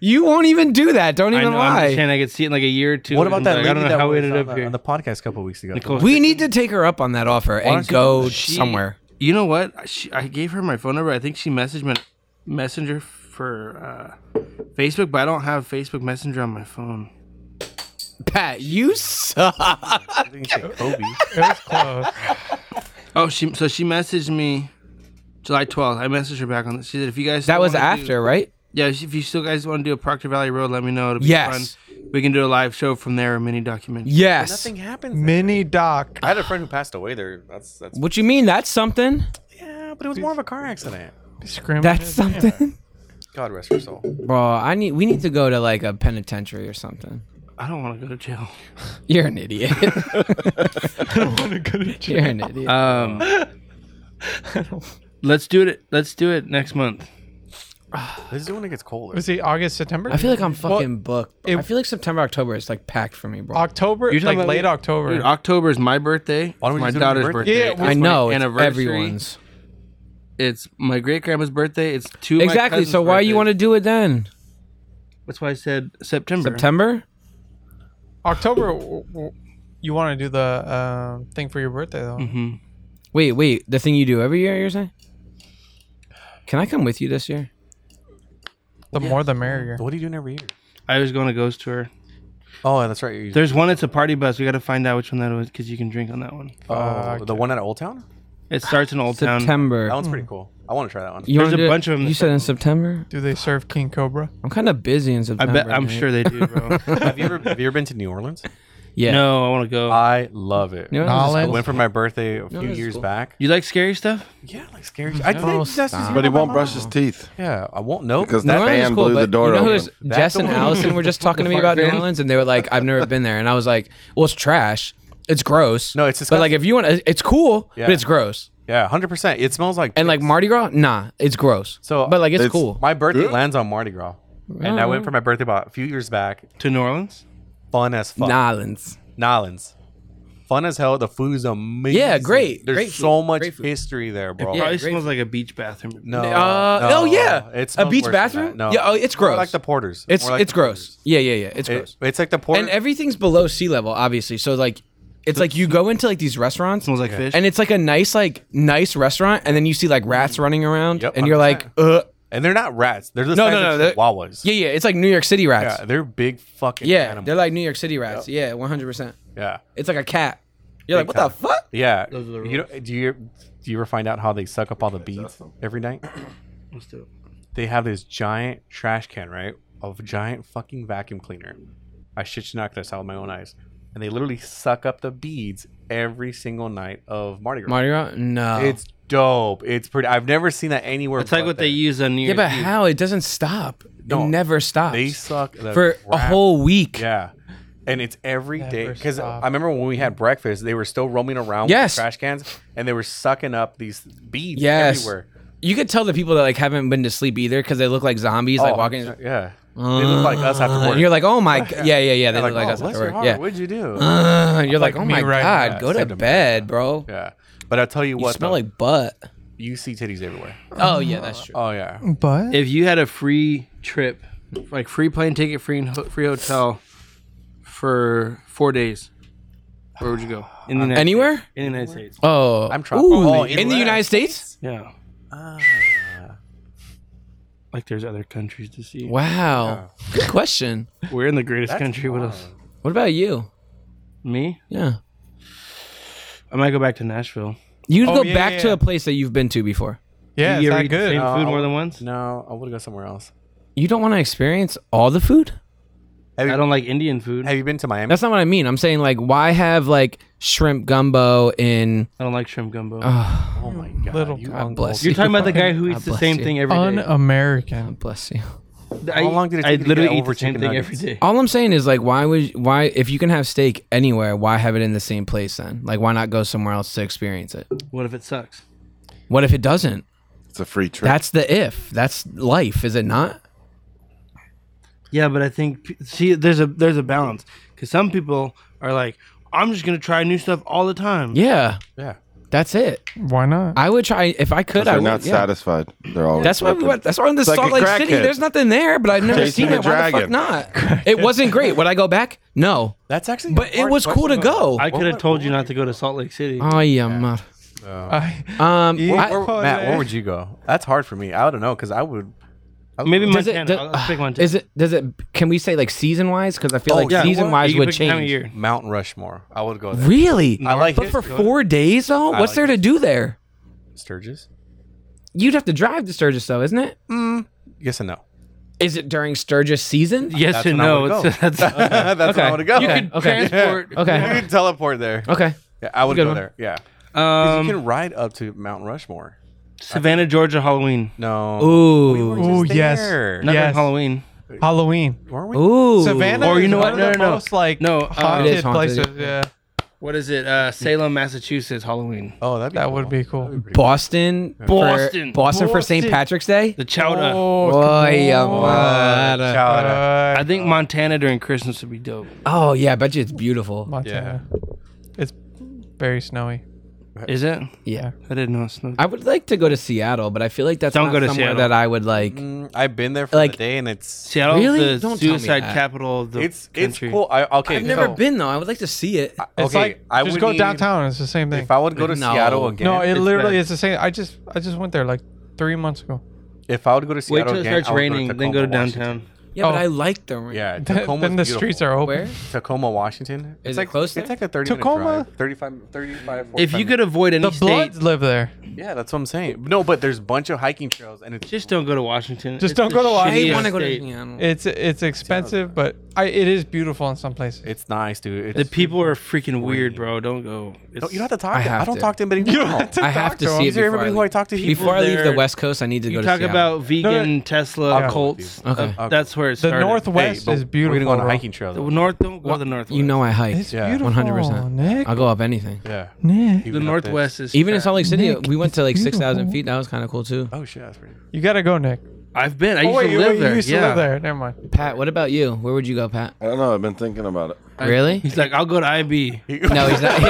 [SPEAKER 8] you won't even do that. Don't
[SPEAKER 1] I
[SPEAKER 8] even
[SPEAKER 1] know. I'm just
[SPEAKER 8] lie.
[SPEAKER 1] saying I could see it in like a year or two.
[SPEAKER 9] what about
[SPEAKER 1] and
[SPEAKER 9] that?
[SPEAKER 1] like,
[SPEAKER 9] Lady
[SPEAKER 1] I don't know
[SPEAKER 9] that
[SPEAKER 1] how we
[SPEAKER 9] was
[SPEAKER 1] ended
[SPEAKER 9] on
[SPEAKER 1] up
[SPEAKER 9] the,
[SPEAKER 1] here.
[SPEAKER 9] on the podcast a couple weeks ago.
[SPEAKER 1] Nicole-
[SPEAKER 8] We need to take her up on that offer
[SPEAKER 9] don't
[SPEAKER 8] and
[SPEAKER 9] you-
[SPEAKER 8] go
[SPEAKER 1] She-
[SPEAKER 8] somewhere.
[SPEAKER 1] You know what? She, I gave her my phone number. I think she messaged me on Messenger for uh, Facebook, but I don't have Facebook Messenger on my phone.
[SPEAKER 8] Pat, you suck.
[SPEAKER 9] I think she said Kobe.
[SPEAKER 2] close.
[SPEAKER 1] Oh, she so she messaged me July 12th. I messaged her back on. She said, "If you guys
[SPEAKER 8] That
[SPEAKER 1] still
[SPEAKER 8] was
[SPEAKER 1] wanna do-
[SPEAKER 8] after, right?
[SPEAKER 1] yeah, if you still guys want to do a Proctor Valley Road, let me know. It'll be
[SPEAKER 8] Yes.
[SPEAKER 1] fun. We can do a live show from there, a mini documentary.
[SPEAKER 8] Yes.
[SPEAKER 9] Nothing happens.
[SPEAKER 2] Mini doc.
[SPEAKER 9] I had a friend who passed away there. That's that's
[SPEAKER 8] What you mean? That's something.
[SPEAKER 9] yeah, but it was more of a car accident.
[SPEAKER 2] Screaming.
[SPEAKER 8] That's something.
[SPEAKER 9] God rest her soul.
[SPEAKER 8] Bro, I need. We need to go to like a penitentiary or something.
[SPEAKER 1] I don't want to go to jail.
[SPEAKER 8] You're an idiot. You're an idiot.
[SPEAKER 1] Um, let's do it. Let's do it next month.
[SPEAKER 9] This is when it gets colder.
[SPEAKER 2] Was he August, September?
[SPEAKER 8] I feel like I'm fucking booked. bro.
[SPEAKER 2] it-
[SPEAKER 8] I feel like September, October is like packed for me, bro.
[SPEAKER 2] October,
[SPEAKER 1] You're talking
[SPEAKER 2] like
[SPEAKER 1] about-
[SPEAKER 2] late October.
[SPEAKER 1] Dude, October is my birthday.
[SPEAKER 9] Why don't we
[SPEAKER 1] my
[SPEAKER 9] just do it on your
[SPEAKER 1] daughter's
[SPEAKER 9] birthday?
[SPEAKER 1] birthday.
[SPEAKER 2] Yeah,
[SPEAKER 1] It's
[SPEAKER 2] well,
[SPEAKER 8] I
[SPEAKER 1] my
[SPEAKER 8] know it's
[SPEAKER 1] anniversary.
[SPEAKER 8] everyone's
[SPEAKER 1] It's my great grandma's birthday. It's two. of my
[SPEAKER 8] exactly.
[SPEAKER 1] cousins'
[SPEAKER 8] So why you
[SPEAKER 1] birthdays.
[SPEAKER 8] want to do it then?
[SPEAKER 1] That's why I said September.
[SPEAKER 8] September?
[SPEAKER 2] October, w- w- you want to do the um, thing for your birthday though?
[SPEAKER 1] Mm-hmm.
[SPEAKER 8] Wait, wait. The thing you do every year, you're saying? Can I come with you this year?
[SPEAKER 2] The more the merrier.
[SPEAKER 9] What are you doing every year?
[SPEAKER 1] I was going to ghost tour.
[SPEAKER 9] Oh, that's right. You're,
[SPEAKER 1] There's one. It's a party bus. We got to find out which one that was because you can drink on that one.
[SPEAKER 9] oh, the one at Old Town.
[SPEAKER 1] It starts in Old Town.
[SPEAKER 8] September.
[SPEAKER 9] That one's pretty cool. I want to try that one.
[SPEAKER 8] You wanna
[SPEAKER 1] There's a
[SPEAKER 8] do it-
[SPEAKER 1] bunch of 'em
[SPEAKER 8] You
[SPEAKER 1] that-
[SPEAKER 8] said in September.
[SPEAKER 2] Do they serve King Cobra?
[SPEAKER 8] I'm kind of busy in
[SPEAKER 1] I
[SPEAKER 8] September.
[SPEAKER 1] bet. I'm
[SPEAKER 8] dude.
[SPEAKER 1] sure they do, bro.
[SPEAKER 9] have you ever have you ever been to New Orleans?
[SPEAKER 8] Yeah. Uh,
[SPEAKER 1] No, I want to go.
[SPEAKER 9] I love it.
[SPEAKER 8] You know,
[SPEAKER 9] I
[SPEAKER 2] Knowledge.
[SPEAKER 9] went for my birthday a few
[SPEAKER 8] this is
[SPEAKER 9] years
[SPEAKER 8] cool.
[SPEAKER 9] back.
[SPEAKER 1] you like scary stuff?
[SPEAKER 9] Yeah, like scary. I think
[SPEAKER 8] Oh,
[SPEAKER 9] that's just
[SPEAKER 8] stop.
[SPEAKER 10] But he won't brush his teeth
[SPEAKER 9] Yeah, I won't know
[SPEAKER 10] because
[SPEAKER 8] New
[SPEAKER 10] that
[SPEAKER 8] Orleans is
[SPEAKER 10] man
[SPEAKER 8] cool,
[SPEAKER 10] blew the
[SPEAKER 8] but
[SPEAKER 10] door
[SPEAKER 8] you know who
[SPEAKER 10] open.
[SPEAKER 8] this- Jess
[SPEAKER 9] the
[SPEAKER 8] and
[SPEAKER 9] one.
[SPEAKER 8] Allison were just talking to me about New Orleans, and they were like, "I've never been there," and I was like, "Well, it's trash. It's gross.
[SPEAKER 9] No, it's
[SPEAKER 8] but like if you want, it's cool,
[SPEAKER 9] Yeah.
[SPEAKER 8] but it's gross.
[SPEAKER 9] yeah, hundred percent. It smells like
[SPEAKER 8] And like Mardi Gras, nah, it's gross.
[SPEAKER 9] So,
[SPEAKER 8] but like it's,
[SPEAKER 10] it's-
[SPEAKER 8] cool.
[SPEAKER 9] my birthday lands on Mardi Gras, and I went for my birthday about a few years back.
[SPEAKER 1] To New Orleans?
[SPEAKER 9] Fun as fuck.
[SPEAKER 8] New Orleans.
[SPEAKER 9] Nolans. Fun as hell. The food is amazing.
[SPEAKER 8] Yeah, great,
[SPEAKER 9] There's
[SPEAKER 8] great
[SPEAKER 9] so
[SPEAKER 8] food,
[SPEAKER 9] much
[SPEAKER 8] great food.
[SPEAKER 9] history there, bro.
[SPEAKER 1] Probably
[SPEAKER 8] great.
[SPEAKER 1] smells like a beach bathroom.
[SPEAKER 9] No,
[SPEAKER 8] Uh,
[SPEAKER 9] no,
[SPEAKER 8] oh yeah,
[SPEAKER 9] It
[SPEAKER 8] a
[SPEAKER 9] smells
[SPEAKER 8] beach
[SPEAKER 9] worse than
[SPEAKER 8] bathroom.
[SPEAKER 9] that. No,
[SPEAKER 8] yeah, oh, it's
[SPEAKER 9] More
[SPEAKER 8] gross.
[SPEAKER 9] like the porters.
[SPEAKER 8] it's
[SPEAKER 9] More like
[SPEAKER 8] it's
[SPEAKER 9] the
[SPEAKER 8] gross.
[SPEAKER 9] Porters.
[SPEAKER 8] Yeah, yeah, yeah. It's
[SPEAKER 9] It-
[SPEAKER 8] gross.
[SPEAKER 9] it's like the porters.
[SPEAKER 8] and everything's below sea level, obviously. So like It's like you go into like these restaurants.
[SPEAKER 1] Smells like fish.
[SPEAKER 8] And it's like a nice, like nice restaurant, and then you see like rats running around,
[SPEAKER 9] Mm-hmm. Yep,
[SPEAKER 8] and you're like, uh,
[SPEAKER 9] And they're not rats. They're the
[SPEAKER 8] No,
[SPEAKER 9] size
[SPEAKER 8] no, no,
[SPEAKER 9] of
[SPEAKER 8] they're-
[SPEAKER 9] chihuahuas.
[SPEAKER 8] yeah, yeah. It's like New York City rats.
[SPEAKER 9] Yeah, they're big fucking
[SPEAKER 8] Yeah,
[SPEAKER 9] animals.
[SPEAKER 8] they're like New York City rats. Yeah, one hundred percent.
[SPEAKER 9] yeah.
[SPEAKER 8] It's like a cat. You're
[SPEAKER 9] Big
[SPEAKER 8] like, what
[SPEAKER 9] time.
[SPEAKER 8] the fuck?
[SPEAKER 9] Yeah.
[SPEAKER 1] Those are the
[SPEAKER 9] You know, do you do you ever find out how they suck up all the beads every night?
[SPEAKER 1] Let's do it.
[SPEAKER 9] They have this giant trash can, right, of giant fucking vacuum cleaner. I shit you not, 'cause I saw with my own eyes, and they literally suck up the beads every single night of Mardi Gras.
[SPEAKER 8] Mardi Gras? No.
[SPEAKER 9] It's dope. It's pretty. I've never seen that anywhere.
[SPEAKER 1] It's like
[SPEAKER 9] but
[SPEAKER 1] what they
[SPEAKER 9] there.
[SPEAKER 1] use on New
[SPEAKER 8] yeah,
[SPEAKER 1] Year's.
[SPEAKER 8] but
[SPEAKER 1] Eve.
[SPEAKER 8] how? It doesn't stop.
[SPEAKER 9] No,
[SPEAKER 8] it never stops.
[SPEAKER 9] They suck the
[SPEAKER 8] for a
[SPEAKER 9] crap
[SPEAKER 8] whole week.
[SPEAKER 9] Yeah. And it's every day
[SPEAKER 2] Never
[SPEAKER 9] because
[SPEAKER 2] stop.
[SPEAKER 9] I remember when we had breakfast, they were still roaming around
[SPEAKER 8] Yes.
[SPEAKER 9] with the trash cans and they were sucking up these beads
[SPEAKER 8] Yes.
[SPEAKER 9] everywhere.
[SPEAKER 8] You could tell the people that like haven't been to sleep either because they look like zombies, like
[SPEAKER 9] Oh,
[SPEAKER 8] walking.
[SPEAKER 9] Yeah. they look like us after
[SPEAKER 8] Uh,
[SPEAKER 9] work.
[SPEAKER 8] and you're like, oh my, g- yeah, yeah, yeah. They
[SPEAKER 9] They're
[SPEAKER 8] look
[SPEAKER 9] like,
[SPEAKER 8] like
[SPEAKER 9] "Oh,
[SPEAKER 8] us
[SPEAKER 9] bless
[SPEAKER 8] after
[SPEAKER 9] your
[SPEAKER 8] work.
[SPEAKER 9] heart.
[SPEAKER 8] Yeah.
[SPEAKER 9] What'd you do?
[SPEAKER 8] Uh, you're like,
[SPEAKER 2] Like
[SPEAKER 8] oh
[SPEAKER 2] me
[SPEAKER 8] my
[SPEAKER 2] right
[SPEAKER 8] god,
[SPEAKER 9] now.
[SPEAKER 8] go to
[SPEAKER 9] Same to me.
[SPEAKER 8] bed, bro.
[SPEAKER 9] yeah. But I'll tell you
[SPEAKER 8] You
[SPEAKER 9] what,
[SPEAKER 8] smell
[SPEAKER 9] though,
[SPEAKER 8] like butt.
[SPEAKER 9] you see titties everywhere.
[SPEAKER 8] Oh yeah, that's true.
[SPEAKER 9] Oh, yeah.
[SPEAKER 2] But
[SPEAKER 1] If you had a free trip, like free plane ticket, free ho- free hotel for four days, where would you go? In the
[SPEAKER 9] Uh,
[SPEAKER 1] United
[SPEAKER 8] Anywhere?
[SPEAKER 1] States. In the United States.
[SPEAKER 8] Oh,
[SPEAKER 9] I'm
[SPEAKER 8] trying.
[SPEAKER 9] trying- Oh,
[SPEAKER 8] in the
[SPEAKER 9] anywhere.
[SPEAKER 8] United States?
[SPEAKER 1] Yeah.
[SPEAKER 9] Ah.
[SPEAKER 1] Like there's other countries to see.
[SPEAKER 8] Wow, good question.
[SPEAKER 1] We're in the greatest
[SPEAKER 9] That's
[SPEAKER 1] country. What else?
[SPEAKER 9] fine.
[SPEAKER 8] What about you?
[SPEAKER 1] Me?
[SPEAKER 8] Yeah,
[SPEAKER 1] I might go back to Nashville.
[SPEAKER 8] you could
[SPEAKER 2] Oh,
[SPEAKER 8] go
[SPEAKER 2] yeah,
[SPEAKER 8] back
[SPEAKER 2] yeah,
[SPEAKER 8] to
[SPEAKER 2] yeah.
[SPEAKER 8] a place that you've been to before.
[SPEAKER 2] yeah,
[SPEAKER 1] Do
[SPEAKER 2] it's
[SPEAKER 1] you ever
[SPEAKER 2] not
[SPEAKER 1] eat the
[SPEAKER 2] good.
[SPEAKER 1] Same
[SPEAKER 9] No,
[SPEAKER 1] food
[SPEAKER 9] I
[SPEAKER 1] more than
[SPEAKER 9] would-
[SPEAKER 1] once.
[SPEAKER 9] No, I would go somewhere else.
[SPEAKER 8] You don't want to experience all the food.
[SPEAKER 9] Have you,
[SPEAKER 1] I don't like Indian food.
[SPEAKER 9] have you been to Miami?
[SPEAKER 8] That's not what I mean. I'm saying like, why have like shrimp gumbo in?
[SPEAKER 1] I don't like shrimp gumbo.
[SPEAKER 9] oh, my God.
[SPEAKER 2] Little
[SPEAKER 9] you,
[SPEAKER 8] God
[SPEAKER 9] uncle.
[SPEAKER 8] bless you.
[SPEAKER 1] You're talking about the guy who
[SPEAKER 8] God
[SPEAKER 1] eats the
[SPEAKER 8] bless
[SPEAKER 1] same
[SPEAKER 8] you.
[SPEAKER 1] thing every day.
[SPEAKER 2] Un-American.
[SPEAKER 8] Bless you.
[SPEAKER 1] I,
[SPEAKER 9] How long did it
[SPEAKER 1] I
[SPEAKER 9] take you to
[SPEAKER 1] literally
[SPEAKER 9] get
[SPEAKER 1] eat
[SPEAKER 9] over
[SPEAKER 1] the same
[SPEAKER 9] chicken
[SPEAKER 1] thing
[SPEAKER 9] nuggets? Oh.
[SPEAKER 1] every day.
[SPEAKER 8] All I'm saying is like, why would why if you can have steak anywhere, why have it in the same place then? Like, why not go somewhere else to experience it?
[SPEAKER 1] What if it sucks?
[SPEAKER 8] What if it doesn't?
[SPEAKER 10] It's a free trip.
[SPEAKER 8] That's the if. That's life, is it not?
[SPEAKER 1] Yeah, but I think p- see, there's a there's a balance because some people are like, I'm just gonna try new stuff all the time.
[SPEAKER 8] Yeah,
[SPEAKER 9] Yeah.
[SPEAKER 8] that's it.
[SPEAKER 2] Why not?
[SPEAKER 8] I would try if I could. I
[SPEAKER 10] they're
[SPEAKER 8] would.
[SPEAKER 10] not
[SPEAKER 8] yeah.
[SPEAKER 10] satisfied. They're all
[SPEAKER 8] That's why we went. That's why in the
[SPEAKER 10] It's like
[SPEAKER 8] Salt
[SPEAKER 10] a
[SPEAKER 8] Lake City,
[SPEAKER 10] crackhead.
[SPEAKER 8] there's nothing there. But I've never
[SPEAKER 10] Chasing
[SPEAKER 8] seen
[SPEAKER 10] the
[SPEAKER 8] it. Why the fuck
[SPEAKER 10] dragon.
[SPEAKER 8] not? It wasn't great. Would I go back? No.
[SPEAKER 9] That's actually.
[SPEAKER 8] But it was cool to go.
[SPEAKER 1] I could have
[SPEAKER 9] what-
[SPEAKER 1] told you not to go to Salt Lake City.
[SPEAKER 8] Oh yeah, ma.
[SPEAKER 2] I-
[SPEAKER 8] Um,
[SPEAKER 2] Yeah.
[SPEAKER 8] I-
[SPEAKER 9] Where,
[SPEAKER 2] Oh,
[SPEAKER 9] Matt, where
[SPEAKER 2] yeah.
[SPEAKER 9] would you go? That's hard for me. I don't know because I would.
[SPEAKER 1] Maybe
[SPEAKER 8] does it,
[SPEAKER 1] Montana.
[SPEAKER 8] does- uh,
[SPEAKER 1] I'll- I'll pick Montana.
[SPEAKER 8] is it? Does it? Can we say like season wise? Because I feel
[SPEAKER 9] Oh,
[SPEAKER 8] like
[SPEAKER 9] yeah.
[SPEAKER 8] season wise
[SPEAKER 1] You can
[SPEAKER 8] would
[SPEAKER 1] pick the Time of
[SPEAKER 8] change.
[SPEAKER 1] year.
[SPEAKER 9] Mount Rushmore. I would go there.
[SPEAKER 8] Really?
[SPEAKER 9] I like
[SPEAKER 8] But
[SPEAKER 9] it.
[SPEAKER 8] for four days though,
[SPEAKER 9] I
[SPEAKER 8] what's
[SPEAKER 9] like
[SPEAKER 8] there
[SPEAKER 9] it.
[SPEAKER 8] to do there?
[SPEAKER 9] Sturgis.
[SPEAKER 8] You'd have to drive to Sturgis though, isn't it?
[SPEAKER 9] Yes and no.
[SPEAKER 8] Is it during Sturgis season?
[SPEAKER 1] Yes
[SPEAKER 9] That's
[SPEAKER 1] and
[SPEAKER 9] when I
[SPEAKER 1] no.
[SPEAKER 9] would go.
[SPEAKER 1] It's- that's-
[SPEAKER 9] That's where I
[SPEAKER 8] Okay.
[SPEAKER 9] would go.
[SPEAKER 8] You could Okay.
[SPEAKER 1] transport-
[SPEAKER 8] Okay.
[SPEAKER 9] You could teleport there.
[SPEAKER 8] Okay.
[SPEAKER 9] Yeah, I would
[SPEAKER 8] Good
[SPEAKER 9] go
[SPEAKER 8] one.
[SPEAKER 9] there. Yeah. 'Cause you
[SPEAKER 1] um,
[SPEAKER 9] can ride up to Mount Rushmore.
[SPEAKER 1] Savannah, Georgia, Halloween.
[SPEAKER 9] No.
[SPEAKER 8] Ooh.
[SPEAKER 2] Oh
[SPEAKER 9] Just
[SPEAKER 2] yes,
[SPEAKER 9] there.
[SPEAKER 1] Not
[SPEAKER 2] yes.
[SPEAKER 1] Halloween.
[SPEAKER 2] Halloween.
[SPEAKER 9] Weren't we?
[SPEAKER 8] Ooh.
[SPEAKER 2] Savannah.
[SPEAKER 1] Or you
[SPEAKER 2] is
[SPEAKER 1] know what?
[SPEAKER 2] one of
[SPEAKER 1] No,
[SPEAKER 2] the
[SPEAKER 1] no, no.
[SPEAKER 2] most, Like
[SPEAKER 1] No, uh,
[SPEAKER 8] It
[SPEAKER 2] haunted
[SPEAKER 8] is haunted,
[SPEAKER 2] places. Yeah,
[SPEAKER 1] What is it? Uh, Salem, Massachusetts, Halloween.
[SPEAKER 9] Oh, that'd be
[SPEAKER 2] that
[SPEAKER 9] cool.
[SPEAKER 2] would be cool.
[SPEAKER 9] That'd be pretty
[SPEAKER 8] Boston. for-
[SPEAKER 1] Boston.
[SPEAKER 8] Boston for St.
[SPEAKER 2] Boston.
[SPEAKER 8] Patrick's Day.
[SPEAKER 1] The chowder.
[SPEAKER 2] Oh,
[SPEAKER 8] Oh, yeah,
[SPEAKER 2] come
[SPEAKER 8] man.
[SPEAKER 9] cool.
[SPEAKER 2] on.
[SPEAKER 9] Chowder.
[SPEAKER 1] I
[SPEAKER 2] Uh,
[SPEAKER 1] think Montana during Christmas would be dope.
[SPEAKER 8] Oh yeah, I bet you it's beautiful.
[SPEAKER 2] Montana. It's very snowy.
[SPEAKER 1] Is it?
[SPEAKER 8] Yeah.
[SPEAKER 1] I didn't know it snowed.
[SPEAKER 8] I would like to go to Seattle, but I feel like that's
[SPEAKER 1] Don't
[SPEAKER 8] not
[SPEAKER 1] go to
[SPEAKER 8] somewhere
[SPEAKER 1] Seattle.
[SPEAKER 8] that I would like.
[SPEAKER 9] Mm, I've been there for
[SPEAKER 8] Like-
[SPEAKER 9] the day, and it's
[SPEAKER 1] Seattle's
[SPEAKER 8] Really?
[SPEAKER 1] the
[SPEAKER 8] Don't tell me
[SPEAKER 1] suicide
[SPEAKER 8] that.
[SPEAKER 1] capital of the
[SPEAKER 9] it's it's
[SPEAKER 1] country.
[SPEAKER 9] cool. I, okay,
[SPEAKER 8] I've never
[SPEAKER 9] so-
[SPEAKER 8] been though. I would like to see it.
[SPEAKER 9] Okay,
[SPEAKER 2] It's like
[SPEAKER 9] I
[SPEAKER 2] just
[SPEAKER 9] would
[SPEAKER 2] go
[SPEAKER 9] need-
[SPEAKER 2] downtown. It's the same thing.
[SPEAKER 9] If I would go to
[SPEAKER 8] No.
[SPEAKER 9] Seattle again,
[SPEAKER 2] no, it
[SPEAKER 1] it's
[SPEAKER 2] literally
[SPEAKER 1] bad.
[SPEAKER 2] is the same. I just I just went there like three months ago.
[SPEAKER 9] if I would go to
[SPEAKER 1] Wait
[SPEAKER 9] Seattle
[SPEAKER 1] till it
[SPEAKER 9] again,
[SPEAKER 1] starts
[SPEAKER 9] I would
[SPEAKER 1] raining,
[SPEAKER 9] go to
[SPEAKER 1] then go to
[SPEAKER 9] Tacoma,
[SPEAKER 1] downtown.
[SPEAKER 8] Yeah, but
[SPEAKER 2] Oh.
[SPEAKER 8] I like them.
[SPEAKER 9] Washington. Yeah, Tacoma's
[SPEAKER 2] then the
[SPEAKER 9] beautiful.
[SPEAKER 2] streets are open.
[SPEAKER 8] Where?
[SPEAKER 9] Tacoma, Washington.
[SPEAKER 8] Is
[SPEAKER 9] it's
[SPEAKER 8] it
[SPEAKER 9] like
[SPEAKER 8] close
[SPEAKER 9] It's
[SPEAKER 8] there?
[SPEAKER 9] like a 30
[SPEAKER 2] Tacoma?
[SPEAKER 9] minute drive. 35, 35
[SPEAKER 1] If
[SPEAKER 9] 45
[SPEAKER 1] you could avoid any
[SPEAKER 2] The
[SPEAKER 1] state,
[SPEAKER 2] Bloods live there.
[SPEAKER 9] Yeah, that's what I'm saying. No, but there's a bunch of hiking trails, and it's
[SPEAKER 1] just don't go to Washington.
[SPEAKER 2] Just don't go to
[SPEAKER 8] I
[SPEAKER 2] Washington.
[SPEAKER 1] want
[SPEAKER 8] want to go to. Yeah, I don't-
[SPEAKER 2] It's it's expensive, but I it is beautiful in some places.
[SPEAKER 9] it's nice, dude. It's,
[SPEAKER 1] The people are freaking weird, bro. Don't go.
[SPEAKER 9] Don't-
[SPEAKER 1] It's-
[SPEAKER 9] you don't have to talk.
[SPEAKER 8] I
[SPEAKER 9] I, to,
[SPEAKER 8] have
[SPEAKER 9] I don't
[SPEAKER 8] to.
[SPEAKER 9] talk to anybody. You don't
[SPEAKER 8] I have
[SPEAKER 2] talk
[SPEAKER 8] to
[SPEAKER 2] to
[SPEAKER 8] see
[SPEAKER 2] them.
[SPEAKER 8] it
[SPEAKER 9] These are
[SPEAKER 8] before
[SPEAKER 9] everybody who I
[SPEAKER 8] leave.
[SPEAKER 9] talk to. he-
[SPEAKER 8] Before I leave the
[SPEAKER 1] They're-
[SPEAKER 8] West Coast, I need to
[SPEAKER 1] You
[SPEAKER 8] go to
[SPEAKER 1] talk
[SPEAKER 8] Seattle.
[SPEAKER 1] about vegan Tesla
[SPEAKER 9] I'll go
[SPEAKER 1] cults.
[SPEAKER 9] with
[SPEAKER 8] you. Okay.
[SPEAKER 1] Uh,
[SPEAKER 9] I'll
[SPEAKER 1] That's where it
[SPEAKER 2] The
[SPEAKER 1] started.
[SPEAKER 9] Hey,
[SPEAKER 2] Northwest
[SPEAKER 9] but
[SPEAKER 2] is beautiful.
[SPEAKER 9] We're gonna go on a
[SPEAKER 2] bro.
[SPEAKER 9] hiking trail.
[SPEAKER 1] The
[SPEAKER 9] Though.
[SPEAKER 1] north. Don't go to the northwest.
[SPEAKER 8] You know I hike.
[SPEAKER 2] It's
[SPEAKER 9] Yeah.
[SPEAKER 2] beautiful.
[SPEAKER 8] 100%.
[SPEAKER 2] Nick.
[SPEAKER 8] I'll go up anything.
[SPEAKER 9] yeah.
[SPEAKER 2] Nick,
[SPEAKER 1] the
[SPEAKER 9] Even up there.
[SPEAKER 1] northwest is.
[SPEAKER 8] Even in
[SPEAKER 1] crap.
[SPEAKER 8] Salt Lake City,
[SPEAKER 2] Nick,
[SPEAKER 8] we went to like
[SPEAKER 2] it's
[SPEAKER 8] six thousand
[SPEAKER 2] beautiful.
[SPEAKER 8] feet. That was kind of cool too.
[SPEAKER 9] Oh shit, that's pretty.
[SPEAKER 2] you gotta go, Nick.
[SPEAKER 1] I've been. I used
[SPEAKER 2] Oh, wait,
[SPEAKER 1] to
[SPEAKER 2] wait,
[SPEAKER 1] live
[SPEAKER 2] you
[SPEAKER 1] there.
[SPEAKER 2] used
[SPEAKER 1] yeah.
[SPEAKER 2] to live there. Never mind.
[SPEAKER 8] Pat, what about you? Where would you go, Pat?
[SPEAKER 10] I don't know. I've been thinking about it.
[SPEAKER 8] Really?
[SPEAKER 1] He's like, I'll go to IB.
[SPEAKER 8] No, he's not.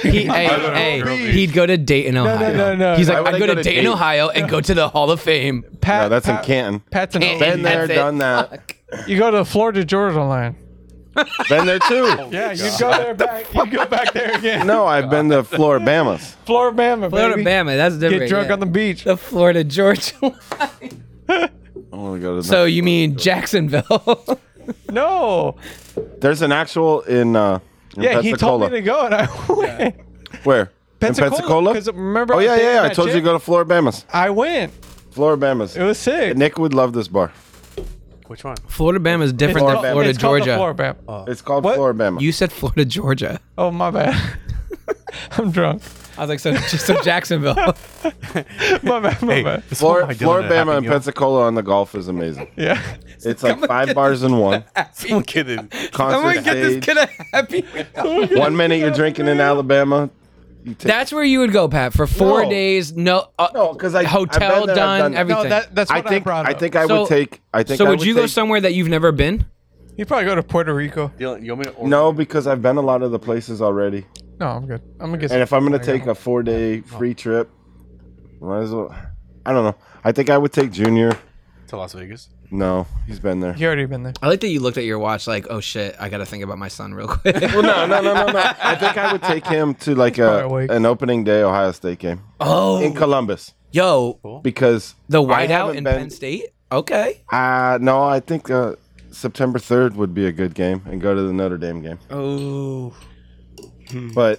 [SPEAKER 8] he, hey, hey, he'd go to Dayton, Ohio.
[SPEAKER 2] no, no,
[SPEAKER 8] He's
[SPEAKER 2] no.
[SPEAKER 8] like,
[SPEAKER 10] Why
[SPEAKER 8] I'd
[SPEAKER 10] would
[SPEAKER 8] go,
[SPEAKER 10] I go
[SPEAKER 8] to
[SPEAKER 10] to
[SPEAKER 8] Dayton,
[SPEAKER 10] Dayton?
[SPEAKER 8] Ohio, and go to the Hall of Fame.
[SPEAKER 2] Pat,
[SPEAKER 10] No, that's in
[SPEAKER 2] Pat-
[SPEAKER 10] Canton.
[SPEAKER 2] Pat's an
[SPEAKER 8] Canton.
[SPEAKER 2] old-
[SPEAKER 10] Been there,
[SPEAKER 8] That's it.
[SPEAKER 10] done that.
[SPEAKER 2] You go to Florida Georgia line.
[SPEAKER 10] Been there too.
[SPEAKER 2] yeah, you go there back. You go back there again.
[SPEAKER 10] No, I've been to Floribama's.
[SPEAKER 2] Floribama,
[SPEAKER 8] Florida
[SPEAKER 2] baby.
[SPEAKER 8] Bama, that's different.
[SPEAKER 2] Get drunk
[SPEAKER 8] yeah.
[SPEAKER 2] on the beach.
[SPEAKER 8] the Florida Georgia. line.
[SPEAKER 10] I want to go to.
[SPEAKER 8] so you mean Jacksonville?
[SPEAKER 2] No.
[SPEAKER 10] there's an actual in. Uh, in
[SPEAKER 2] Yeah, he told
[SPEAKER 10] Pensacola.
[SPEAKER 2] me to go, and I went.
[SPEAKER 10] Where?
[SPEAKER 2] Pensacola,
[SPEAKER 10] In Pensacola.
[SPEAKER 2] 'cause remember
[SPEAKER 10] oh
[SPEAKER 2] I
[SPEAKER 10] yeah,
[SPEAKER 2] dated
[SPEAKER 10] yeah, yeah. I
[SPEAKER 2] that
[SPEAKER 10] told you to
[SPEAKER 2] chick?
[SPEAKER 10] go to Floribama's.
[SPEAKER 2] I went.
[SPEAKER 10] Floribama's.
[SPEAKER 2] It was sick.
[SPEAKER 10] Nick would love this bar.
[SPEAKER 9] Which one?
[SPEAKER 8] Florida Bama is different than
[SPEAKER 10] called-
[SPEAKER 8] Florida
[SPEAKER 2] it's called the
[SPEAKER 8] Georgia.
[SPEAKER 2] Floribama.
[SPEAKER 10] It's called
[SPEAKER 2] Oh. What?
[SPEAKER 10] Floribama.
[SPEAKER 8] You said Florida Georgia.
[SPEAKER 2] Oh my bad. I'm drunk.
[SPEAKER 8] I was like, so so Jacksonville.
[SPEAKER 2] My bad. My bad.
[SPEAKER 10] Flor- Floribama and Pensacola on the Gulf is amazing.
[SPEAKER 2] Yeah.
[SPEAKER 10] It's like five bars in one.
[SPEAKER 9] Pensacola. kidding.
[SPEAKER 8] I'm
[SPEAKER 10] Concert
[SPEAKER 8] gonna get this
[SPEAKER 10] stage.
[SPEAKER 8] kid a happy.
[SPEAKER 10] One minute you're drinking in Alabama. You take
[SPEAKER 8] That's where you would go, Pat, for four
[SPEAKER 10] No.
[SPEAKER 8] days. No, uh,
[SPEAKER 10] No, 'cause I- I've
[SPEAKER 8] hotel
[SPEAKER 10] been there, I've
[SPEAKER 8] done,
[SPEAKER 10] done that.
[SPEAKER 8] everything.
[SPEAKER 2] No, that, that's
[SPEAKER 10] I
[SPEAKER 2] what I,
[SPEAKER 10] think
[SPEAKER 2] brought
[SPEAKER 10] I
[SPEAKER 2] up.
[SPEAKER 10] think I
[SPEAKER 8] So-
[SPEAKER 10] would take. I think.
[SPEAKER 8] so
[SPEAKER 10] I
[SPEAKER 8] would you go
[SPEAKER 10] take-
[SPEAKER 8] somewhere that you've never been?
[SPEAKER 2] you probably go to Puerto Rico.
[SPEAKER 9] Dylan, you want me to order?
[SPEAKER 10] No, because I've been a lot of the places already.
[SPEAKER 2] No, I'm good. I'm gonna get.
[SPEAKER 10] And if I'm gonna
[SPEAKER 2] There you
[SPEAKER 10] take a four day free trip, might as well. I don't know. I think I would take Junior.
[SPEAKER 9] to Las Vegas.
[SPEAKER 10] No, he's been there.
[SPEAKER 2] You already been there.
[SPEAKER 8] I like that you looked at your watch, like, oh shit, I gotta think about my son real quick.
[SPEAKER 10] Well, no, no, no, no, no. I think I would take him to like
[SPEAKER 2] far
[SPEAKER 10] a,
[SPEAKER 2] away.
[SPEAKER 10] an opening day Ohio State game in
[SPEAKER 8] oh,
[SPEAKER 10] Columbus
[SPEAKER 8] yo,
[SPEAKER 10] because
[SPEAKER 8] the
[SPEAKER 10] I
[SPEAKER 8] whiteout
[SPEAKER 10] haven't
[SPEAKER 8] in
[SPEAKER 10] been-
[SPEAKER 8] Penn State. Okay.
[SPEAKER 10] Uh, no, I think uh, September 3rd would be a good game and go to the Notre Dame game.
[SPEAKER 8] Oh,
[SPEAKER 10] But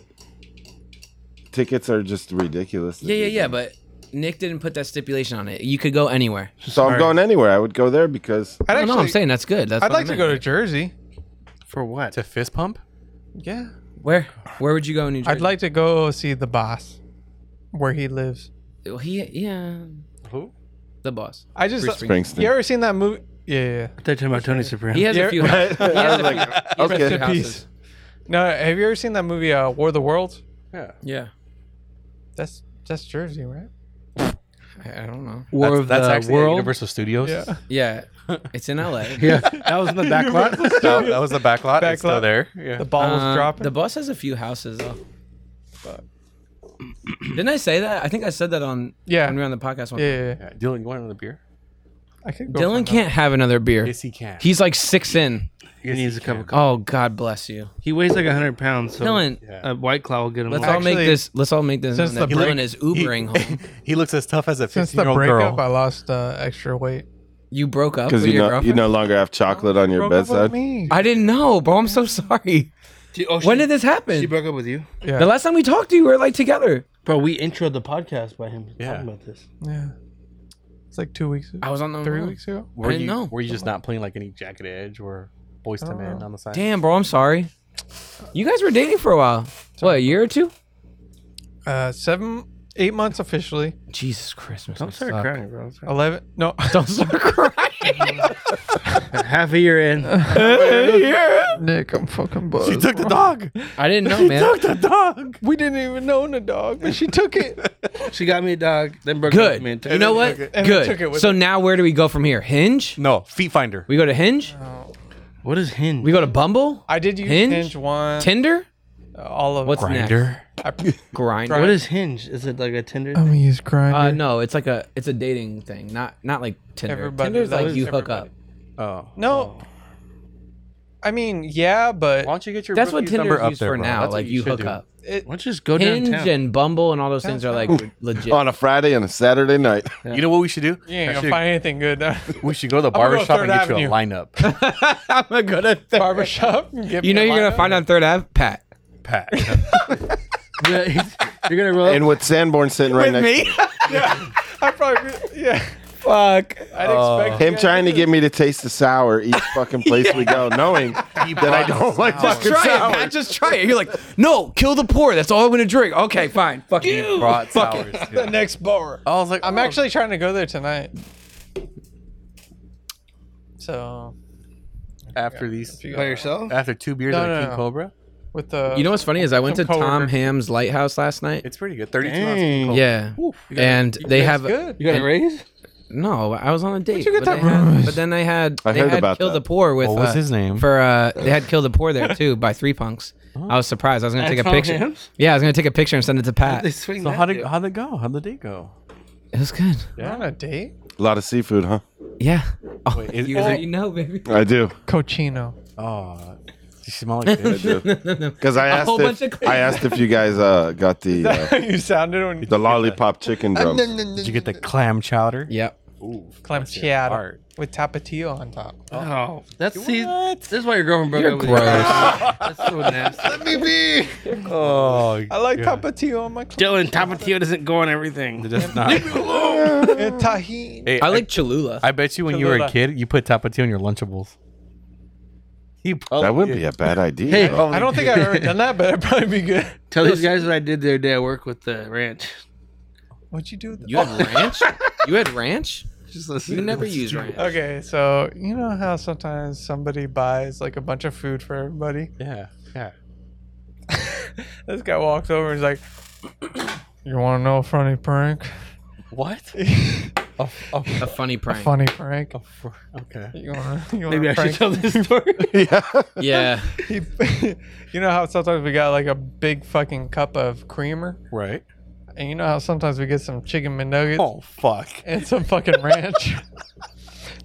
[SPEAKER 10] tickets are just ridiculous.
[SPEAKER 8] yeah, yeah, yeah. But Nick didn't put that stipulation on it. You could go anywhere.
[SPEAKER 10] So I'm going anywhere. I would go there because
[SPEAKER 2] I'd
[SPEAKER 8] I don't know. I'm
[SPEAKER 2] actually-
[SPEAKER 8] saying that's good. That's
[SPEAKER 2] I'd
[SPEAKER 8] what
[SPEAKER 2] like
[SPEAKER 8] I
[SPEAKER 2] to
[SPEAKER 8] meant.
[SPEAKER 2] go to Jersey.
[SPEAKER 1] For what?
[SPEAKER 9] To fist pump?
[SPEAKER 2] Yeah.
[SPEAKER 8] where. Where would you go in New Jersey?
[SPEAKER 2] I'd like to go see the boss, where he lives.
[SPEAKER 8] Well, he, yeah,
[SPEAKER 9] Who?
[SPEAKER 8] the boss.
[SPEAKER 2] I just. uh,
[SPEAKER 8] Bruce
[SPEAKER 10] Springsteen.
[SPEAKER 2] You ever seen that movie? Yeah. yeah, yeah.
[SPEAKER 1] I thought you were talking about Tony Soprano.
[SPEAKER 8] He has a
[SPEAKER 2] You're-
[SPEAKER 8] few. houses. He has a few- he has a
[SPEAKER 10] okay.
[SPEAKER 8] few
[SPEAKER 10] Rest in
[SPEAKER 8] houses.
[SPEAKER 2] No, have you ever seen that movie uh, War of the Worlds?
[SPEAKER 9] Yeah.
[SPEAKER 8] Yeah.
[SPEAKER 2] That's that's Jersey, right?
[SPEAKER 8] I, I don't know.
[SPEAKER 1] War of
[SPEAKER 9] that's
[SPEAKER 1] the
[SPEAKER 9] actually at
[SPEAKER 1] World.
[SPEAKER 9] Universal Studios.
[SPEAKER 2] Yeah.
[SPEAKER 8] Yeah, it's in LA.
[SPEAKER 1] Yeah, that was in the back lot.
[SPEAKER 9] No, that was the back lot.
[SPEAKER 2] Back
[SPEAKER 9] it's still
[SPEAKER 2] lot.
[SPEAKER 9] there. Yeah.
[SPEAKER 2] The ball was
[SPEAKER 8] Um,
[SPEAKER 2] dropping.
[SPEAKER 8] The boss has a few houses though. Didn't I say that? I think I said that on
[SPEAKER 2] yeah.
[SPEAKER 8] when we were
[SPEAKER 2] yeah.
[SPEAKER 8] on the podcast one.
[SPEAKER 2] Yeah. yeah.
[SPEAKER 9] Yeah. Dylan, you want another beer?
[SPEAKER 2] I could go
[SPEAKER 8] Dylan
[SPEAKER 2] for
[SPEAKER 8] can't have another beer.
[SPEAKER 9] Yes, he can.
[SPEAKER 8] He's like six in.
[SPEAKER 1] He needs a cup of coffee.
[SPEAKER 8] Oh God bless you,
[SPEAKER 1] He weighs like 100 pounds. So
[SPEAKER 8] Dylan.
[SPEAKER 1] a white claw will get him.
[SPEAKER 8] Let's
[SPEAKER 1] all-
[SPEAKER 8] all make
[SPEAKER 2] Actually,
[SPEAKER 8] this. Let's all make this.
[SPEAKER 2] since
[SPEAKER 8] known that
[SPEAKER 2] the
[SPEAKER 8] Dylan
[SPEAKER 2] break-
[SPEAKER 8] is Ubering
[SPEAKER 9] he,
[SPEAKER 8] home.
[SPEAKER 9] he looks as tough as a
[SPEAKER 2] Since the
[SPEAKER 9] 15 year old
[SPEAKER 2] breakup, I
[SPEAKER 9] girl.
[SPEAKER 2] lost uh, extra weight.
[SPEAKER 8] You broke up with
[SPEAKER 10] Because you,
[SPEAKER 8] your
[SPEAKER 10] no, you
[SPEAKER 8] girlfriend.
[SPEAKER 10] no longer have chocolate on your
[SPEAKER 2] Broke up with
[SPEAKER 10] bedside.
[SPEAKER 2] me.
[SPEAKER 8] I didn't know, bro. I'm so sorry.
[SPEAKER 1] Oh,
[SPEAKER 8] When
[SPEAKER 1] she-
[SPEAKER 8] did this happen?
[SPEAKER 1] She broke up with you,
[SPEAKER 2] Yeah.
[SPEAKER 8] The last time we talked to you, we were like together.
[SPEAKER 1] bro. We introed the podcast by him
[SPEAKER 9] Yeah.
[SPEAKER 1] talking about this.
[SPEAKER 2] Yeah. It's like two weeks ago.
[SPEAKER 8] I was on the
[SPEAKER 2] three
[SPEAKER 8] wrong.
[SPEAKER 2] weeks ago.
[SPEAKER 9] Were
[SPEAKER 8] I didn't
[SPEAKER 9] you
[SPEAKER 8] know.
[SPEAKER 9] were you just not playing like any jacket edge or boys to
[SPEAKER 2] Oh.
[SPEAKER 9] men on the side?
[SPEAKER 8] Damn, bro. I'm sorry. You guys were dating for a while. What, a year or two?
[SPEAKER 2] Uh, seven, eight months officially.
[SPEAKER 8] Jesus Christmas.
[SPEAKER 1] Don't
[SPEAKER 8] I
[SPEAKER 1] start
[SPEAKER 8] suck.
[SPEAKER 1] crying, bro. It's all
[SPEAKER 2] Eleven. No.
[SPEAKER 8] Don't start crying.
[SPEAKER 1] right. Half a year in.
[SPEAKER 2] Nick, I'm fucking buzzed.
[SPEAKER 9] She took the dog.
[SPEAKER 8] I didn't know, man.
[SPEAKER 9] the dog.
[SPEAKER 2] We didn't even own a dog, but she took it.
[SPEAKER 1] She got me a dog, then broke up with
[SPEAKER 8] Good.
[SPEAKER 1] me. and took-
[SPEAKER 8] You know what?
[SPEAKER 2] and then took it
[SPEAKER 8] Good.
[SPEAKER 2] with
[SPEAKER 8] So
[SPEAKER 2] it.
[SPEAKER 8] now where do we go from here? Hinge?
[SPEAKER 9] No, feet finder.
[SPEAKER 8] We go to Hinge?
[SPEAKER 1] What is Hinge?
[SPEAKER 8] We go to Bumble?
[SPEAKER 2] I did use
[SPEAKER 8] Hinge?
[SPEAKER 2] Hinge, one.
[SPEAKER 8] Tinder?
[SPEAKER 2] all of
[SPEAKER 8] What's
[SPEAKER 2] them.
[SPEAKER 8] next? Grinder.
[SPEAKER 1] what is Hinge? Is it like a Tinder?
[SPEAKER 2] I'm
[SPEAKER 1] thing?
[SPEAKER 2] gonna use Grinder.
[SPEAKER 8] Uh, no, it's like a it's a dating thing, not not like Tinder.
[SPEAKER 2] Everybody
[SPEAKER 8] Tinder's like
[SPEAKER 2] loves
[SPEAKER 8] you hook
[SPEAKER 2] everybody.
[SPEAKER 8] up.
[SPEAKER 9] Oh.
[SPEAKER 2] No. I mean, yeah, but
[SPEAKER 9] Why don't you get your
[SPEAKER 8] That's what
[SPEAKER 9] rookie's number
[SPEAKER 8] Tinder's
[SPEAKER 9] up
[SPEAKER 8] used
[SPEAKER 9] there,
[SPEAKER 8] for
[SPEAKER 9] bro?
[SPEAKER 8] now.
[SPEAKER 9] That's what
[SPEAKER 8] like you,
[SPEAKER 9] should
[SPEAKER 8] hook
[SPEAKER 9] do.
[SPEAKER 8] up.
[SPEAKER 1] Why don't you just go
[SPEAKER 8] Hinge
[SPEAKER 1] downtown?
[SPEAKER 8] and Bumble and all those things are like legit.
[SPEAKER 10] On a Friday and a Saturday night.
[SPEAKER 9] You know what we should do?
[SPEAKER 2] you ain't
[SPEAKER 9] I
[SPEAKER 2] gonna
[SPEAKER 9] should-
[SPEAKER 2] find anything good.
[SPEAKER 9] we should go to the
[SPEAKER 2] gonna go
[SPEAKER 9] barber shop
[SPEAKER 2] Third
[SPEAKER 9] and get you a
[SPEAKER 2] Avenue.
[SPEAKER 9] lineup.
[SPEAKER 8] I'm gonna go to
[SPEAKER 2] Barbershop. Get
[SPEAKER 8] You know you're gonna find on Third Ave, Pat.
[SPEAKER 9] Pat.
[SPEAKER 1] Yeah, he's- You're gonna roll. up-
[SPEAKER 10] And with Sanborn sitting right next to
[SPEAKER 2] I probably. Yeah.
[SPEAKER 8] Fuck.
[SPEAKER 2] I'd expect
[SPEAKER 10] him, trying to get me to taste the sour each fucking place we go, knowing that I don't like fucking
[SPEAKER 8] Try
[SPEAKER 10] sour.
[SPEAKER 8] it, Pat. Just try it. You're like, no, kill the poor. That's all I'm gonna drink. Okay, fine. Fuck you.
[SPEAKER 9] Brought
[SPEAKER 8] Fuck
[SPEAKER 9] sours.
[SPEAKER 8] it.
[SPEAKER 9] yeah.
[SPEAKER 2] the next bar.
[SPEAKER 9] I was like,
[SPEAKER 2] I'm
[SPEAKER 9] oh.
[SPEAKER 2] actually trying to go there tonight. So
[SPEAKER 9] after these
[SPEAKER 1] by yourself?
[SPEAKER 9] after two beers
[SPEAKER 2] No,
[SPEAKER 9] and a
[SPEAKER 2] no,
[SPEAKER 9] King
[SPEAKER 2] no.
[SPEAKER 9] Cobra.
[SPEAKER 2] with the
[SPEAKER 8] You know what's funny is I went to
[SPEAKER 2] Some
[SPEAKER 8] Tom
[SPEAKER 2] coworker.
[SPEAKER 8] Ham's Lighthouse last night.
[SPEAKER 9] It's pretty good. 32 ounce
[SPEAKER 1] Dang.
[SPEAKER 9] King Cobra.
[SPEAKER 8] Yeah, and they have
[SPEAKER 2] good.
[SPEAKER 1] You got a raise?
[SPEAKER 8] no. I was on a date,
[SPEAKER 2] you get
[SPEAKER 8] but, they
[SPEAKER 2] that
[SPEAKER 8] had,
[SPEAKER 2] rose?
[SPEAKER 8] but then they had
[SPEAKER 10] I
[SPEAKER 8] they
[SPEAKER 10] heard
[SPEAKER 8] had
[SPEAKER 10] about
[SPEAKER 8] Kill
[SPEAKER 10] that.
[SPEAKER 8] the Poor with
[SPEAKER 9] What was
[SPEAKER 8] uh,
[SPEAKER 9] his name?
[SPEAKER 8] for uh they had Kill the Poor there too by Three Punks. I was surprised. I was gonna
[SPEAKER 1] At
[SPEAKER 8] take a
[SPEAKER 1] Tom
[SPEAKER 8] picture.
[SPEAKER 1] Ham's?
[SPEAKER 8] Yeah, I was gonna take a picture and send it to Pat.
[SPEAKER 1] They
[SPEAKER 8] It
[SPEAKER 1] swing.
[SPEAKER 9] So
[SPEAKER 1] that
[SPEAKER 9] how did
[SPEAKER 1] dude.
[SPEAKER 9] how would it go? How would the date go?
[SPEAKER 8] was good.
[SPEAKER 2] We're on a date.
[SPEAKER 10] A lot of seafood, huh?
[SPEAKER 8] Yeah. Oh,
[SPEAKER 9] is-
[SPEAKER 8] you
[SPEAKER 9] is it-
[SPEAKER 8] already know, baby.
[SPEAKER 10] I do.
[SPEAKER 2] Cochino.
[SPEAKER 9] Oh, You smell like
[SPEAKER 10] Yeah, I do. Because I
[SPEAKER 8] A
[SPEAKER 10] asked
[SPEAKER 8] whole
[SPEAKER 10] if,
[SPEAKER 8] bunch of
[SPEAKER 10] I asked if you guys uh, got the uh,
[SPEAKER 2] you sounded when
[SPEAKER 10] the lollipop chicken drums.
[SPEAKER 9] Did you get the clam chowder?
[SPEAKER 8] Yep.
[SPEAKER 9] Ooh,
[SPEAKER 2] clam
[SPEAKER 9] that's your
[SPEAKER 2] chowder
[SPEAKER 9] heart.
[SPEAKER 2] with tapatio on top.
[SPEAKER 1] Oh, that's see, this is why your girlfriend broke
[SPEAKER 8] You're
[SPEAKER 1] up with
[SPEAKER 8] gross.
[SPEAKER 1] you. That's so nasty.
[SPEAKER 10] Let me be.
[SPEAKER 9] Oh,
[SPEAKER 2] I like
[SPEAKER 9] God.
[SPEAKER 2] tapatio on my
[SPEAKER 1] Dylan, Tapatio doesn't go on everything.
[SPEAKER 9] That's not.
[SPEAKER 2] and eh, tahini.
[SPEAKER 9] Hey,
[SPEAKER 8] I like Cholula.
[SPEAKER 9] I bet you when you were a
[SPEAKER 2] Cholula.
[SPEAKER 9] kid, you put tapatio on your Lunchables. You probably
[SPEAKER 10] That would be
[SPEAKER 9] did.
[SPEAKER 10] a bad idea.
[SPEAKER 1] Hey,
[SPEAKER 10] though.
[SPEAKER 2] I don't think I've ever done that, but it'd probably be good.
[SPEAKER 1] Tell these guys what I did the other day. I work with the ranch.
[SPEAKER 2] What'd you do? With the-
[SPEAKER 8] you had ranch? You had ranch?
[SPEAKER 1] Just listen.
[SPEAKER 8] You
[SPEAKER 1] to
[SPEAKER 8] never
[SPEAKER 1] this.
[SPEAKER 8] use ranch.
[SPEAKER 2] Okay, so you know how sometimes somebody buys like a bunch of food for everybody.
[SPEAKER 9] Yeah, yeah.
[SPEAKER 2] This guy walks over and he's like, "You want to know a funny prank?
[SPEAKER 9] What?
[SPEAKER 8] A funny prank.
[SPEAKER 2] Funny prank?
[SPEAKER 9] Oh, okay.
[SPEAKER 2] You want to? You
[SPEAKER 1] Maybe I
[SPEAKER 2] want
[SPEAKER 1] should
[SPEAKER 2] prank?
[SPEAKER 1] tell this story.
[SPEAKER 8] yeah.
[SPEAKER 2] He, you know how sometimes we got like a big fucking cup of creamer,
[SPEAKER 9] Right.
[SPEAKER 2] and you know how sometimes we get some chicken McNuggets
[SPEAKER 9] Oh fuck.
[SPEAKER 2] and some fucking ranch.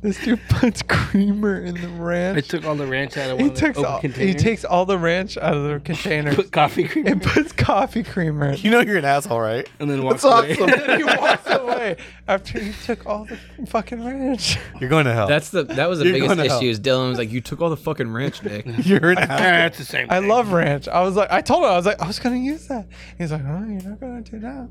[SPEAKER 2] this dude puts creamer in the
[SPEAKER 1] I
[SPEAKER 2] ranch.
[SPEAKER 1] took all the ranch out of one
[SPEAKER 2] He
[SPEAKER 1] of the
[SPEAKER 2] takes
[SPEAKER 1] open
[SPEAKER 2] all, he
[SPEAKER 1] containers.
[SPEAKER 2] takes all the ranch out of the container
[SPEAKER 1] put coffee cream
[SPEAKER 2] and puts coffee creamer. in it.
[SPEAKER 9] You know you're an asshole, right?
[SPEAKER 1] and then walks away.
[SPEAKER 2] he walks away after he took all the fucking ranch.
[SPEAKER 9] You're going to hell.
[SPEAKER 8] That's the that was the
[SPEAKER 9] You're
[SPEAKER 8] biggest
[SPEAKER 9] going to hell.
[SPEAKER 8] issue is Dylan was like, You took all the fucking ranch, Nick.
[SPEAKER 9] you're an
[SPEAKER 1] Ah,
[SPEAKER 9] asshole.
[SPEAKER 1] that's the same.
[SPEAKER 2] I
[SPEAKER 1] thing.
[SPEAKER 2] love ranch. I was like, I told him, I was like, I was gonna use that. He's like, oh, you're not gonna do that.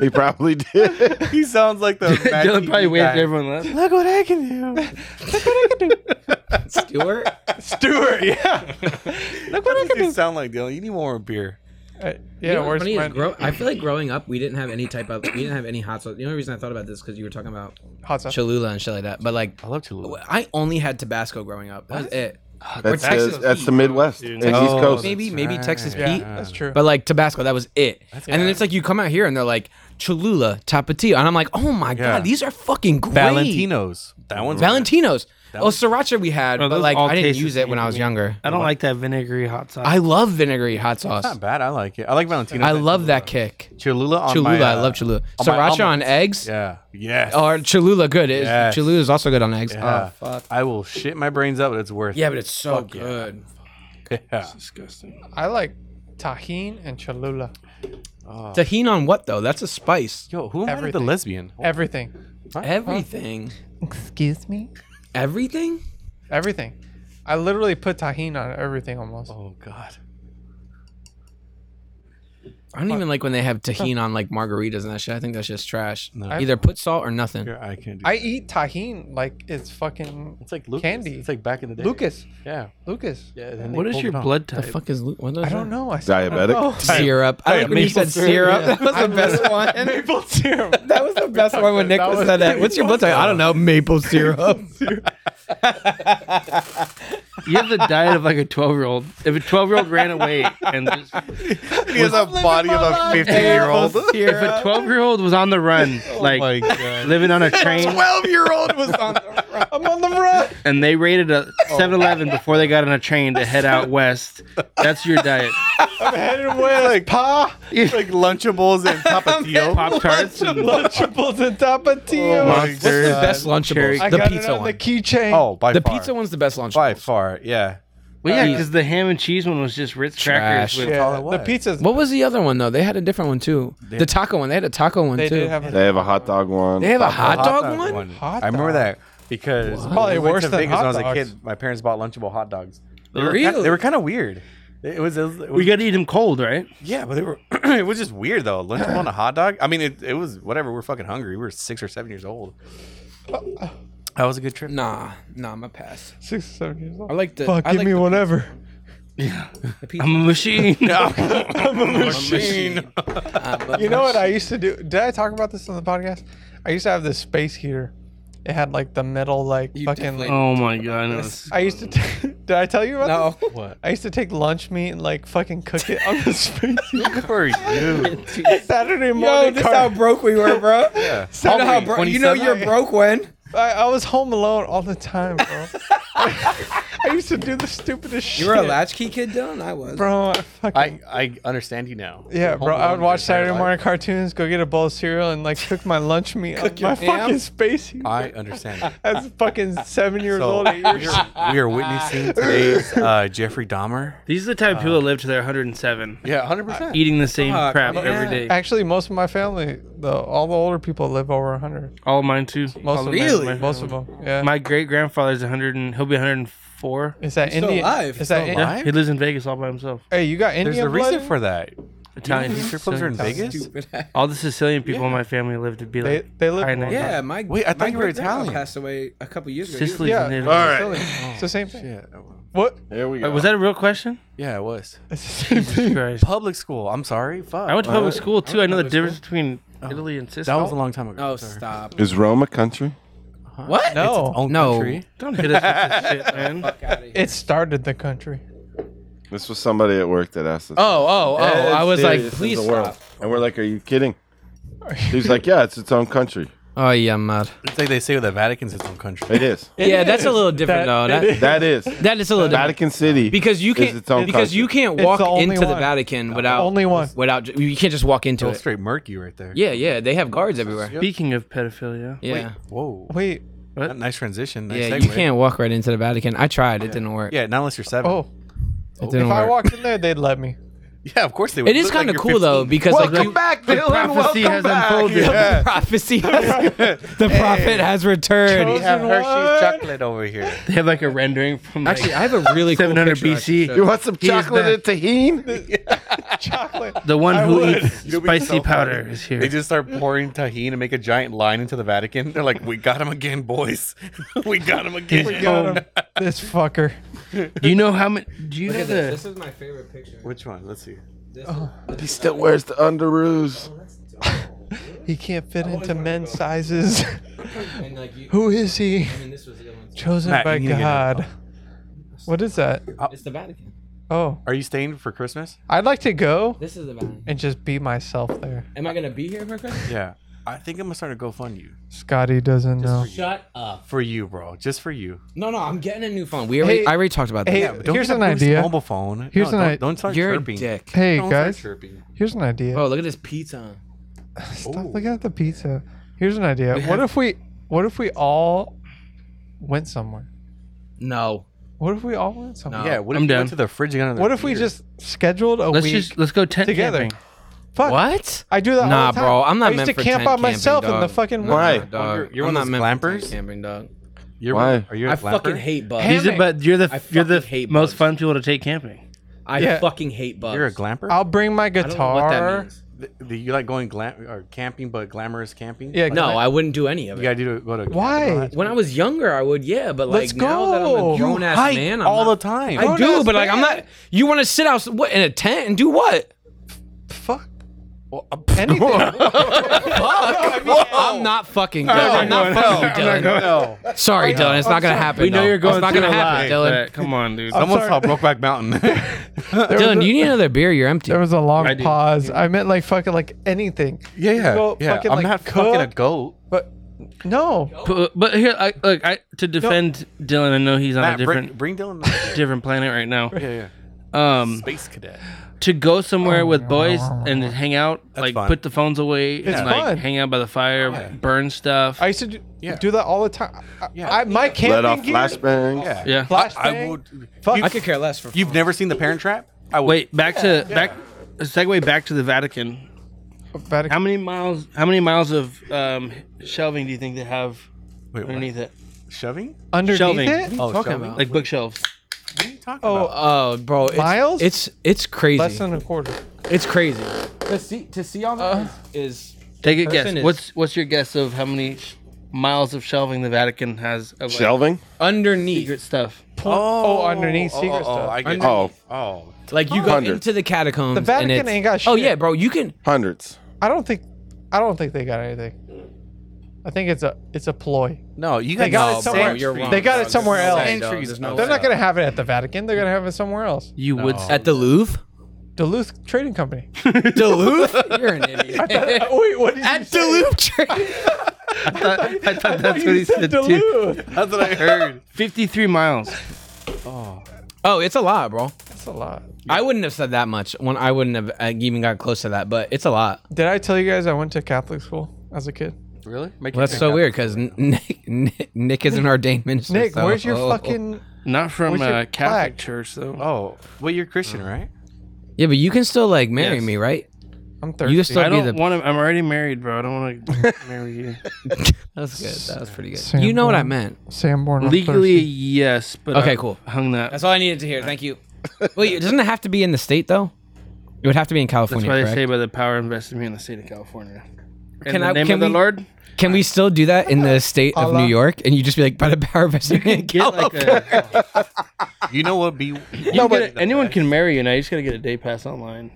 [SPEAKER 10] he probably did.
[SPEAKER 9] he sounds like the Mad
[SPEAKER 1] Dylan probably
[SPEAKER 9] TV
[SPEAKER 1] waved
[SPEAKER 9] guy.
[SPEAKER 1] to everyone left.
[SPEAKER 2] Look what I can do. Look what I can do.
[SPEAKER 8] Stuart?
[SPEAKER 2] Stuart, yeah. Look what I
[SPEAKER 9] What does
[SPEAKER 2] can
[SPEAKER 9] you
[SPEAKER 2] do.
[SPEAKER 9] sound like, Dylan? You need more beer.
[SPEAKER 2] Uh,
[SPEAKER 8] You
[SPEAKER 2] yeah,
[SPEAKER 8] know what's
[SPEAKER 2] where's
[SPEAKER 8] funny is
[SPEAKER 2] my
[SPEAKER 8] grow- I feel like growing up, we didn't have any type of, we didn't have any hot sauce. The only reason I thought about this because you were talking about
[SPEAKER 2] hot sauce?
[SPEAKER 8] Cholula and shit like that. But like,
[SPEAKER 9] I love Cholula.
[SPEAKER 8] I only had Tabasco growing up. That was it.
[SPEAKER 10] That's
[SPEAKER 8] Texas
[SPEAKER 10] the, that's
[SPEAKER 8] Pete.
[SPEAKER 10] the Midwest and East
[SPEAKER 9] Texas
[SPEAKER 10] Coast.
[SPEAKER 9] Pete.
[SPEAKER 8] Maybe, maybe Texas
[SPEAKER 2] Yeah,
[SPEAKER 8] Pete.
[SPEAKER 2] that's true.
[SPEAKER 8] But like Tabasco, that was it. and then
[SPEAKER 2] Yeah.
[SPEAKER 8] it's like you come out here and they're like Cholula, Tapatio, and I'm like, oh my
[SPEAKER 9] Yeah.
[SPEAKER 8] god, these are fucking great.
[SPEAKER 9] Valentino's. That one's
[SPEAKER 8] Valentinos. oh, sriracha we had,
[SPEAKER 1] Oh,
[SPEAKER 8] but
[SPEAKER 1] those
[SPEAKER 8] like
[SPEAKER 1] all
[SPEAKER 8] I didn't
[SPEAKER 1] taste the
[SPEAKER 8] use it
[SPEAKER 1] same
[SPEAKER 8] when I
[SPEAKER 1] to
[SPEAKER 8] was
[SPEAKER 1] me.
[SPEAKER 8] younger.
[SPEAKER 1] I don't like that vinegary hot sauce.
[SPEAKER 8] I love vinegary hot sauce.
[SPEAKER 9] not bad. I like it. I like Valentino's.
[SPEAKER 8] I
[SPEAKER 9] and
[SPEAKER 8] love that kick.
[SPEAKER 9] Cholula on
[SPEAKER 8] Cholula,
[SPEAKER 9] my,
[SPEAKER 8] I
[SPEAKER 9] uh,
[SPEAKER 8] love Cholula. Oh.
[SPEAKER 9] on my
[SPEAKER 8] Sriracha on
[SPEAKER 9] omelets.
[SPEAKER 8] eggs.
[SPEAKER 9] Yeah. Yes.
[SPEAKER 8] Or Cholula, good. It is
[SPEAKER 9] Yes.
[SPEAKER 8] Cholula is also good on eggs.
[SPEAKER 9] yeah.
[SPEAKER 8] Oh, fuck.
[SPEAKER 9] I will shit my brains up, but it's worth
[SPEAKER 8] Yeah,
[SPEAKER 9] it.
[SPEAKER 8] but it's so
[SPEAKER 9] Fuck yeah.
[SPEAKER 8] good.
[SPEAKER 9] Yeah.
[SPEAKER 1] disgusting.
[SPEAKER 2] I like tahine and cholula.
[SPEAKER 9] Oh.
[SPEAKER 8] Tahine on what though? That's a spice.
[SPEAKER 9] Yo, who invited the
[SPEAKER 2] Everything.
[SPEAKER 9] lesbian?
[SPEAKER 2] Everything.
[SPEAKER 8] Everything.
[SPEAKER 2] Excuse me?
[SPEAKER 8] Everything?
[SPEAKER 2] Everything. I literally put tahine on everything almost.
[SPEAKER 9] Oh God.
[SPEAKER 8] I don't even like when they have tahine on like margaritas and that shit. I think that's just trash.
[SPEAKER 9] No.
[SPEAKER 8] Either put salt or nothing.
[SPEAKER 9] Your eye candy.
[SPEAKER 2] I eat tahine like it's fucking
[SPEAKER 9] it's like Lucas.
[SPEAKER 2] Candy.
[SPEAKER 9] It's like back in the day.
[SPEAKER 2] Lucas.
[SPEAKER 9] Yeah.
[SPEAKER 2] Lucas.
[SPEAKER 9] Yeah. and then
[SPEAKER 1] What
[SPEAKER 9] they
[SPEAKER 1] is
[SPEAKER 9] pulled
[SPEAKER 1] your
[SPEAKER 9] it off.
[SPEAKER 1] blood
[SPEAKER 8] The
[SPEAKER 1] type?
[SPEAKER 8] fuck is what is
[SPEAKER 2] I don't
[SPEAKER 8] that?
[SPEAKER 2] know. I still don't
[SPEAKER 10] Diabetic.
[SPEAKER 8] Oh.
[SPEAKER 2] know.
[SPEAKER 8] Syrup. I like when you
[SPEAKER 1] maple
[SPEAKER 8] said
[SPEAKER 1] syrup,
[SPEAKER 8] syrup.
[SPEAKER 1] yeah.
[SPEAKER 8] That was the best one.
[SPEAKER 2] Maple syrup.
[SPEAKER 8] That was the best one when Nick was said that. What's your blood type? I don't know. Maple syrup.
[SPEAKER 1] You have the diet of like a twelve-year-old. If a twelve-year-old ran away and just,
[SPEAKER 9] He has a body of a 15 year old.
[SPEAKER 1] if a twelve-year-old was on the run,
[SPEAKER 2] Oh
[SPEAKER 1] like living on a train,
[SPEAKER 9] 12 year old was on the run. I'm on the run.
[SPEAKER 1] and they raided a
[SPEAKER 2] Oh.
[SPEAKER 1] 7-Eleven before they got on a train to head out west, that's your diet.
[SPEAKER 9] I'm headed away like pa, like Lunchables and Tapatio.
[SPEAKER 1] Pop tarts.
[SPEAKER 2] Lunchables and Tapatio.
[SPEAKER 8] What's the best
[SPEAKER 1] Cherry-
[SPEAKER 2] I
[SPEAKER 8] lunchable? Oh, Uh,
[SPEAKER 2] got it
[SPEAKER 8] The pizza
[SPEAKER 2] on the
[SPEAKER 8] one.
[SPEAKER 2] keychain.
[SPEAKER 9] Oh, by
[SPEAKER 8] The
[SPEAKER 9] far.
[SPEAKER 8] pizza one's the best lunch.
[SPEAKER 9] By
[SPEAKER 8] What
[SPEAKER 9] far, yeah.
[SPEAKER 1] Well, yeah, because the ham and cheese one was just Ritz
[SPEAKER 8] Trash.
[SPEAKER 1] crackers. With,
[SPEAKER 9] all it
[SPEAKER 2] yeah, the
[SPEAKER 9] was.
[SPEAKER 2] pizza's
[SPEAKER 8] was the other one though? They had a different one too. The taco one. They had a taco one
[SPEAKER 2] They
[SPEAKER 8] too.
[SPEAKER 2] did have a
[SPEAKER 10] They have a hot dog one.
[SPEAKER 8] They have a hot
[SPEAKER 9] The
[SPEAKER 8] dog one?
[SPEAKER 2] Hot
[SPEAKER 9] I remember
[SPEAKER 2] dog.
[SPEAKER 9] that because when
[SPEAKER 2] Probably
[SPEAKER 9] we went
[SPEAKER 2] worse
[SPEAKER 9] to
[SPEAKER 2] than
[SPEAKER 9] Vegas
[SPEAKER 2] hot
[SPEAKER 9] when I was a
[SPEAKER 2] dogs.
[SPEAKER 9] kid. My parents bought Lunchable hot dogs. They were
[SPEAKER 8] Really?
[SPEAKER 9] Kind of, they were kind of weird. It was, it was, it
[SPEAKER 1] we
[SPEAKER 9] was-
[SPEAKER 1] got to eat them cold, right?
[SPEAKER 9] yeah, but they were. it was just weird though. Lunchable and a hot dog. I mean, it, it was whatever. We were fucking hungry. We were six or seven years old. That was a good trip.
[SPEAKER 8] Nah, nah, my pass.
[SPEAKER 2] six or seven years old.
[SPEAKER 8] I like the.
[SPEAKER 2] Fuck,
[SPEAKER 8] I
[SPEAKER 2] give
[SPEAKER 8] like
[SPEAKER 2] me
[SPEAKER 8] the,
[SPEAKER 2] whatever.
[SPEAKER 1] I'm a machine.
[SPEAKER 9] Machine.
[SPEAKER 2] You know what I used to do? Did I talk about this on the podcast? I used to have this space heater. It had like the metal, like fucking.
[SPEAKER 8] definitely-
[SPEAKER 1] oh my god. I know this.
[SPEAKER 2] I used to. T- did I tell you about
[SPEAKER 8] No.
[SPEAKER 2] this?
[SPEAKER 9] What?
[SPEAKER 2] I used to take lunch meat and like fucking cook it on the space heater.
[SPEAKER 9] Who are you?
[SPEAKER 2] Saturday morning. car-
[SPEAKER 8] broke we were, bro.
[SPEAKER 9] Yeah.
[SPEAKER 8] You know how
[SPEAKER 9] Hungry,
[SPEAKER 8] bro- you know
[SPEAKER 9] 27?
[SPEAKER 8] you're broke when.
[SPEAKER 2] I, I was home alone all the time, bro. I used to do the stupidest shit.
[SPEAKER 8] You were a latchkey kid, Dylan? I was.
[SPEAKER 2] Bro, I fucking.
[SPEAKER 9] I, I understand you now.
[SPEAKER 2] yeah,
[SPEAKER 9] Home
[SPEAKER 2] bro. I
[SPEAKER 9] Alone
[SPEAKER 2] would watch
[SPEAKER 9] is very
[SPEAKER 2] Saturday
[SPEAKER 9] light.
[SPEAKER 2] morning cartoons, go get a bowl of cereal, and like cook my lunch meat on my
[SPEAKER 8] your ham?
[SPEAKER 2] fucking space. heater.
[SPEAKER 9] I understand. you.
[SPEAKER 2] As a fucking seven years
[SPEAKER 9] So
[SPEAKER 2] old, eight years old.
[SPEAKER 9] we are witnessing today's uh, Jeffrey Dahmer. Uh,
[SPEAKER 1] These are the type of people that live to their 107,
[SPEAKER 9] Yeah, hundred percent.
[SPEAKER 1] eating the same
[SPEAKER 8] Fuck,
[SPEAKER 1] crap
[SPEAKER 8] man.
[SPEAKER 1] every day.
[SPEAKER 2] Actually, most of my family, though, all the older people live over 100.
[SPEAKER 1] All mine too.
[SPEAKER 2] Most
[SPEAKER 1] All
[SPEAKER 2] of
[SPEAKER 1] my-
[SPEAKER 8] Really?
[SPEAKER 1] my-
[SPEAKER 2] them. Most of them. Yeah.
[SPEAKER 1] My great grandfather's 100 and he'll be 104.
[SPEAKER 2] is that
[SPEAKER 8] He's still
[SPEAKER 2] Indian?
[SPEAKER 8] alive.
[SPEAKER 2] Is that
[SPEAKER 9] Still
[SPEAKER 2] Indian?
[SPEAKER 9] alive.
[SPEAKER 1] Yeah, he lives in Vegas all by himself.
[SPEAKER 2] Hey, you got Indian
[SPEAKER 9] There's a
[SPEAKER 2] blood
[SPEAKER 9] reason
[SPEAKER 2] in you?
[SPEAKER 9] for that.
[SPEAKER 1] Italian.
[SPEAKER 9] These strip clubs are in
[SPEAKER 1] Sicilian-
[SPEAKER 9] Vegas.
[SPEAKER 8] Stupid ass.
[SPEAKER 1] All the Sicilian people in my family live to be
[SPEAKER 2] They
[SPEAKER 1] like.
[SPEAKER 2] they live.
[SPEAKER 1] I
[SPEAKER 2] more.
[SPEAKER 1] know.
[SPEAKER 8] Yeah, my
[SPEAKER 9] Wait, I thought
[SPEAKER 8] my
[SPEAKER 9] you were
[SPEAKER 8] great-grandpa
[SPEAKER 9] Italian.
[SPEAKER 8] Passed away a couple years ago. He was-
[SPEAKER 1] Sicily.
[SPEAKER 2] Yeah.
[SPEAKER 1] Yeah.
[SPEAKER 10] All right.
[SPEAKER 2] Silly. It's the same thing.
[SPEAKER 9] Yeah,
[SPEAKER 2] What?
[SPEAKER 10] Here we go.
[SPEAKER 1] Uh, was that a real question?
[SPEAKER 9] yeah, it was
[SPEAKER 2] It's the same thing.
[SPEAKER 1] Christ.
[SPEAKER 9] public school. I'm sorry. Fuck.
[SPEAKER 1] I went to public
[SPEAKER 9] Uh,
[SPEAKER 1] school too. I know the difference between Italy and Sicily.
[SPEAKER 9] That was a long time ago.
[SPEAKER 8] Oh,
[SPEAKER 9] Sorry.
[SPEAKER 8] stop.
[SPEAKER 10] Is Rome a country?
[SPEAKER 8] What?
[SPEAKER 9] It's
[SPEAKER 2] No.
[SPEAKER 9] its own
[SPEAKER 8] Oh, No.
[SPEAKER 9] country.
[SPEAKER 1] Don't hit us with this shit, man.
[SPEAKER 2] It started the country.
[SPEAKER 10] This was somebody at work that asked us.
[SPEAKER 8] Oh, oh, oh.
[SPEAKER 10] It's
[SPEAKER 8] I was
[SPEAKER 10] serious.
[SPEAKER 8] like,
[SPEAKER 10] This is
[SPEAKER 8] please
[SPEAKER 10] the world.
[SPEAKER 8] stop.
[SPEAKER 10] And we're like, are you kidding? He's like, yeah, it's its own country.
[SPEAKER 8] Oh, yeah, I'm mad.
[SPEAKER 9] It's like they say the Vatican's its own country.
[SPEAKER 10] It is.
[SPEAKER 8] yeah, that's a little different,
[SPEAKER 2] That-
[SPEAKER 8] though.
[SPEAKER 2] it
[SPEAKER 8] That,
[SPEAKER 2] is.
[SPEAKER 10] That is.
[SPEAKER 8] that is a little different.
[SPEAKER 10] Vatican City.
[SPEAKER 8] Because you
[SPEAKER 10] is
[SPEAKER 8] can't,
[SPEAKER 10] its own
[SPEAKER 8] because you
[SPEAKER 10] country. Uh,
[SPEAKER 8] can't
[SPEAKER 2] It's
[SPEAKER 8] walk
[SPEAKER 2] the only
[SPEAKER 8] into the
[SPEAKER 2] one.
[SPEAKER 8] Vatican without
[SPEAKER 2] Only one.
[SPEAKER 8] without ju- you can't just walk into
[SPEAKER 9] Go
[SPEAKER 8] it.
[SPEAKER 9] straight murky right there.
[SPEAKER 8] Yeah, yeah, they have guards everywhere.
[SPEAKER 1] Speaking of pedophilia,
[SPEAKER 8] Yeah,
[SPEAKER 9] Whoa.
[SPEAKER 2] Wait.
[SPEAKER 1] What?
[SPEAKER 9] Nice transition. Nice
[SPEAKER 8] yeah,
[SPEAKER 9] segue.
[SPEAKER 8] you can't walk right into the Vatican. I tried, it didn't work.
[SPEAKER 9] Yeah, not unless you're seven.
[SPEAKER 2] Oh.
[SPEAKER 8] it
[SPEAKER 2] If
[SPEAKER 8] didn't
[SPEAKER 2] I
[SPEAKER 8] work.
[SPEAKER 2] walked in there, they'd let me.
[SPEAKER 9] Yeah, of course they would.
[SPEAKER 8] it is
[SPEAKER 9] Look like
[SPEAKER 8] kind of
[SPEAKER 9] you're
[SPEAKER 8] cool though
[SPEAKER 9] 15.
[SPEAKER 8] because like you,
[SPEAKER 9] back, Dylan.
[SPEAKER 1] prophecy has unfolded.
[SPEAKER 8] the prophecy, has, the prophet has
[SPEAKER 9] We
[SPEAKER 8] returned.
[SPEAKER 9] have
[SPEAKER 2] Chosen
[SPEAKER 9] Hershey's
[SPEAKER 2] one.
[SPEAKER 9] chocolate over here.
[SPEAKER 1] they have like a rendering from like,
[SPEAKER 8] Actually, I have a really cool
[SPEAKER 1] 700
[SPEAKER 8] picture I should
[SPEAKER 1] BC.
[SPEAKER 8] show
[SPEAKER 10] You
[SPEAKER 8] you.
[SPEAKER 10] want some
[SPEAKER 1] He is
[SPEAKER 10] chocolate
[SPEAKER 1] back.
[SPEAKER 10] and tahine?
[SPEAKER 2] Chocolate.
[SPEAKER 1] the one
[SPEAKER 2] I
[SPEAKER 1] who
[SPEAKER 2] would.
[SPEAKER 1] eats
[SPEAKER 9] You'll be
[SPEAKER 1] spicy
[SPEAKER 9] so
[SPEAKER 1] powder
[SPEAKER 9] funny.
[SPEAKER 1] is here.
[SPEAKER 9] They just start pouring tahini and make a giant line into the Vatican. They're like, "We got him again, boys. we got him again."
[SPEAKER 2] We got him. This fucker.
[SPEAKER 1] do you know how many? Do you know the?
[SPEAKER 8] This is my favorite picture.
[SPEAKER 9] Which one? Let's see.
[SPEAKER 10] He still wears the underoos.
[SPEAKER 2] He can't fit into men's sizes.
[SPEAKER 8] And like you,
[SPEAKER 2] Who is he?
[SPEAKER 8] and this was the other one.
[SPEAKER 2] Chosen
[SPEAKER 9] Matt,
[SPEAKER 2] by
[SPEAKER 9] you need to get
[SPEAKER 2] God. What is that?
[SPEAKER 8] It's the Vatican.
[SPEAKER 2] Oh,
[SPEAKER 9] Are you staying for Christmas?
[SPEAKER 2] I'd like to go
[SPEAKER 8] This is the Vatican.
[SPEAKER 2] and just be myself there.
[SPEAKER 8] Am I gonna be here for Christmas?
[SPEAKER 9] Yeah. I think I'm gonna start a GoFundMe
[SPEAKER 2] Scotty doesn't know.
[SPEAKER 8] Shut up.
[SPEAKER 9] for you, bro. Just for you.
[SPEAKER 8] No, no, I'm getting a new phone. We already,
[SPEAKER 2] Hey-
[SPEAKER 8] I already talked about that.
[SPEAKER 2] hey,
[SPEAKER 8] Yeah,
[SPEAKER 9] But
[SPEAKER 8] but-
[SPEAKER 9] don't
[SPEAKER 2] Here's
[SPEAKER 9] get a
[SPEAKER 2] an
[SPEAKER 9] Bruce
[SPEAKER 2] idea.
[SPEAKER 9] Noble phone.
[SPEAKER 2] Here's
[SPEAKER 9] no,
[SPEAKER 2] an
[SPEAKER 9] don't,
[SPEAKER 2] i-
[SPEAKER 9] Don't start
[SPEAKER 8] You're
[SPEAKER 9] chirping.
[SPEAKER 8] a dick.
[SPEAKER 2] Hey
[SPEAKER 9] Don't Oh.
[SPEAKER 2] guys,
[SPEAKER 9] start chirping.
[SPEAKER 2] here's an idea.
[SPEAKER 8] Bro, look at this pizza.
[SPEAKER 2] Stop looking at the pizza. Here's an idea. What if we what if we all went somewhere?
[SPEAKER 8] No.
[SPEAKER 2] What if we all went somewhere?
[SPEAKER 9] Yeah. What if
[SPEAKER 1] I'm
[SPEAKER 9] you
[SPEAKER 1] down.
[SPEAKER 9] went to the fridge and got another
[SPEAKER 2] What if we
[SPEAKER 9] beer?
[SPEAKER 2] just scheduled a
[SPEAKER 1] let's
[SPEAKER 2] week?
[SPEAKER 1] just let's go tent
[SPEAKER 2] together.
[SPEAKER 1] camping.
[SPEAKER 2] Fuck.
[SPEAKER 8] What?
[SPEAKER 2] I do that. all
[SPEAKER 8] Nah,
[SPEAKER 2] the time.
[SPEAKER 8] bro, I'm not
[SPEAKER 2] I used
[SPEAKER 8] meant
[SPEAKER 2] to
[SPEAKER 8] for
[SPEAKER 2] camp
[SPEAKER 8] tent
[SPEAKER 2] by
[SPEAKER 8] camping,
[SPEAKER 2] myself in the
[SPEAKER 8] dog.
[SPEAKER 2] fucking
[SPEAKER 8] Nah,
[SPEAKER 10] Why?
[SPEAKER 8] dog.
[SPEAKER 9] Oh, you're- you're
[SPEAKER 8] I'm
[SPEAKER 9] one of
[SPEAKER 8] not
[SPEAKER 9] those
[SPEAKER 8] meant for tent
[SPEAKER 9] glampers?
[SPEAKER 8] Camping, dog.
[SPEAKER 9] You're,
[SPEAKER 10] Why?
[SPEAKER 9] Are you a
[SPEAKER 8] I
[SPEAKER 9] glamper?
[SPEAKER 8] fucking hate bugs.
[SPEAKER 1] These are, but you're the
[SPEAKER 8] I
[SPEAKER 1] you're the
[SPEAKER 8] fucking hate
[SPEAKER 1] most
[SPEAKER 8] bugs.
[SPEAKER 1] fun people to take camping.
[SPEAKER 8] I
[SPEAKER 2] Yeah.
[SPEAKER 8] fucking hate bugs.
[SPEAKER 9] You're a glamper.
[SPEAKER 2] I'll bring my
[SPEAKER 8] I
[SPEAKER 2] guitar.
[SPEAKER 8] don't know what that means.
[SPEAKER 9] Th- do you like going glam or camping, but glamorous camping?
[SPEAKER 2] Yeah,
[SPEAKER 9] Like,
[SPEAKER 8] No, I wouldn't do any of
[SPEAKER 9] You
[SPEAKER 8] it.
[SPEAKER 9] gotta do go to.
[SPEAKER 2] Why?
[SPEAKER 8] When I was younger, I would, yeah, but like
[SPEAKER 2] Let's
[SPEAKER 8] now that I'm
[SPEAKER 2] go.
[SPEAKER 8] a
[SPEAKER 2] You
[SPEAKER 8] grown ass
[SPEAKER 9] Hike
[SPEAKER 8] man, I'm
[SPEAKER 9] all
[SPEAKER 8] not,
[SPEAKER 9] the time.
[SPEAKER 8] I do, but like I'm not. You want to sit out what in a tent and do what?
[SPEAKER 2] Fuck.
[SPEAKER 9] Well, uh, pff,
[SPEAKER 2] Anything.
[SPEAKER 8] I'm not fucking. Dylan. I'm not fucking Dylan.
[SPEAKER 9] no.
[SPEAKER 8] Sorry, Dylan. It's not gonna happen.
[SPEAKER 1] We know
[SPEAKER 8] though.
[SPEAKER 1] you're going
[SPEAKER 8] It's not
[SPEAKER 1] through
[SPEAKER 8] gonna
[SPEAKER 1] a
[SPEAKER 8] happen,
[SPEAKER 1] lot,
[SPEAKER 8] Dylan.
[SPEAKER 1] but come on, dude.
[SPEAKER 9] Someone saw Brokeback Mountain.
[SPEAKER 8] Dylan, you need another beer. You're empty.
[SPEAKER 2] There was a long
[SPEAKER 1] I do.
[SPEAKER 2] pause. I meant like fucking like anything.
[SPEAKER 9] yeah, yeah,
[SPEAKER 2] Go
[SPEAKER 9] yeah.
[SPEAKER 2] fucking,
[SPEAKER 9] I'm
[SPEAKER 2] like,
[SPEAKER 9] not fucking a
[SPEAKER 2] cook.
[SPEAKER 9] goat.
[SPEAKER 2] But no.
[SPEAKER 1] But, but here, I, look, I to defend Dylan. I know he's on
[SPEAKER 9] Matt,
[SPEAKER 1] a different
[SPEAKER 9] bring, bring Dylan. yeah,
[SPEAKER 1] different planet right now.
[SPEAKER 9] yeah.
[SPEAKER 1] Um,
[SPEAKER 9] Space cadet.
[SPEAKER 1] to go somewhere with boys and hang out, like
[SPEAKER 9] fun.
[SPEAKER 1] put the phones away and like
[SPEAKER 2] fun.
[SPEAKER 1] hang out by the fire, burn stuff.
[SPEAKER 2] I used to do,
[SPEAKER 9] Yeah.
[SPEAKER 2] do that all the time. I,
[SPEAKER 9] Yeah.
[SPEAKER 2] I, my camping
[SPEAKER 10] Let off
[SPEAKER 2] gear.
[SPEAKER 10] flashbangs.
[SPEAKER 9] Yeah.
[SPEAKER 1] yeah.
[SPEAKER 2] Flashbang.
[SPEAKER 9] I would.
[SPEAKER 2] Fuck.
[SPEAKER 8] I could care less for.
[SPEAKER 9] You've never seen The Parent Trap? I would.
[SPEAKER 1] Wait, back to back. Segue back to the Vatican.
[SPEAKER 2] Vatican-
[SPEAKER 1] How many miles? How many miles of um, shelving do you think they have
[SPEAKER 9] Wait, what?
[SPEAKER 1] underneath it?
[SPEAKER 9] Shoving?
[SPEAKER 2] underneath
[SPEAKER 1] shelving.
[SPEAKER 2] it.
[SPEAKER 9] Oh,
[SPEAKER 8] talking
[SPEAKER 9] shoving?
[SPEAKER 8] about?
[SPEAKER 1] Like bookshelves.
[SPEAKER 9] What are you talking
[SPEAKER 2] Oh,
[SPEAKER 9] about?
[SPEAKER 8] Oh, bro, it's,
[SPEAKER 2] Miles?
[SPEAKER 8] It's it's crazy.
[SPEAKER 2] Less than a quarter.
[SPEAKER 8] it's crazy. To see to see all that is,
[SPEAKER 1] Take a
[SPEAKER 8] Person
[SPEAKER 1] guess.
[SPEAKER 8] is-
[SPEAKER 1] What's what's your guess of how many sh- miles of shelving the Vatican has of like,
[SPEAKER 10] Shelving?
[SPEAKER 8] underneath.
[SPEAKER 1] secret stuff?
[SPEAKER 2] Oh, underneath secret
[SPEAKER 9] oh,
[SPEAKER 2] stuff.
[SPEAKER 9] I get
[SPEAKER 10] Oh,
[SPEAKER 9] Oh.
[SPEAKER 8] Like you go
[SPEAKER 10] Hundred.
[SPEAKER 8] into the catacombs.
[SPEAKER 2] The Vatican
[SPEAKER 8] and it's,
[SPEAKER 2] ain't got
[SPEAKER 8] Oh
[SPEAKER 2] shit.
[SPEAKER 8] yeah, bro, you can.
[SPEAKER 10] hundreds.
[SPEAKER 2] I don't think. I don't think they got anything. I think it's a it's a ploy.
[SPEAKER 9] No, you
[SPEAKER 2] They got it
[SPEAKER 8] Oh, bro,
[SPEAKER 2] somewhere.
[SPEAKER 8] you're wrong,
[SPEAKER 2] They got
[SPEAKER 8] bro.
[SPEAKER 2] it somewhere
[SPEAKER 8] There's no
[SPEAKER 2] else.
[SPEAKER 8] way, dog. There's no
[SPEAKER 2] They're
[SPEAKER 8] way.
[SPEAKER 2] not gonna have it at the Vatican. They're gonna have it somewhere else.
[SPEAKER 1] You would.
[SPEAKER 8] at the Louvre.
[SPEAKER 2] Duluth Trading Company.
[SPEAKER 8] Duluth? You're an idiot.
[SPEAKER 2] Wait, what did you
[SPEAKER 8] At Duluth Trading.
[SPEAKER 1] I thought, I thought that's what he said, too.
[SPEAKER 9] That's what I heard.
[SPEAKER 1] 53 miles.
[SPEAKER 8] Oh, it's a lot, bro.
[SPEAKER 2] That's a lot.
[SPEAKER 8] I wouldn't have said that much when I wouldn't have uh, even got close to that, but it's a lot.
[SPEAKER 2] Did I tell you guys I went to Catholic school as a kid?
[SPEAKER 9] Really? Make
[SPEAKER 8] Well,
[SPEAKER 9] you
[SPEAKER 8] that's
[SPEAKER 9] think
[SPEAKER 8] so
[SPEAKER 9] that-
[SPEAKER 8] weird because Nick, Nick Nick is an ordained minister.
[SPEAKER 2] Nick,
[SPEAKER 8] so-
[SPEAKER 2] where's your
[SPEAKER 8] oh.
[SPEAKER 2] fucking?
[SPEAKER 1] Not from
[SPEAKER 2] Where's your
[SPEAKER 1] a Catholic
[SPEAKER 2] plaque?
[SPEAKER 1] church, though.
[SPEAKER 9] Oh, well, you're Christian,
[SPEAKER 1] Mm.
[SPEAKER 9] right?
[SPEAKER 8] Yeah, but you can still like marry
[SPEAKER 1] Yes.
[SPEAKER 8] me, right?
[SPEAKER 2] I'm
[SPEAKER 8] You
[SPEAKER 2] thirsty.
[SPEAKER 8] just
[SPEAKER 1] I
[SPEAKER 8] still be
[SPEAKER 1] don't
[SPEAKER 8] the.
[SPEAKER 1] want to. I'm already married, bro. I don't want to marry you.
[SPEAKER 8] that was good. That was pretty good.
[SPEAKER 2] Sam
[SPEAKER 8] you know what I
[SPEAKER 2] Bourne.
[SPEAKER 8] meant.
[SPEAKER 2] Sanborn. I'm
[SPEAKER 1] Legally,
[SPEAKER 2] thirsty.
[SPEAKER 1] yes, but
[SPEAKER 8] Okay,
[SPEAKER 1] I
[SPEAKER 8] cool.
[SPEAKER 1] Hung that.
[SPEAKER 8] That's all I needed to hear. Thank you. Wait, doesn't it have to be in the state though? It would have to be in
[SPEAKER 1] That's
[SPEAKER 8] California,
[SPEAKER 1] why they
[SPEAKER 8] correct?
[SPEAKER 1] say by the power invested in me in the state of California. In
[SPEAKER 8] Can
[SPEAKER 1] the
[SPEAKER 8] I-
[SPEAKER 1] name
[SPEAKER 8] can
[SPEAKER 1] of the
[SPEAKER 8] we-
[SPEAKER 1] Lord,
[SPEAKER 8] Can we still do that in the state of
[SPEAKER 2] Allah.
[SPEAKER 8] New York? And you just be like, by the power of vested in
[SPEAKER 1] get like
[SPEAKER 8] California.
[SPEAKER 1] a,
[SPEAKER 9] You know what? Be
[SPEAKER 1] you can get a- anyone can marry you now. You just gotta get a day pass online.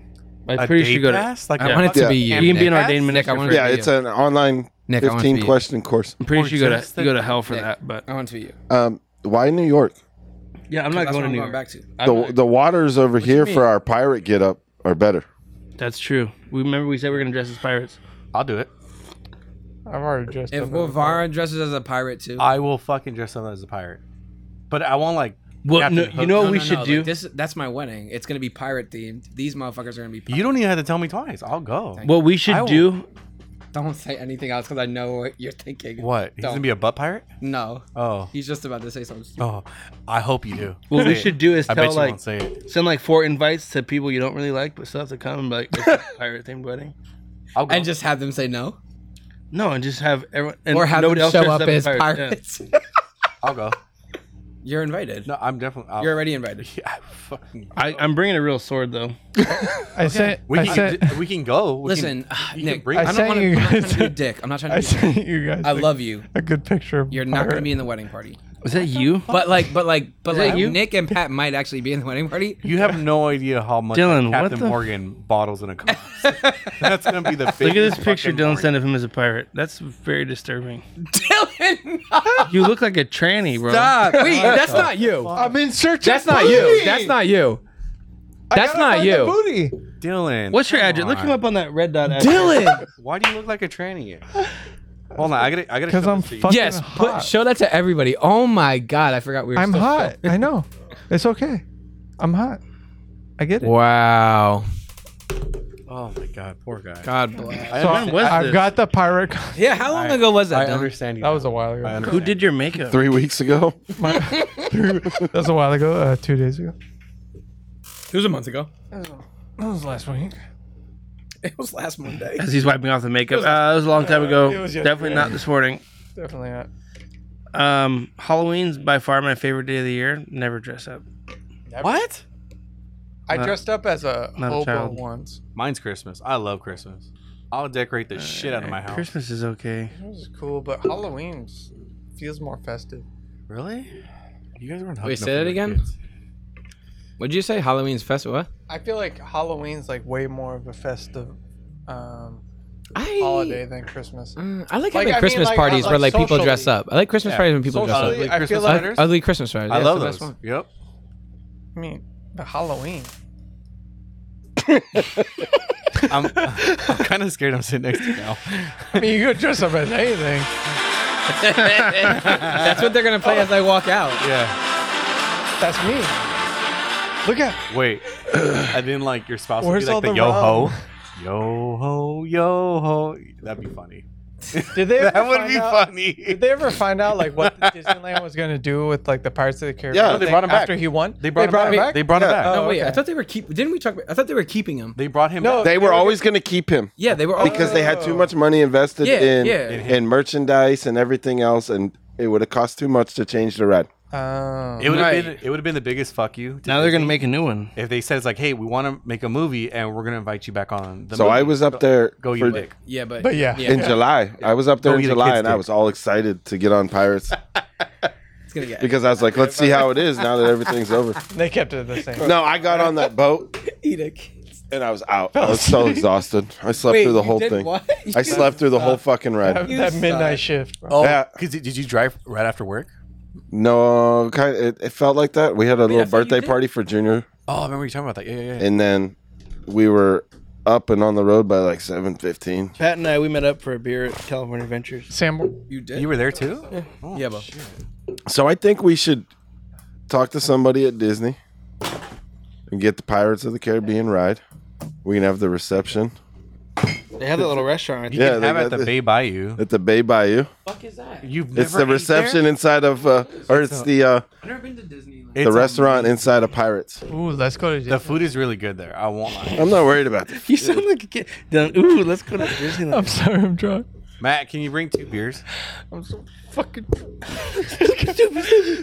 [SPEAKER 1] I'm
[SPEAKER 9] A
[SPEAKER 1] pretty
[SPEAKER 9] day
[SPEAKER 1] sure you go to.
[SPEAKER 9] pass? Like
[SPEAKER 8] I
[SPEAKER 9] a-
[SPEAKER 8] want it to
[SPEAKER 10] Yeah.
[SPEAKER 8] be you.
[SPEAKER 1] You can be an
[SPEAKER 8] Nick.
[SPEAKER 1] ordained
[SPEAKER 8] Nick,
[SPEAKER 1] minister.
[SPEAKER 8] I want
[SPEAKER 1] for-
[SPEAKER 8] to
[SPEAKER 10] Yeah,
[SPEAKER 8] be
[SPEAKER 10] it's
[SPEAKER 8] you.
[SPEAKER 10] an online
[SPEAKER 8] Nick, I wanna see
[SPEAKER 10] 15
[SPEAKER 8] you.
[SPEAKER 10] question course.
[SPEAKER 1] I'm pretty
[SPEAKER 9] Or
[SPEAKER 1] sure you go to
[SPEAKER 9] just
[SPEAKER 1] you
[SPEAKER 9] the-
[SPEAKER 1] go to hell for that. But
[SPEAKER 8] I want to be you.
[SPEAKER 10] Um, why New York?
[SPEAKER 1] yeah, I'm not going to New York.
[SPEAKER 8] to.
[SPEAKER 1] I'm
[SPEAKER 10] The,
[SPEAKER 1] not-
[SPEAKER 10] the waters over here for our pirate get up are better.
[SPEAKER 1] that's true. We remember we said we are gonna dress as pirates.
[SPEAKER 9] I'll do it.
[SPEAKER 2] I've already dressed
[SPEAKER 8] If
[SPEAKER 2] up. as a-
[SPEAKER 8] Guevara dresses as a pirate too,
[SPEAKER 9] I will fucking dress up as a pirate, but I won't like.
[SPEAKER 1] Well,
[SPEAKER 9] Captain
[SPEAKER 1] no,
[SPEAKER 9] Hook.
[SPEAKER 1] you know what
[SPEAKER 8] No,
[SPEAKER 1] we
[SPEAKER 8] no, no,
[SPEAKER 1] should
[SPEAKER 8] like,
[SPEAKER 1] do.
[SPEAKER 8] this that's my wedding. It's gonna be pirate themed. These motherfuckers are gonna be. Pirate.
[SPEAKER 9] You don't even have to tell me twice. I'll go.
[SPEAKER 1] what we should
[SPEAKER 9] I will-
[SPEAKER 1] do.
[SPEAKER 8] Don't say anything else because I know what you're thinking.
[SPEAKER 9] What? He's
[SPEAKER 8] Don't.
[SPEAKER 9] gonna be a butt pirate?
[SPEAKER 8] No,
[SPEAKER 9] Oh,
[SPEAKER 8] he's just about to say something.
[SPEAKER 9] oh. I hope you do.
[SPEAKER 1] What we
[SPEAKER 9] Say it.
[SPEAKER 1] should do is
[SPEAKER 9] I bet
[SPEAKER 1] tell
[SPEAKER 9] you
[SPEAKER 1] like
[SPEAKER 9] won't say it.
[SPEAKER 1] send like four invites to people you don't really like, but still have to come and be like it's a pirate themed wedding.
[SPEAKER 9] I'll go.
[SPEAKER 8] And just have them say no,
[SPEAKER 1] No, and just have everyone and
[SPEAKER 8] or have
[SPEAKER 1] nobody
[SPEAKER 8] them
[SPEAKER 1] else
[SPEAKER 8] show
[SPEAKER 1] dresses
[SPEAKER 8] up as
[SPEAKER 1] a pirate. Yeah.
[SPEAKER 8] pirates.
[SPEAKER 9] I'll go.
[SPEAKER 8] You're invited.
[SPEAKER 9] No, I'm definitely. I'll,
[SPEAKER 8] You're already invited.
[SPEAKER 9] Yeah, I fucking.
[SPEAKER 1] I, I'm bringing a real sword though.
[SPEAKER 2] I sent.
[SPEAKER 9] We
[SPEAKER 2] I
[SPEAKER 9] can,
[SPEAKER 2] sent.
[SPEAKER 9] we can go. We
[SPEAKER 8] Listen,
[SPEAKER 1] uh,
[SPEAKER 8] ah,
[SPEAKER 9] can, you
[SPEAKER 8] Nick,
[SPEAKER 9] can bring.
[SPEAKER 8] I
[SPEAKER 9] I
[SPEAKER 2] I
[SPEAKER 8] don't
[SPEAKER 2] sent
[SPEAKER 8] want to.
[SPEAKER 2] you
[SPEAKER 8] I'm not trying
[SPEAKER 2] guys.
[SPEAKER 8] to be a dick. I'm not trying
[SPEAKER 2] I
[SPEAKER 8] to. Be a dick.
[SPEAKER 2] sent you guys.
[SPEAKER 8] I
[SPEAKER 2] a-
[SPEAKER 8] love you.
[SPEAKER 2] a good picture. Of
[SPEAKER 8] You're not gonna
[SPEAKER 2] pirate.
[SPEAKER 8] be in the wedding party.
[SPEAKER 1] Is that you?
[SPEAKER 8] But like, but like, but
[SPEAKER 1] that
[SPEAKER 8] like,
[SPEAKER 1] you?
[SPEAKER 8] Nick and Pat might actually be in the wedding party.
[SPEAKER 9] you have no idea how much
[SPEAKER 1] Dylan, what
[SPEAKER 9] Captain
[SPEAKER 1] the-
[SPEAKER 9] Morgan bottles in a cup. That's gonna be the biggest.
[SPEAKER 1] Look at this picture
[SPEAKER 9] fucking
[SPEAKER 1] Dylan
[SPEAKER 9] party.
[SPEAKER 1] sent of him as a pirate. That's very disturbing.
[SPEAKER 8] Dylan, no.
[SPEAKER 1] You look like a tranny, bro.
[SPEAKER 8] stop. Wait, that's not you.
[SPEAKER 3] I'm in search
[SPEAKER 8] That's
[SPEAKER 3] of
[SPEAKER 8] not you. That's not you. That's
[SPEAKER 2] Gotta
[SPEAKER 8] not
[SPEAKER 2] find the
[SPEAKER 8] you.
[SPEAKER 2] Booty.
[SPEAKER 9] Dylan,
[SPEAKER 1] What's your
[SPEAKER 9] come
[SPEAKER 1] address? Look
[SPEAKER 9] on.
[SPEAKER 1] him up on that red dot. address.
[SPEAKER 8] Dylan.
[SPEAKER 9] Why do you look like a tranny? Hold on, I gotta, I gotta.
[SPEAKER 2] 'Cause
[SPEAKER 9] show
[SPEAKER 2] I'm
[SPEAKER 9] this to you.
[SPEAKER 2] fucking-
[SPEAKER 8] Yes, put,
[SPEAKER 2] hot.
[SPEAKER 8] show that to everybody. Oh my god, I forgot we were.
[SPEAKER 2] I'm
[SPEAKER 8] still-
[SPEAKER 2] hot. I know. It's okay. I'm hot. I get it.
[SPEAKER 8] Wow.
[SPEAKER 9] Oh my god, poor guy.
[SPEAKER 8] God bless.
[SPEAKER 9] I
[SPEAKER 2] So
[SPEAKER 9] understand-
[SPEAKER 1] When was
[SPEAKER 2] I've
[SPEAKER 1] this?
[SPEAKER 2] got the pirate. co-
[SPEAKER 8] Yeah, how long ago was
[SPEAKER 9] I
[SPEAKER 8] that? Dylan?
[SPEAKER 9] understand you.
[SPEAKER 2] That was
[SPEAKER 9] now.
[SPEAKER 2] a while ago.
[SPEAKER 9] I
[SPEAKER 1] Who
[SPEAKER 9] understand.
[SPEAKER 1] did your makeup?
[SPEAKER 10] Three weeks ago?
[SPEAKER 2] That was a while ago. Uh, two days ago.
[SPEAKER 8] It was a month ago.
[SPEAKER 2] That was last week.
[SPEAKER 8] It was last Monday.
[SPEAKER 1] As he's wiping off the makeup. Uh, it was a long time ago.
[SPEAKER 2] it was
[SPEAKER 1] Definitely not this morning.
[SPEAKER 2] Definitely not.
[SPEAKER 1] Um, Halloween's by far my favorite day of the year. Never dress up.
[SPEAKER 9] What?
[SPEAKER 2] I
[SPEAKER 1] Not-
[SPEAKER 2] dressed up as a
[SPEAKER 1] not a
[SPEAKER 2] hobo
[SPEAKER 1] child.
[SPEAKER 2] once.
[SPEAKER 9] Mine's Christmas. I love Christmas. I'll decorate the shit out of my house.
[SPEAKER 1] Christmas is okay.
[SPEAKER 2] It was cool, but Halloween feels more festive.
[SPEAKER 9] Really? You guys weren't. hooking up
[SPEAKER 8] Wait, say
[SPEAKER 9] with
[SPEAKER 8] that
[SPEAKER 9] your
[SPEAKER 8] again?
[SPEAKER 9] kids.
[SPEAKER 8] What'd you say? Halloween's festival? What?
[SPEAKER 2] I feel like Halloween's like way more of a festive um,
[SPEAKER 8] I
[SPEAKER 2] holiday than Christmas.
[SPEAKER 8] Mm, I
[SPEAKER 2] Like,
[SPEAKER 8] like having
[SPEAKER 2] I mean,
[SPEAKER 8] Christmas
[SPEAKER 2] like,
[SPEAKER 8] parties
[SPEAKER 2] like,
[SPEAKER 8] where like people dress
[SPEAKER 2] socially.
[SPEAKER 8] up. I like Christmas
[SPEAKER 9] Yeah.
[SPEAKER 8] parties when people
[SPEAKER 9] Socially,
[SPEAKER 8] dress
[SPEAKER 2] Ugly-
[SPEAKER 8] up.
[SPEAKER 2] I
[SPEAKER 9] Christmas
[SPEAKER 2] feel
[SPEAKER 8] Ug-
[SPEAKER 2] like-
[SPEAKER 9] sweaters?
[SPEAKER 8] ugly Christmas parties.
[SPEAKER 9] I
[SPEAKER 8] That's
[SPEAKER 9] love
[SPEAKER 8] the best
[SPEAKER 9] those.
[SPEAKER 8] one.
[SPEAKER 9] Yep.
[SPEAKER 2] I mean, the Halloween.
[SPEAKER 9] I'm, I'm kind of scared. I'm sitting next to you now.
[SPEAKER 2] I mean, you could dress up as anything.
[SPEAKER 8] That's what they're gonna play as I walk out.
[SPEAKER 9] Yeah.
[SPEAKER 2] That's me. Look at
[SPEAKER 9] Wait. I didn't like your spouse.
[SPEAKER 2] Where's
[SPEAKER 9] would be
[SPEAKER 2] all
[SPEAKER 9] like the
[SPEAKER 2] the
[SPEAKER 9] yo ho,
[SPEAKER 2] rum?
[SPEAKER 9] yo ho, yo ho. That'd be funny.
[SPEAKER 2] Did they?
[SPEAKER 9] That
[SPEAKER 2] ever
[SPEAKER 9] would
[SPEAKER 2] find
[SPEAKER 9] be
[SPEAKER 2] out-
[SPEAKER 9] funny.
[SPEAKER 2] Did they ever find out like what the Disneyland was gonna do with like the Pirates of the Caribbean?
[SPEAKER 10] Yeah, they
[SPEAKER 2] thing
[SPEAKER 9] brought him back.
[SPEAKER 2] after he won.
[SPEAKER 9] They brought, him, back. They brought him
[SPEAKER 10] Yeah.
[SPEAKER 9] back.
[SPEAKER 2] Oh,
[SPEAKER 8] No, wait. I
[SPEAKER 2] okay.
[SPEAKER 8] thought they were keep. Didn't we talk? I thought they were keeping them.
[SPEAKER 9] They brought him
[SPEAKER 2] No.
[SPEAKER 9] back.
[SPEAKER 10] They were always going to keep him
[SPEAKER 8] Yeah, they were all
[SPEAKER 10] because they had too much money invested
[SPEAKER 8] Yeah,
[SPEAKER 10] in,
[SPEAKER 8] yeah.
[SPEAKER 10] in merchandise and everything else, and it would have cost too much to change the red.
[SPEAKER 2] Oh.
[SPEAKER 9] It would have
[SPEAKER 1] Right.
[SPEAKER 9] been. It would have been the biggest fuck you. to
[SPEAKER 1] Now they're gonna
[SPEAKER 9] Disney
[SPEAKER 1] make a new one.
[SPEAKER 9] if they said it's like, hey, we want to make a movie and we're gonna invite you back on. The
[SPEAKER 10] So
[SPEAKER 9] movie.
[SPEAKER 10] I was up there
[SPEAKER 9] Go
[SPEAKER 10] for-
[SPEAKER 9] you dick.
[SPEAKER 8] Yeah, but,
[SPEAKER 2] But yeah.
[SPEAKER 10] in July. I was up there
[SPEAKER 9] Go
[SPEAKER 10] in
[SPEAKER 9] eat a
[SPEAKER 10] July,
[SPEAKER 9] kid's
[SPEAKER 10] and I
[SPEAKER 9] dick.
[SPEAKER 10] was all excited to get on Pirates
[SPEAKER 8] it's gonna get.
[SPEAKER 10] because I was like, let's see how it is now that everything's over.
[SPEAKER 2] They kept it the same.
[SPEAKER 10] No, I got on that boat
[SPEAKER 8] eat a kid.
[SPEAKER 10] and I was out. I was so exhausted. I slept through the whole thing. I slept through the whole fucking ride.
[SPEAKER 8] You
[SPEAKER 2] that
[SPEAKER 8] suck.
[SPEAKER 2] midnight shift. Bro.
[SPEAKER 9] Oh,
[SPEAKER 10] Yeah.
[SPEAKER 9] because did you drive right after work?
[SPEAKER 10] No, kind it, it felt like that. We had a
[SPEAKER 8] I
[SPEAKER 10] little
[SPEAKER 8] thought you
[SPEAKER 10] birthday
[SPEAKER 8] did.
[SPEAKER 10] party for Junior,
[SPEAKER 9] Oh, I remember you talking about that. Yeah, yeah, yeah.
[SPEAKER 10] and then we were up and on the road by like seven fifteen.
[SPEAKER 1] Pat and I, we met up for a beer at California Adventures.
[SPEAKER 2] Sam,
[SPEAKER 9] You did. You were there too. Yeah.
[SPEAKER 8] yeah, bro.
[SPEAKER 10] So I think we should talk to somebody at Disney and get the Pirates of the Caribbean ride. We can have the reception
[SPEAKER 1] They have that little restaurant. I think.
[SPEAKER 10] Yeah,
[SPEAKER 9] Yeah,
[SPEAKER 10] they
[SPEAKER 9] have
[SPEAKER 10] got
[SPEAKER 9] at the
[SPEAKER 10] this.
[SPEAKER 9] Bay Bayou.
[SPEAKER 10] at the Bay Bayou.
[SPEAKER 7] fuck is that?
[SPEAKER 9] You've
[SPEAKER 10] It's
[SPEAKER 9] never
[SPEAKER 10] the
[SPEAKER 9] ate there?
[SPEAKER 10] reception inside of, uh, or it's the uh,
[SPEAKER 7] I've never been to Disneyland.
[SPEAKER 10] the
[SPEAKER 9] It's
[SPEAKER 10] restaurant inside of Pirates.
[SPEAKER 2] ooh, let's go to
[SPEAKER 9] The food is really good there. I won't lie.
[SPEAKER 10] I'm not worried about that.
[SPEAKER 1] You sound like a kid. Then, ooh, let's go to Disneyland.
[SPEAKER 2] I'm sorry, I'm drunk.
[SPEAKER 9] Matt, can you bring two beers?
[SPEAKER 2] I'm so fucking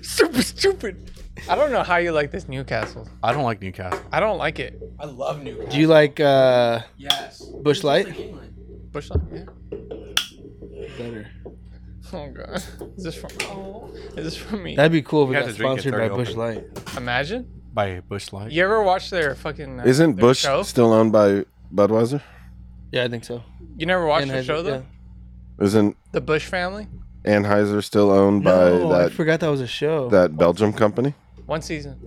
[SPEAKER 2] super stupid. I don't know how you like this Newcastle.
[SPEAKER 9] I don't like Newcastle.
[SPEAKER 2] I don't like it.
[SPEAKER 7] I love New York.
[SPEAKER 1] Do you like uh,
[SPEAKER 7] Yes.
[SPEAKER 1] Bush Light?
[SPEAKER 2] Bush Light, yeah.
[SPEAKER 1] Better.
[SPEAKER 2] Oh god. Is this from? Oh, is this from me?
[SPEAKER 1] That'd be cool if
[SPEAKER 9] You
[SPEAKER 1] it
[SPEAKER 9] have
[SPEAKER 1] got
[SPEAKER 9] to drink it
[SPEAKER 1] sponsored by
[SPEAKER 9] very
[SPEAKER 1] Bush
[SPEAKER 9] open.
[SPEAKER 1] Light.
[SPEAKER 2] Imagine.
[SPEAKER 9] By Bush Light.
[SPEAKER 2] You ever watch their fucking? Uh,
[SPEAKER 10] Isn't
[SPEAKER 2] their
[SPEAKER 10] Bush
[SPEAKER 2] Show?
[SPEAKER 10] still owned by Budweiser?
[SPEAKER 1] Yeah, I think so.
[SPEAKER 2] You never watched the
[SPEAKER 1] Anheuser-
[SPEAKER 2] show though?
[SPEAKER 1] yeah.
[SPEAKER 10] Isn't
[SPEAKER 2] The Bush family.
[SPEAKER 10] Anheuser still owned
[SPEAKER 1] No,
[SPEAKER 10] by
[SPEAKER 1] I
[SPEAKER 10] that
[SPEAKER 1] forgot that was a show.
[SPEAKER 10] that Belgium company?
[SPEAKER 2] One season.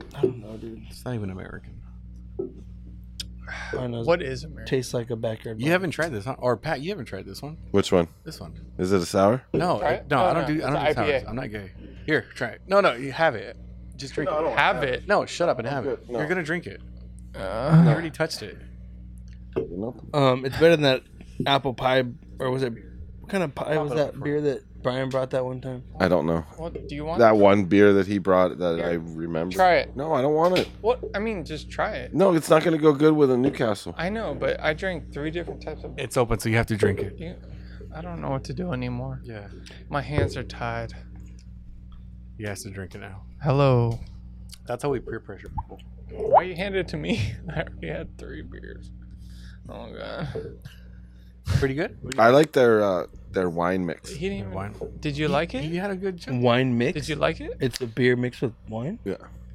[SPEAKER 9] It's not even American.
[SPEAKER 1] I don't know,
[SPEAKER 2] What is America?
[SPEAKER 1] tastes like a backyard.
[SPEAKER 9] You haven't tried this, huh? Or Pat, you haven't tried this one.
[SPEAKER 10] Which one?
[SPEAKER 9] This one.
[SPEAKER 10] Is it a sour?
[SPEAKER 9] No,
[SPEAKER 2] Try
[SPEAKER 9] I-
[SPEAKER 2] it?
[SPEAKER 9] no,
[SPEAKER 2] Oh,
[SPEAKER 9] I don't
[SPEAKER 2] no.
[SPEAKER 9] do. I don't
[SPEAKER 2] It's
[SPEAKER 9] do
[SPEAKER 2] IPA.
[SPEAKER 9] sours. I'm not gay. Here, try it. No, no, you have it. Just drink it.
[SPEAKER 2] Have it.
[SPEAKER 9] No, shut up and have it.
[SPEAKER 10] good. No.
[SPEAKER 9] You're gonna drink it.
[SPEAKER 2] Uh,
[SPEAKER 9] You already touched it.
[SPEAKER 1] Um, it's better than that apple pie, or was it? What kind of pie was that beer that Brian brought that one time?
[SPEAKER 10] I don't know.
[SPEAKER 2] what do you want?
[SPEAKER 10] That one beer that he brought that I remember.
[SPEAKER 2] Try it.
[SPEAKER 10] No, I don't want it.
[SPEAKER 2] What? I mean, just try it.
[SPEAKER 10] No, it's not going to go good with a Newcastle.
[SPEAKER 2] I know, but I drank three different types of.
[SPEAKER 9] It's open, so you have to drink it.
[SPEAKER 2] You- I don't know what to do anymore.
[SPEAKER 9] Yeah,
[SPEAKER 2] My hands are tied.
[SPEAKER 9] he has to drink it now.
[SPEAKER 2] Hello.
[SPEAKER 9] That's how we peer pressure people.
[SPEAKER 2] Why you handed it to me? I already had three beers. Oh god.
[SPEAKER 9] Pretty good.
[SPEAKER 10] I like their uh, their wine mix.
[SPEAKER 2] He didn't
[SPEAKER 9] Wine.
[SPEAKER 2] even, Did you like
[SPEAKER 9] You
[SPEAKER 2] it?
[SPEAKER 9] had a good job.
[SPEAKER 1] Wine mix.
[SPEAKER 2] Did you like it?
[SPEAKER 1] It's a beer mixed with wine.
[SPEAKER 10] Yeah.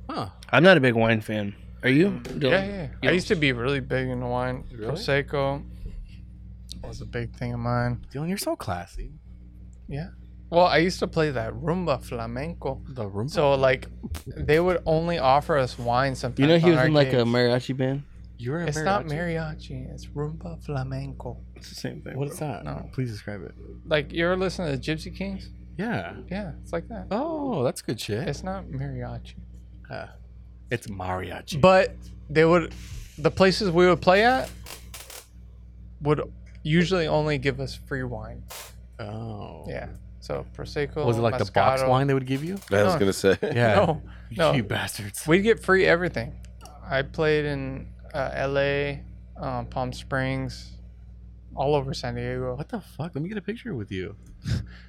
[SPEAKER 9] Huh.
[SPEAKER 1] I'm not a big wine fan. Are you?
[SPEAKER 2] Yeah,
[SPEAKER 1] Dylan?
[SPEAKER 2] yeah. yeah. I used to be really big into wine.
[SPEAKER 9] Really?
[SPEAKER 2] Prosecco was a big thing of mine.
[SPEAKER 9] Dylan, you're so classy.
[SPEAKER 2] Well, I used to play that rumba flamenco.
[SPEAKER 9] The room.
[SPEAKER 2] So like, they would only offer us wine sometimes.
[SPEAKER 1] You know he
[SPEAKER 2] on
[SPEAKER 1] was
[SPEAKER 2] our
[SPEAKER 1] in like a
[SPEAKER 2] gigs.
[SPEAKER 1] mariachi band.
[SPEAKER 9] you're a
[SPEAKER 2] It's not
[SPEAKER 9] mariachi.
[SPEAKER 2] mariachi. It's rumba flamenco.
[SPEAKER 1] It's the same thing.
[SPEAKER 9] What is that?
[SPEAKER 2] No.
[SPEAKER 9] Please describe it.
[SPEAKER 2] Like you ever listen to the Gypsy Kings?
[SPEAKER 9] Yeah.
[SPEAKER 2] Yeah, it's like that.
[SPEAKER 9] Oh, that's good shit.
[SPEAKER 2] It's not mariachi.
[SPEAKER 9] It's mariachi.
[SPEAKER 2] But they would, the places we would play at would usually only give us free wine.
[SPEAKER 9] Oh.
[SPEAKER 2] Yeah. So Prosecco.
[SPEAKER 9] Was it like the box
[SPEAKER 2] Moscato.
[SPEAKER 9] wine they would give you?
[SPEAKER 10] I was
[SPEAKER 2] No.
[SPEAKER 10] going to say.
[SPEAKER 9] Yeah.
[SPEAKER 2] No, no.
[SPEAKER 9] You bastards.
[SPEAKER 2] We'd get free everything. I played in uh, LA, um, Palm Springs, all over San Diego.
[SPEAKER 9] What the fuck? Let me get a picture with you.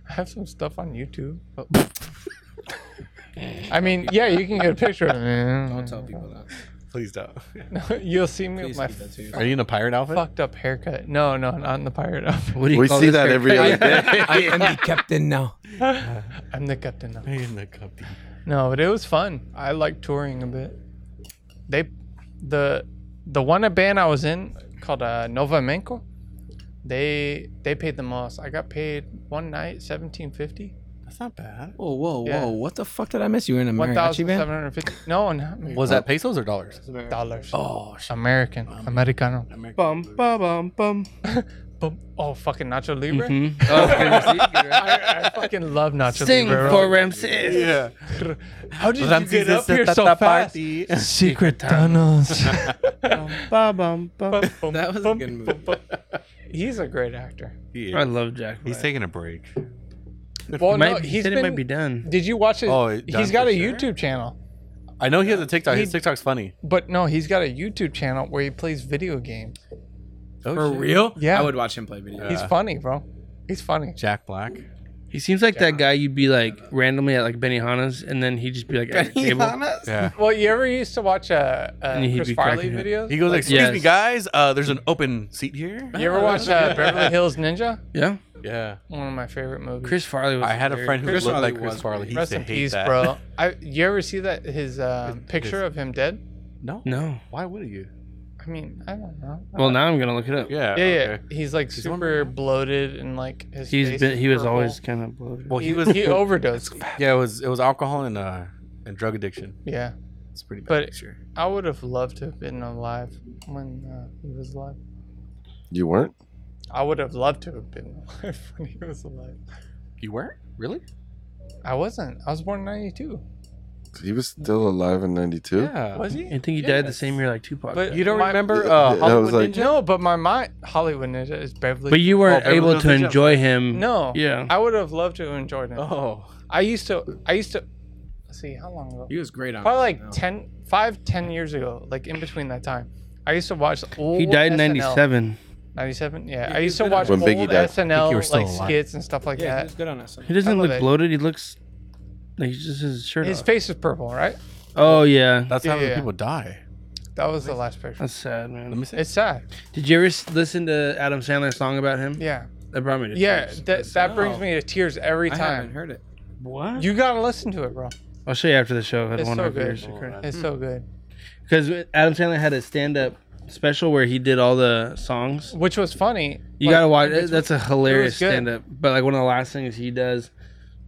[SPEAKER 2] I have some stuff on YouTube. I mean, yeah, you can get a picture of me.
[SPEAKER 7] Don't tell people that.
[SPEAKER 9] Please don't.
[SPEAKER 2] You'll see me with
[SPEAKER 7] Please
[SPEAKER 2] my
[SPEAKER 7] keep that to yourself.
[SPEAKER 9] Are you in a pirate outfit?
[SPEAKER 2] fucked up haircut. No, no, not in the pirate outfit.
[SPEAKER 1] What do you
[SPEAKER 10] We
[SPEAKER 1] call
[SPEAKER 10] see
[SPEAKER 1] this
[SPEAKER 10] that
[SPEAKER 1] beer?
[SPEAKER 10] every other day.
[SPEAKER 8] I am the captain now.
[SPEAKER 2] I'm the captain now.
[SPEAKER 9] In the cup.
[SPEAKER 2] No, but it was fun. I like touring a bit. They, the, the one band I was in called uh, Nova Menko, they they paid the most. I got paid one night seventeen fifty.
[SPEAKER 9] That's not bad.
[SPEAKER 8] Whoa, whoa,
[SPEAKER 2] Yeah.
[SPEAKER 8] whoa! What the fuck did I miss? You were in a
[SPEAKER 2] One
[SPEAKER 8] mariachi
[SPEAKER 2] thousand
[SPEAKER 8] band?
[SPEAKER 2] seven hundred fifty. No, not me.
[SPEAKER 9] Was that pesos or dollars?
[SPEAKER 2] dollars.
[SPEAKER 9] Oh, shit.
[SPEAKER 2] American, Americano.
[SPEAKER 1] Bum bum bum bum.
[SPEAKER 2] Boom. Oh, fucking Nacho Libre.
[SPEAKER 1] Mhm. Oh,
[SPEAKER 2] I, I fucking love Nacho
[SPEAKER 1] Sing
[SPEAKER 2] Libre.
[SPEAKER 1] for Ramses.
[SPEAKER 9] Yeah.
[SPEAKER 2] How did
[SPEAKER 9] Ramses
[SPEAKER 2] you get up
[SPEAKER 9] is
[SPEAKER 2] here
[SPEAKER 9] at
[SPEAKER 2] so
[SPEAKER 9] the
[SPEAKER 2] fast?
[SPEAKER 9] party.
[SPEAKER 2] Secret tunnels.
[SPEAKER 1] Bum bum bum.
[SPEAKER 8] That was a good movie.
[SPEAKER 2] He's a great actor.
[SPEAKER 9] He
[SPEAKER 1] I
[SPEAKER 9] is.
[SPEAKER 1] love Jack.
[SPEAKER 9] He's
[SPEAKER 1] Black.
[SPEAKER 9] taking a break.
[SPEAKER 2] Well,
[SPEAKER 1] Might-
[SPEAKER 2] no,
[SPEAKER 1] he
[SPEAKER 2] he's
[SPEAKER 1] said
[SPEAKER 2] been,
[SPEAKER 1] it might be done.
[SPEAKER 2] Did you watch it?
[SPEAKER 9] Oh,
[SPEAKER 2] Oh,
[SPEAKER 9] it-
[SPEAKER 2] he's
[SPEAKER 9] done
[SPEAKER 2] got
[SPEAKER 9] for
[SPEAKER 2] a
[SPEAKER 9] sure?
[SPEAKER 2] YouTube channel,
[SPEAKER 9] I know he has a TikTok. His
[SPEAKER 2] He-
[SPEAKER 9] TikTok's funny.
[SPEAKER 2] but no, he's got a YouTube channel where he plays video games.
[SPEAKER 9] Oh,
[SPEAKER 8] For
[SPEAKER 9] shit.
[SPEAKER 8] real?
[SPEAKER 2] Yeah.
[SPEAKER 8] I would watch him play video.
[SPEAKER 2] He's
[SPEAKER 9] Yeah.
[SPEAKER 2] funny, bro. He's funny.
[SPEAKER 9] Jack Black.
[SPEAKER 1] He seems like that guy you'd be like randomly at like Benihana's, and then he'd just be like at your table.
[SPEAKER 9] Yeah.
[SPEAKER 2] Well, you ever used to watch uh, uh,
[SPEAKER 1] he'd
[SPEAKER 2] Chris
[SPEAKER 1] be
[SPEAKER 2] Farley
[SPEAKER 1] cracking up.
[SPEAKER 2] videos?
[SPEAKER 9] He goes,
[SPEAKER 2] Like,
[SPEAKER 9] excuse
[SPEAKER 1] Yes.
[SPEAKER 9] me, guys. Uh, there's an open seat here.
[SPEAKER 2] you ever watch uh, Beverly Hills Ninja?
[SPEAKER 1] Yeah.
[SPEAKER 9] Yeah.
[SPEAKER 2] One of my favorite movies.
[SPEAKER 1] Chris Farley was.
[SPEAKER 9] I had a
[SPEAKER 1] very-
[SPEAKER 9] friend who
[SPEAKER 7] Chris
[SPEAKER 9] looked
[SPEAKER 7] Farley
[SPEAKER 9] like Chris
[SPEAKER 7] was
[SPEAKER 9] Farley.
[SPEAKER 7] great.
[SPEAKER 9] He used
[SPEAKER 2] Rest
[SPEAKER 9] to
[SPEAKER 2] in
[SPEAKER 9] hate
[SPEAKER 2] peace,
[SPEAKER 9] that.
[SPEAKER 2] bro. I, you ever see that his uh,
[SPEAKER 9] His-
[SPEAKER 2] picture of
[SPEAKER 9] his-
[SPEAKER 2] him dead?
[SPEAKER 9] No.
[SPEAKER 1] No.
[SPEAKER 9] Why would you?
[SPEAKER 2] I mean, I don't know.
[SPEAKER 1] Well, now I'm gonna look it up.
[SPEAKER 9] Yeah.
[SPEAKER 2] yeah, yeah.
[SPEAKER 9] okay.
[SPEAKER 2] He's like
[SPEAKER 9] He's
[SPEAKER 2] super bloated and like his.
[SPEAKER 1] He's
[SPEAKER 2] face
[SPEAKER 1] been.
[SPEAKER 2] is
[SPEAKER 1] He was
[SPEAKER 2] purple.
[SPEAKER 1] always kind of bloated.
[SPEAKER 9] Well, he
[SPEAKER 2] He
[SPEAKER 9] was.
[SPEAKER 2] he overdosed.
[SPEAKER 9] yeah, it was. It was alcohol and uh and drug addiction.
[SPEAKER 2] Yeah,
[SPEAKER 9] It's pretty bad.
[SPEAKER 2] But-
[SPEAKER 9] picture.
[SPEAKER 2] I would have loved to have been alive when uh, he was alive.
[SPEAKER 10] You weren't?
[SPEAKER 2] I would have loved to have been alive when he was alive.
[SPEAKER 9] You weren't? Really?
[SPEAKER 2] I wasn't. I was born in 92.
[SPEAKER 10] He was still alive in '92.
[SPEAKER 9] Yeah.
[SPEAKER 2] Was he?
[SPEAKER 1] I think he died the same year like Tupac.
[SPEAKER 2] But
[SPEAKER 1] died.
[SPEAKER 9] You don't
[SPEAKER 2] My-
[SPEAKER 9] remember
[SPEAKER 10] Yeah,
[SPEAKER 9] uh,
[SPEAKER 10] yeah, I was
[SPEAKER 9] Hollywood
[SPEAKER 10] like-
[SPEAKER 9] Ninja?
[SPEAKER 2] No, but my mind, Hollywood Ninja is Beverly.
[SPEAKER 1] But you weren't
[SPEAKER 9] Oh,
[SPEAKER 1] able
[SPEAKER 9] everyone
[SPEAKER 1] to
[SPEAKER 9] knows the joke.
[SPEAKER 1] enjoy him.
[SPEAKER 2] no,
[SPEAKER 1] Yeah.
[SPEAKER 2] I would have loved to enjoy him.
[SPEAKER 8] Uh-huh.
[SPEAKER 9] Oh.
[SPEAKER 2] I used to. I used to. Let's see how long ago?
[SPEAKER 8] He was great on
[SPEAKER 2] Probably like
[SPEAKER 8] SNL.
[SPEAKER 2] 10, 5, 10 years ago. Like in between that time, I used to watch. Old
[SPEAKER 1] He died in
[SPEAKER 2] SNL.
[SPEAKER 1] '97.
[SPEAKER 2] 97? Yeah,
[SPEAKER 8] Yeah,
[SPEAKER 2] I
[SPEAKER 8] he
[SPEAKER 2] used
[SPEAKER 8] was
[SPEAKER 2] to
[SPEAKER 8] good
[SPEAKER 2] watch
[SPEAKER 10] on-
[SPEAKER 2] old
[SPEAKER 10] When Biggie died.
[SPEAKER 2] SNL
[SPEAKER 9] I think he was
[SPEAKER 2] like
[SPEAKER 9] still alive.
[SPEAKER 2] skits and stuff like
[SPEAKER 8] Yeah, he
[SPEAKER 2] that.
[SPEAKER 8] was good on SNL.
[SPEAKER 1] He doesn't
[SPEAKER 2] love
[SPEAKER 1] look
[SPEAKER 2] it.
[SPEAKER 1] bloated. He looks like he's just his shirt
[SPEAKER 2] His
[SPEAKER 1] off.
[SPEAKER 2] face is purple, right?
[SPEAKER 1] oh yeah,
[SPEAKER 9] That's how many
[SPEAKER 2] Yeah.
[SPEAKER 9] people die.
[SPEAKER 2] That was the last picture.
[SPEAKER 1] that's sad,
[SPEAKER 9] Let
[SPEAKER 1] man.
[SPEAKER 9] me see.
[SPEAKER 2] It's sad.
[SPEAKER 1] Did you ever s- listen to Adam Sandler's song about him?
[SPEAKER 2] Yeah.
[SPEAKER 1] That brought me to
[SPEAKER 2] Yeah.
[SPEAKER 1] tears.
[SPEAKER 2] That that brings
[SPEAKER 8] No.
[SPEAKER 2] me to tears every
[SPEAKER 8] I
[SPEAKER 2] time.
[SPEAKER 8] haven't heard it.
[SPEAKER 1] What?
[SPEAKER 2] You gotta listen to it, bro.
[SPEAKER 1] I'll show you after the show. I don't
[SPEAKER 2] It's
[SPEAKER 1] want
[SPEAKER 2] so
[SPEAKER 1] to hear
[SPEAKER 2] good.
[SPEAKER 1] shit cry.
[SPEAKER 2] It's so
[SPEAKER 8] Hmm.
[SPEAKER 2] good.
[SPEAKER 1] Because Adam Sandler had a stand-up special where he did all the songs.
[SPEAKER 2] Which was funny.
[SPEAKER 1] You
[SPEAKER 2] but
[SPEAKER 1] gotta watch. That's a hilarious
[SPEAKER 2] good.
[SPEAKER 1] stand-up. But like one of the last things he does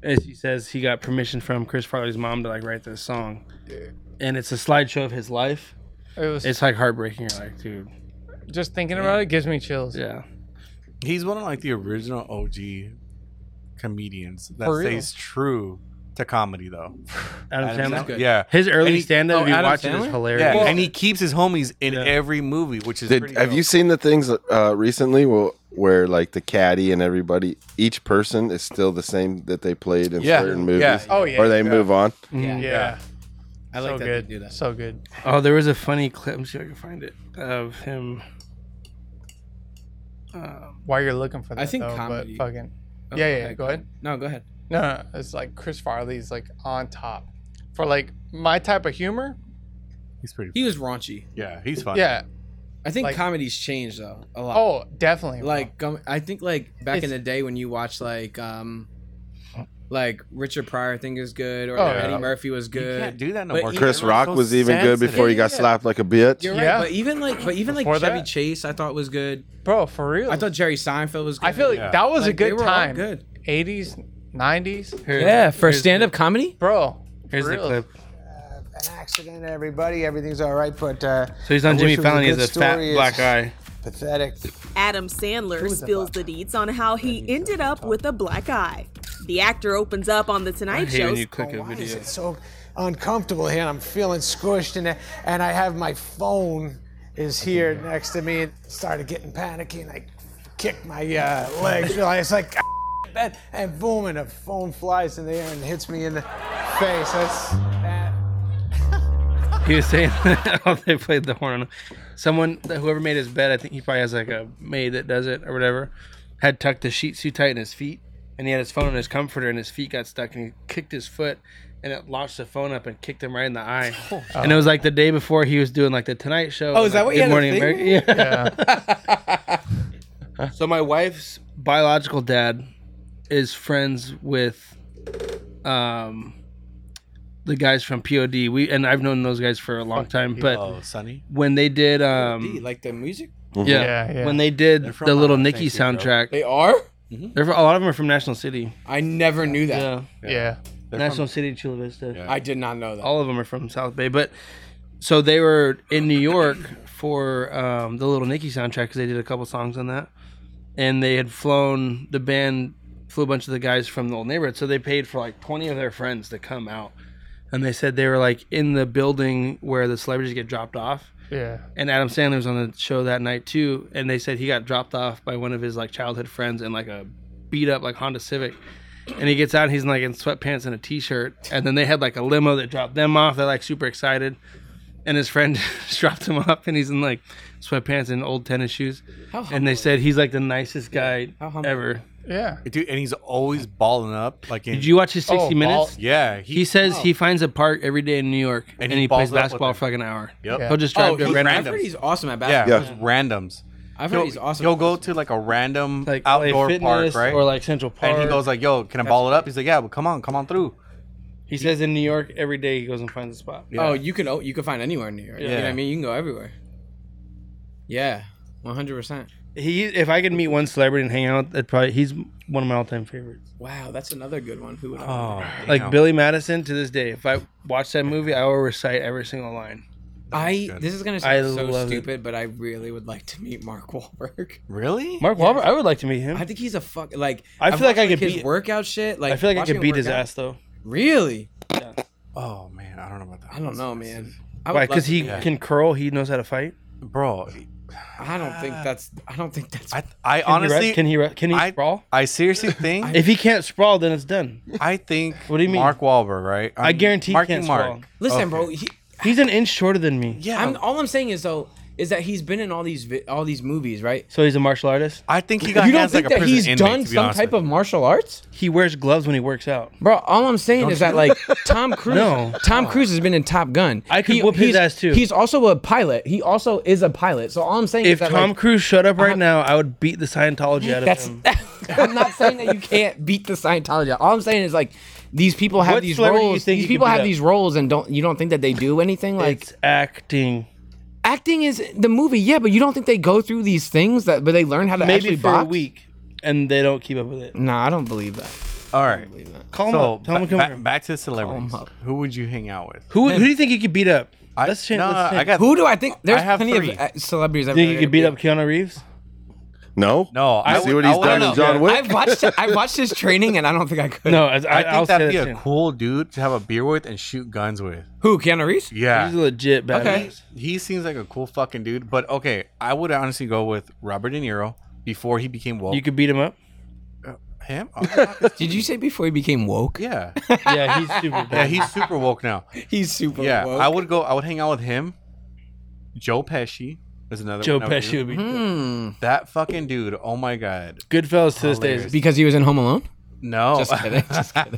[SPEAKER 1] is he says he got permission from Chris Farley's mom to like write this song, and it's a slideshow of his life.
[SPEAKER 2] It was
[SPEAKER 1] It's like heartbreaking. You're like, dude,
[SPEAKER 2] just thinking about it gives me chills.
[SPEAKER 1] yeah.
[SPEAKER 9] He's one of like the original OG comedians that
[SPEAKER 2] For real.
[SPEAKER 9] stays true to comedy though.
[SPEAKER 1] Adam,
[SPEAKER 9] Adam
[SPEAKER 1] Sandler.
[SPEAKER 9] Sandler? Yeah.
[SPEAKER 1] His early
[SPEAKER 9] And he-
[SPEAKER 1] stand-up,
[SPEAKER 8] oh,
[SPEAKER 1] if you
[SPEAKER 8] Adam
[SPEAKER 1] watch it, is
[SPEAKER 8] Sandler?
[SPEAKER 1] hilarious.
[SPEAKER 9] Yeah, and he keeps his homies in
[SPEAKER 1] Yeah.
[SPEAKER 9] every movie, which is
[SPEAKER 10] Did,
[SPEAKER 9] pretty
[SPEAKER 10] have
[SPEAKER 9] dope.
[SPEAKER 10] you seen the things uh, recently where, where like the caddy and everybody, each person is still the same that they played in
[SPEAKER 9] Yeah,
[SPEAKER 10] certain movies,
[SPEAKER 9] yeah.
[SPEAKER 2] Oh yeah.
[SPEAKER 10] or they move on?
[SPEAKER 2] yeah.
[SPEAKER 8] I like
[SPEAKER 2] so
[SPEAKER 8] that
[SPEAKER 2] good.
[SPEAKER 8] they do that.
[SPEAKER 2] So good.
[SPEAKER 1] Oh, there was a funny clip. Let me see if I can find it of him. Um,
[SPEAKER 2] Why you're looking for that?
[SPEAKER 8] I think
[SPEAKER 2] though,
[SPEAKER 8] comedy-
[SPEAKER 2] But fucking.
[SPEAKER 8] Oh,
[SPEAKER 2] yeah, yeah. Go ahead.
[SPEAKER 8] No, go ahead.
[SPEAKER 2] No, no, it's like Chris Farley's like on top for like my type of humor.
[SPEAKER 9] He's pretty.
[SPEAKER 8] He was raunchy.
[SPEAKER 9] yeah, he's fun.
[SPEAKER 2] Yeah.
[SPEAKER 8] I think
[SPEAKER 2] Like-
[SPEAKER 8] comedy's changed though a lot.
[SPEAKER 2] Oh, definitely. bro.
[SPEAKER 8] like gum- I think like back in
[SPEAKER 2] It's-
[SPEAKER 8] the day when you watch like um like Richard Pryor I think is good or
[SPEAKER 2] Oh,
[SPEAKER 8] like,
[SPEAKER 2] yeah.
[SPEAKER 8] Eddie Murphy was
[SPEAKER 9] You can't
[SPEAKER 8] good.
[SPEAKER 9] do that no
[SPEAKER 8] But
[SPEAKER 9] more.
[SPEAKER 8] he-
[SPEAKER 10] Chris Rock
[SPEAKER 9] Everyone's
[SPEAKER 10] was
[SPEAKER 9] so
[SPEAKER 10] even good
[SPEAKER 9] sensitive.
[SPEAKER 10] before he got
[SPEAKER 8] Yeah.
[SPEAKER 10] slapped like a bitch.
[SPEAKER 8] You're
[SPEAKER 2] Yeah.
[SPEAKER 8] right, but even like but even like
[SPEAKER 2] Before
[SPEAKER 8] Chevy
[SPEAKER 2] that-
[SPEAKER 8] Chase I thought was good.
[SPEAKER 2] bro, for real.
[SPEAKER 8] I thought Jerry Seinfeld was good.
[SPEAKER 2] I feel like
[SPEAKER 9] Yeah.
[SPEAKER 2] that was a
[SPEAKER 8] Like, they
[SPEAKER 2] good
[SPEAKER 8] were all
[SPEAKER 2] time.
[SPEAKER 8] Good.
[SPEAKER 2] 80s, 90s,
[SPEAKER 1] here-
[SPEAKER 8] for
[SPEAKER 1] here's
[SPEAKER 8] stand up comedy?
[SPEAKER 2] bro.
[SPEAKER 1] the- Here's the
[SPEAKER 2] real.
[SPEAKER 1] clip.
[SPEAKER 11] an accident, everybody. Everything's all right, but uh,
[SPEAKER 1] So he's on
[SPEAKER 11] I
[SPEAKER 1] Jimmy
[SPEAKER 11] wish it was
[SPEAKER 1] Fallon.
[SPEAKER 11] a
[SPEAKER 1] He has
[SPEAKER 11] good
[SPEAKER 1] a fat
[SPEAKER 11] story.
[SPEAKER 1] black
[SPEAKER 11] It's
[SPEAKER 1] eye.
[SPEAKER 11] Pathetic.
[SPEAKER 12] Adam Sandler spills the deets on how he ended up with a black eye. The actor opens up on The
[SPEAKER 1] I
[SPEAKER 12] Tonight
[SPEAKER 1] hate
[SPEAKER 12] Show.
[SPEAKER 1] when you click a
[SPEAKER 11] Why is
[SPEAKER 1] video.
[SPEAKER 11] it so uncomfortable here? And I'm feeling squished, and and I have my phone is here next to me. And started getting panicky, and I kicked my uh, legs. Realized like "Ah." that, and boom, and the phone flies in the air and hits me in the face. That's that.
[SPEAKER 1] He was saying how they played the horn. Someone, whoever made his bed, I think he probably has like a maid that does it or whatever, had tucked the sheets too tight in his feet, and he had his phone in his comforter, and his feet got stuck, and he kicked his foot, and it launched the phone up and kicked him right in the eye. And it was like the day before he was doing like the Tonight Show.
[SPEAKER 8] Oh, is that what you had a thing?
[SPEAKER 1] America. Yeah. so my wife's biological dad is friends with, um. The guys from POD, we and I've known those guys for a long time, but
[SPEAKER 9] oh, Sonny.
[SPEAKER 1] when they did
[SPEAKER 8] D,
[SPEAKER 1] um
[SPEAKER 8] like the music?
[SPEAKER 1] yeah,
[SPEAKER 2] Yeah, yeah.
[SPEAKER 1] when they did
[SPEAKER 9] They're from,
[SPEAKER 1] the little
[SPEAKER 9] uh,
[SPEAKER 1] Nicky
[SPEAKER 9] thank you, bro.
[SPEAKER 1] soundtrack
[SPEAKER 8] They are?
[SPEAKER 1] they're from, a lot of them are from National City
[SPEAKER 8] I never knew that.
[SPEAKER 1] yeah
[SPEAKER 2] Yeah.
[SPEAKER 9] They're
[SPEAKER 1] National
[SPEAKER 9] from-
[SPEAKER 1] City Chula Vista
[SPEAKER 9] Yeah.
[SPEAKER 8] I did not know that.
[SPEAKER 1] all of them are from South Bay but so they were in New York for um the little Nicky soundtrack because they did a couple songs on that and they had flown the band flew a bunch of the guys from the old neighborhood so they paid for like 20 of their friends to come out and they said they were like in the building where the celebrities get dropped off
[SPEAKER 2] Yeah.
[SPEAKER 1] and Adam Sandler was on the show that night too, and they said he got dropped off by one of his like childhood friends in like a beat up like Honda Civic, and he gets out and he's like in sweatpants and a t-shirt, and then they had like a limo that dropped them off. They're like super excited, and his friend just dropped him off, and he's in like sweatpants and old tennis shoes,
[SPEAKER 8] How
[SPEAKER 1] and they said he's like the nicest guy
[SPEAKER 8] How humble.
[SPEAKER 1] ever.
[SPEAKER 2] Yeah.
[SPEAKER 9] dude, and he's always balling up. Like, in,
[SPEAKER 1] Did you watch his 60
[SPEAKER 2] Oh, ball-
[SPEAKER 1] Minutes?
[SPEAKER 9] Yeah,
[SPEAKER 1] He, says he finds a park every day in New York, and,
[SPEAKER 9] oh. And he
[SPEAKER 1] he, plays
[SPEAKER 9] balls it up with
[SPEAKER 1] basketball
[SPEAKER 9] them.
[SPEAKER 1] for like an hour.
[SPEAKER 9] Yep.
[SPEAKER 2] Yeah.
[SPEAKER 1] He'll just drive
[SPEAKER 8] Oh,
[SPEAKER 1] to a
[SPEAKER 8] he-
[SPEAKER 1] random.
[SPEAKER 8] I've heard he's awesome at
[SPEAKER 9] Yeah,
[SPEAKER 8] basketball.
[SPEAKER 10] Yeah.
[SPEAKER 9] just randoms.
[SPEAKER 8] I've heard
[SPEAKER 9] He'll,
[SPEAKER 8] he's awesome.
[SPEAKER 9] he'll go to like a random
[SPEAKER 1] like outdoor LA
[SPEAKER 9] outdoor park,
[SPEAKER 1] Fitness
[SPEAKER 9] right?
[SPEAKER 1] or like Central Park.
[SPEAKER 9] and he goes like, "Yo, can I ball it up?" He's like, "Yeah, well, come on, come on through."
[SPEAKER 1] He says in New York every day he goes and finds a spot.
[SPEAKER 9] Yeah.
[SPEAKER 8] Oh, you can oh, you can find anywhere in New York. You know what I
[SPEAKER 9] Yeah.
[SPEAKER 8] mean? You can go everywhere. Yeah. One hundred percent.
[SPEAKER 1] He, if I could meet one celebrity and hang out, that probably he's one of my all-time favorites.
[SPEAKER 8] Wow, that's another good one. Who would I
[SPEAKER 9] Oh,
[SPEAKER 1] Like
[SPEAKER 9] damn.
[SPEAKER 1] Billy Madison to this day. If I watch that movie, I will recite every single line.
[SPEAKER 8] I this is gonna sound
[SPEAKER 1] I
[SPEAKER 8] so
[SPEAKER 1] love it.
[SPEAKER 8] stupid, but I really would like to meet Mark Wahlberg.
[SPEAKER 9] Really?
[SPEAKER 1] Mark Wahlberg? I would like to meet him.
[SPEAKER 8] I think he's a fuck. Like
[SPEAKER 1] I
[SPEAKER 8] I've
[SPEAKER 1] feel like I
[SPEAKER 8] watched,
[SPEAKER 1] could
[SPEAKER 8] his
[SPEAKER 1] beat-
[SPEAKER 8] workout shit. Like
[SPEAKER 1] I feel like I
[SPEAKER 8] watching
[SPEAKER 1] could
[SPEAKER 8] him
[SPEAKER 1] beat
[SPEAKER 8] work
[SPEAKER 1] his
[SPEAKER 8] out-
[SPEAKER 1] ass though.
[SPEAKER 8] Really?
[SPEAKER 9] Oh man, I don't know about that.
[SPEAKER 8] I don't know, man. I
[SPEAKER 1] Why?
[SPEAKER 8] would love
[SPEAKER 1] Because
[SPEAKER 8] to
[SPEAKER 1] he
[SPEAKER 8] meet him.
[SPEAKER 1] can curl. He knows how to fight.
[SPEAKER 9] Bro,
[SPEAKER 8] I don't think that's. I don't think that's.
[SPEAKER 9] I, I
[SPEAKER 1] Can he rest-
[SPEAKER 9] honestly
[SPEAKER 1] can he re- can he
[SPEAKER 9] I,
[SPEAKER 1] sprawl?
[SPEAKER 9] I seriously think
[SPEAKER 1] If he can't sprawl, then it's done.
[SPEAKER 9] I think
[SPEAKER 1] What do you mean?
[SPEAKER 9] Mark Wahlberg, right?
[SPEAKER 1] I guarantee he
[SPEAKER 9] Marky
[SPEAKER 1] can't sprawl.
[SPEAKER 8] Listen,
[SPEAKER 9] Okay.
[SPEAKER 8] bro. He,
[SPEAKER 1] He's an inch shorter than me.
[SPEAKER 9] Yeah.
[SPEAKER 8] I'm, all I'm saying is though is that he's been in all these vi- all these movies, right?
[SPEAKER 1] So he's a martial artist.
[SPEAKER 9] I think he got
[SPEAKER 8] you don't
[SPEAKER 9] hands
[SPEAKER 8] think
[SPEAKER 9] like a
[SPEAKER 8] that
[SPEAKER 9] prison
[SPEAKER 8] he's
[SPEAKER 9] inmate,
[SPEAKER 8] done
[SPEAKER 9] to be
[SPEAKER 8] some
[SPEAKER 9] honest
[SPEAKER 8] type
[SPEAKER 9] with
[SPEAKER 8] of martial arts,
[SPEAKER 1] He wears gloves when he works out.
[SPEAKER 8] bro? All I'm saying is that like Tom Cruise,
[SPEAKER 1] No.
[SPEAKER 8] Tom Cruise has been in Top Gun.
[SPEAKER 1] I could
[SPEAKER 8] He-
[SPEAKER 1] whoop his
[SPEAKER 8] he's-
[SPEAKER 1] ass, too.
[SPEAKER 8] He's also a pilot. He also is a pilot. So all I'm saying is
[SPEAKER 1] If
[SPEAKER 8] that
[SPEAKER 1] Tom
[SPEAKER 8] like, uh-huh.
[SPEAKER 1] Cruise shut up right now, I would beat the Scientology out of
[SPEAKER 8] that's.
[SPEAKER 1] him.
[SPEAKER 8] I'm not saying that you can't beat the Scientology. All I'm saying is like these people have
[SPEAKER 1] What
[SPEAKER 8] these
[SPEAKER 1] celebrity do you
[SPEAKER 8] roles.
[SPEAKER 1] think
[SPEAKER 8] These
[SPEAKER 1] you could
[SPEAKER 8] people
[SPEAKER 1] beat
[SPEAKER 8] have
[SPEAKER 1] up?
[SPEAKER 8] these roles, and don't you don't think that they do anything like
[SPEAKER 1] It's acting.
[SPEAKER 8] acting is the movie, yeah, but you don't think they go through these things that, but they learn how to
[SPEAKER 1] Maybe
[SPEAKER 8] actually
[SPEAKER 1] for
[SPEAKER 8] box.
[SPEAKER 1] a week, and they don't keep up with it.
[SPEAKER 8] Nah, I don't believe that.
[SPEAKER 9] you. All right.
[SPEAKER 1] Call him
[SPEAKER 9] So
[SPEAKER 1] up. Tell him to
[SPEAKER 9] ba-
[SPEAKER 1] come
[SPEAKER 9] ba-
[SPEAKER 1] over.
[SPEAKER 9] back to the celebrities. Who would you hang out with?
[SPEAKER 1] Who, who do you think he could beat up?
[SPEAKER 9] I,
[SPEAKER 1] Let's change.
[SPEAKER 9] no,
[SPEAKER 1] let's change.
[SPEAKER 9] I got
[SPEAKER 8] Who do I think? There's
[SPEAKER 9] have
[SPEAKER 8] plenty
[SPEAKER 9] three.
[SPEAKER 8] of uh, celebrities. I've
[SPEAKER 1] think
[SPEAKER 8] never
[SPEAKER 1] he could beat up Keanu Reeves?
[SPEAKER 10] No,
[SPEAKER 9] No, I
[SPEAKER 10] see
[SPEAKER 9] would-
[SPEAKER 10] what
[SPEAKER 9] I
[SPEAKER 10] he's
[SPEAKER 9] would-
[SPEAKER 10] done
[SPEAKER 9] no.
[SPEAKER 10] in John Wick.
[SPEAKER 8] I've watched. I've watched his training, and I don't think I could.
[SPEAKER 1] No, I, I,
[SPEAKER 9] I
[SPEAKER 1] will
[SPEAKER 9] think that'd be
[SPEAKER 1] say
[SPEAKER 9] a
[SPEAKER 1] that too.
[SPEAKER 9] cool dude to have a beer with and shoot guns with.
[SPEAKER 8] Who? Keanu Reeves?
[SPEAKER 1] He's a legit badass.
[SPEAKER 8] Okay.
[SPEAKER 9] He seems like a cool fucking dude, but okay, I would honestly go with Robert De Niro before he became woke.
[SPEAKER 1] You could beat him up.
[SPEAKER 9] him? Oh,
[SPEAKER 8] Did you say before he became woke?
[SPEAKER 9] yeah.
[SPEAKER 1] Yeah, he's super.
[SPEAKER 9] Yeah, he's super woke now.
[SPEAKER 8] He's super
[SPEAKER 9] Yeah,
[SPEAKER 8] woke.
[SPEAKER 9] I would go. I would hang out with him. Joe Pesci is another.
[SPEAKER 1] Joe
[SPEAKER 9] one I would
[SPEAKER 1] Pesci
[SPEAKER 9] do.
[SPEAKER 1] would be.
[SPEAKER 8] Hmm.
[SPEAKER 9] That fucking dude. Oh my god.
[SPEAKER 1] Goodfellas to this day is
[SPEAKER 9] Hilarious.
[SPEAKER 8] Because he was in Home Alone.
[SPEAKER 9] No.
[SPEAKER 8] Just kidding, just kidding,